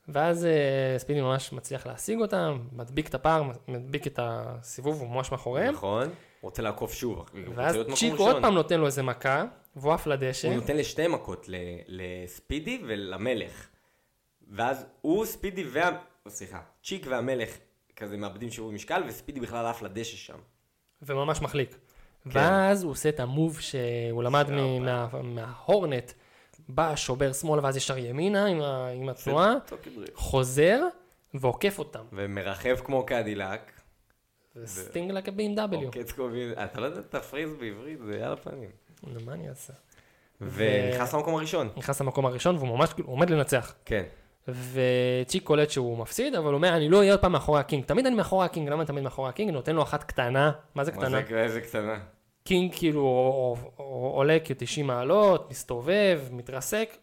ואז אה, ספידי ממש מצליח להשיג אותם, מדביק את הפער, מדביק את הסיבוב, הוא ממש מאחוריהם. נכון? רוצה לעקוף שוב. הוא רוצה ואז להיות מקום צ'יק ראשון. עוד פעם נותן לו איזה מכה, והוא עף לדשא. הוא נותן לשתי מכות, ל- לספידי ולמלך. ואז הוא, ספידי וה... סליחה, צ'יק והמלך כזה מאבדים שיווי משקל, וספידי בכלל עף לדשא שם. וממש מחליק. כן. ואז הוא עושה את המוב שהוא למד מ- מה- מההורנט, בא, שובר שמאלה ואז ישר ימינה עם ה- עם התנועה, חוזר ועוקף אותם. ומרחב כמו קדילק. סטינג לה ב-BMW. עוקץ קובי, אתה לא יודע את הפריז בעברית, זה על הפנים. נו, מה אני אעשה? ונכנס למקום הראשון. נכנס למקום הראשון והוא ממש כאילו עומד לנצח. כן. וצ'יק קולט שהוא מפסיד, אבל הוא אומר, אני לא אהיה עוד פעם מאחורי הקינג. תמיד אני מאחורי הקינג, למה אני תמיד מאחורי הקינג? נותן לו אחת קטנה, מה זה מה קטנה? זה איזה קטנה. קינג כאילו ע- ע- עולה כ-90 מעלות, מסתובב, מתרסק,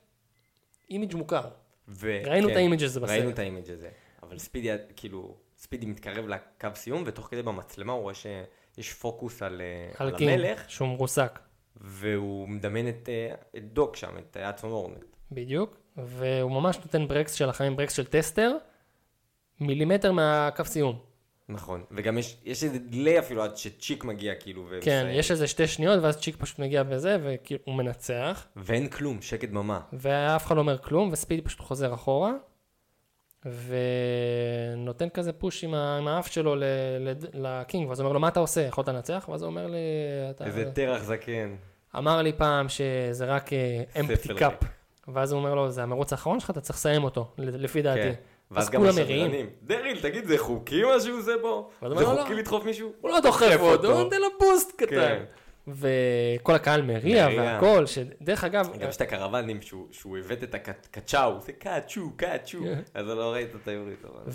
אימג' מוכר. ו- ראינו כן, את האימג' הזה ראינו בסרט. את האימג' הזה. אבל ספידי, כאילו, ספידי מתקרב לקו סיום, ותוך כדי במצלמה הוא רואה שיש פוקוס על, אה, על על קינג, המלך, שהוא מרוסק. והוא מדמיין את, אה, את דוק שם, את אה, אדסון הורנט. בדיוק, והוא ממש נותן ברקס של החיים, ברקס של טסטר, מילימטר מהקו סיום. נכון, וגם יש, יש איזה דיליי אפילו עד שצ'יק מגיע כאילו. כן, ומסיים. יש איזה שתי שניות, ואז צ'יק פשוט מגיע בזה, וכאילו הוא מנצח, ואין כלום, שקט דממה. ואף אחד לא אומר כלום, וספידי פשוט חוזר אחורה, ונותן כזה פוש עם, ה... עם האף שלו ל... לד- לקינג, ואז הוא אומר לו, מה אתה עושה? יכולת לנצח? ואז הוא אומר לי, אתה... איזה תרח זקן. אמר לי פעם שזה רק אמפטי ספר קאפ. ריק. ואז הוא אומר לו, זה המרוץ האחרון שלך, אתה צריך לסיים אותו, לפי כן. דעתי. ואז אז גם כולם מריעים. השדרנים. דריל, תגיד, זה חוקי מה שהוא עושה פה? ואז הוא זה אומר, לא, חוקי לא. לדחוף מישהו? הוא לא דוחף אותו, הוא נותן לו בוסט קטן. כן. וכל הקהל מריע מריע. והכל, שדרך אגב, גם יש את הקרוונים שהוא שהוא הבאת את הקצ'או, זה קאצ'ו, קאצ'ו. כן. אז לא ראית את העברית, אבל...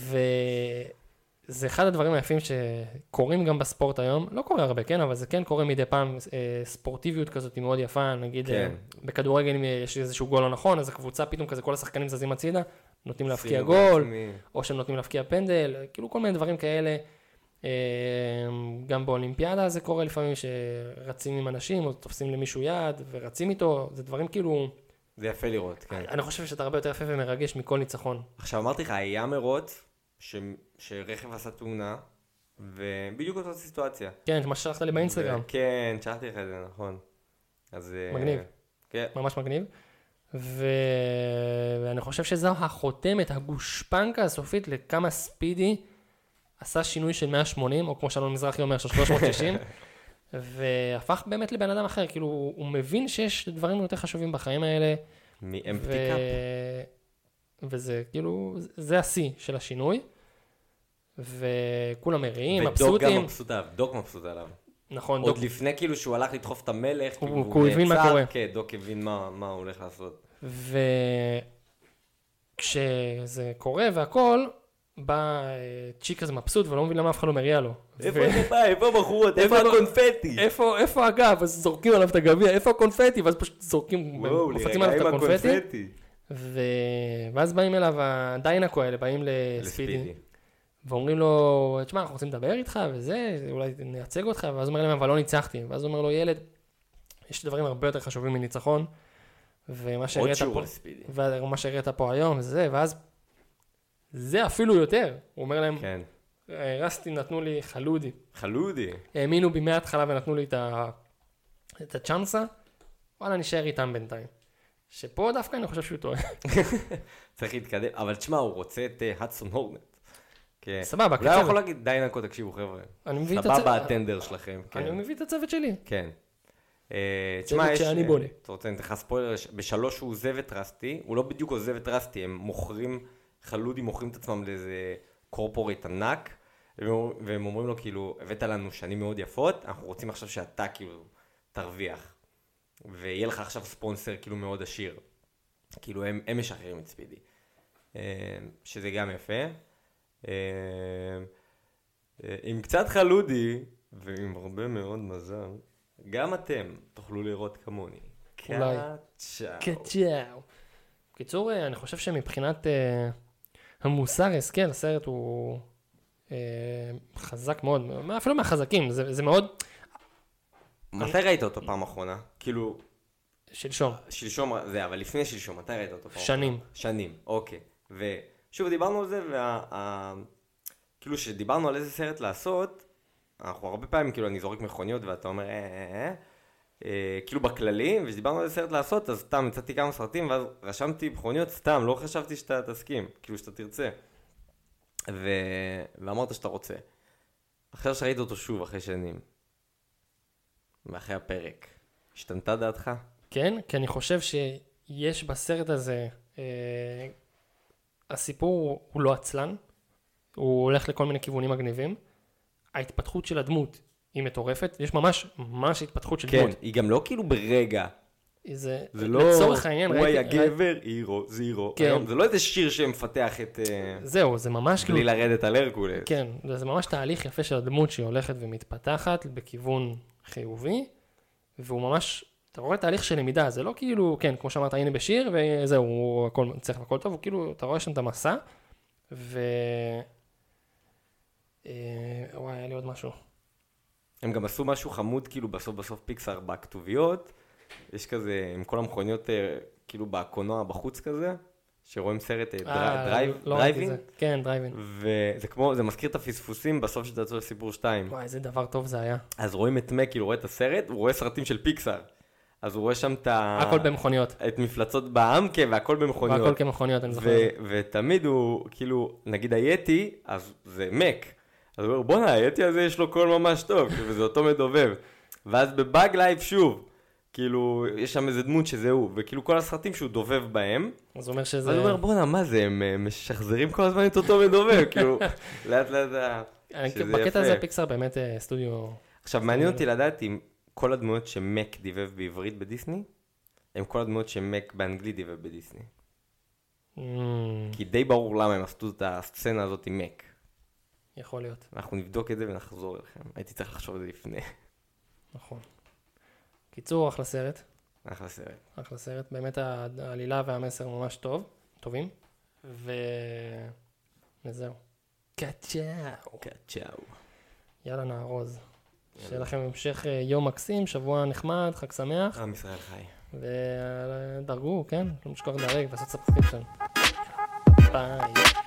וזה אחד הדברים היפים שקורים גם בספורט היום, לא קורה הרבה, כן, אבל זה כן קורה מדי פעם, אה, ספורטיביות כזאת היא מאוד יפה, נגיד כן. כן. בכדורגל אם יש איזשהו גול לא נכון, אז הקבוצה פתאום כזה, כל השחקנים זזים הצידה, נותנים להפקיע סיבוב גול, עצמי. או שהם נותנים להפקיע פנדל, כאילו כל מיני דברים כאלה. אה, גם באולימפיאדה זה קורה לפעמים שרצים עם אנשים, או תופסים למישהו יד ורצים איתו, זה דברים כאילו, זה יפה לראות, כן. אני חושב שזה הרבה יותר יפה ומרגש מכל ניצחון. עכשיו אמרתי לך, היה מרוץ ש- שרכב עשה תאונה, ובדיוק אותה סיטואציה. כן, מה ששלחת לי באינסטגרם. ו- כן, שלחתי לך את זה, נכון. אז... אה, מגניב. כן. ממש מגניב. ו... ואני חושב שזו החותמת, הגושפנקה הסופית לכמה ספידי עשה שינוי של 180, או כמו שאלון מזרחי אומר, של 360, והפך באמת לבן אדם אחר, כאילו, הוא מבין שיש דברים יותר חשובים בחיים האלה. מאמפטי קאפ. וזה כאילו, זה השיא של השינוי. וכולם מריעים, ודוק גם מבסוטים. מבסוט עליו, דוק מבסוט עליו. נכון, עוד דוק. לפני כאילו שהוא הלך לדחוף את המלך, הוא- כאילו, הוא הבין מה נעצר, קורה. כן, דוק הבין מה מה הוא הולך לעשות. וכשזה קורה והכל, בא אה, צ'יק הזה מבסוט ולא מבין למה אף אחד לא מריע לו. איפה ו- אתה בא? איפה הבחורות? איפה איפה- הקונפטי? איפה, איפה הגב? אז זורקים עליו את הגביע, איפה הקונפטי? ואז פשוט זורקים, וואו, קופצים להירגע עליו עם את הקונפטי. הקונפטי. ו... ואז באים אליו הדיינקו האלה, באים לספידי. לספידי, ואומרים לו, תשמע, אנחנו רוצים לדבר איתך וזה, אולי נייצג אותך, ואז אומר להם, אבל לא ניצחתי. ואז אומר לו, ילד, יש דברים הרבה יותר חשובים מניצחון, ומה עוד שהראית שיעור פה... לספידי. ומה שהראית פה היום, זה, ואז זה אפילו יותר. הוא אומר להם, כן. "אה, רסטי נתנו לי חלודי, חלודי. האמינו בי מההתחלה ונתנו לי את, ה... את הצ'אנסה, וואלה, נשאר איתם בינתיים. שפה דווקא אני חושב שהוא טועה. כן. צריך להתקדם, אבל תשמע, הוא רוצה את אה, הדסון הורנט. כן. סבבה, אולי הוא קצת. יכול להגיד, דיינקו, תקשיבו חבר'ה. אני מביא את הצוות, סבבה הטנדר שלכם. כן. אני מביא את הצוות שלי. כן. אה, תשמע, יש... שאני בונה. אתה רוצה, אני אתן לך ספוילר, יש- בשלוש הוא עוזב את רסטי, הוא לא בדיוק עוזב את רסטי, הם מוכרים, חלודים מוכרים את עצמם לאיזה קורפורט ענק, והם- והם אומרים לו, כאילו, הבאת לנו שנים מאוד יפות, אנחנו רוצים עכשיו שאתה, כאילו, תרוויח. ויהיה לך עכשיו ספונסר, כאילו, מאוד עשיר. כאילו, הם, הם משחררים את ספידי. אה, שזה גם יפה. אה, אה, עם קצת חלודי, ועם הרבה מאוד מזל, גם אתם תוכלו לראות כמוני. אולי. קצ'או. קצ'או. בקיצור, אה, אני חושב שמבחינת אה, המוסר הסכם, הסרט הוא אה, חזק מאוד, אפילו מהחזקים, זה, זה מאוד מתי ראית אותו פעם אחרונה? כאילו, שלשום, שלשום, זה, אבל לפני שלשום, מתי ראית אותו פעם? שנים. שנים, אוקיי. ושוב, דיברנו על זה, וה... ה... כאילו, כשדיברנו על איזה סרט לעשות, אנחנו הרבה פעמים, כאילו, אני זורק מכוניות ואתה אומר, אה, אה, אה, אה, כאילו בכללי, וכשדיברנו על איזה סרט לעשות, אז סתם הצעתי כמה סרטים, ואז רשמתי מכוניות סתם, לא חשבתי שאתה תסכים, כאילו, שאתה תרצה. ו... ואמרת שאתה רוצה. עכשיו שראית אותו שוב, אחרי שנים, ואחרי הפרק, השתנתה דעתך? כן, כי אני חושב שיש בסרט הזה, אה, הסיפור הוא- הוא לא עצלן, הוא הולך לכל מיני כיוונים מגניבים. ההתפתחות של הדמות היא מטורפת, יש ממש ממש התפתחות של כן, דמות. היא גם לא כאילו ברגע. זה, זה לא... לצורך העניין, הוא היה ראיתי, ראיתי, גבר, הירו, זה הירו. כן. היום, זה לא איזה שיר שמפתח את... אה, זהו, זה ממש כאילו בלי לרדת על הרקולס. כן, זה ממש תהליך יפה של הדמות שהיא הולכת ומתפתחת בכיוון חיובי, והוא ממש, אתה רואה תהליך של למידה, זה לא כאילו, כן, כמו שאמרת, הנה בשיר, וזהו, הוא הכל מצליח והכל טוב, הוא כאילו, אתה רואה שם את המסע, ו... אה, וואי, היה לי עוד משהו. הם גם עשו משהו חמוד, כאילו, בסוף בסוף פיקסאר בכתוביות. יש כזה, עם כל המכוניות, אה, כאילו, בקולנוע בחוץ כזה, שרואים סרט אה, אה, דרי- Mm. דרייב, לא ראיתי דרייבינג. זה. כן, דרייבין. וזה כמו, זה מזכיר את הפספוסים בסוף של תעצור סיפור 2. וואי, איזה דבר טוב זה היה. אז רואים את מק, כאילו, רואה את הסרט, הוא רואה סרטים של פיקסאר. אז הוא רואה שם את ה... הכל במכוניות. את מפלצות בעמקה והכל במכוניות. הכל כמכוניות, אני זוכר. ו- ותמיד הוא, כאילו, נגיד היתי, אז זה מק. אז הוא אומר, בואנה, היתי הזה יש לו קול ממש טוב, כאילו, וזה אותו מדובב. ואז בבאג לייב שוב, כאילו, יש שם איזה דמות שזה הוא, וכאילו כל הסרטים שהוא דובב בהם, אז הוא אומר אז שזה... הוא אומר, בואנה, מה זה, הם אה, משחזרים כל הזמן את אותו מדובב, כאילו, לאט לאט, אה, אני- שזה בקטע יפה. הזה פיקסאר באמת אה, סטודיו... עכשיו, מעניין אותי לדעת אם כל הדמויות שמק דיבב בעברית בדיסני, הם כל הדמויות שמק באנגלית דיבב בדיסני. Mm, כי די ברור למה הם עשו את הסצנה הזאת עם מק. יכול להיות, אנחנו נבדוק את זה ונחזור אליכם. הייתי צריך לחשוב על זה לפני. נכון. קיצור, אחלה סרט. אחלה סרט. אחלה סרט. באמת ה- העלילה והמסר ממש טוב, טובים. ו... וזהו. קצ'או. קצ'או. יאללה נארוז. שיהיה לכם המשך אה, יום מקסים, שבוע נחמד, חג שמח, אה, עם ישראל חי. ודרגו, כן? לא לשכוח לדרג ולעשות סאבסקריפשן. ביי.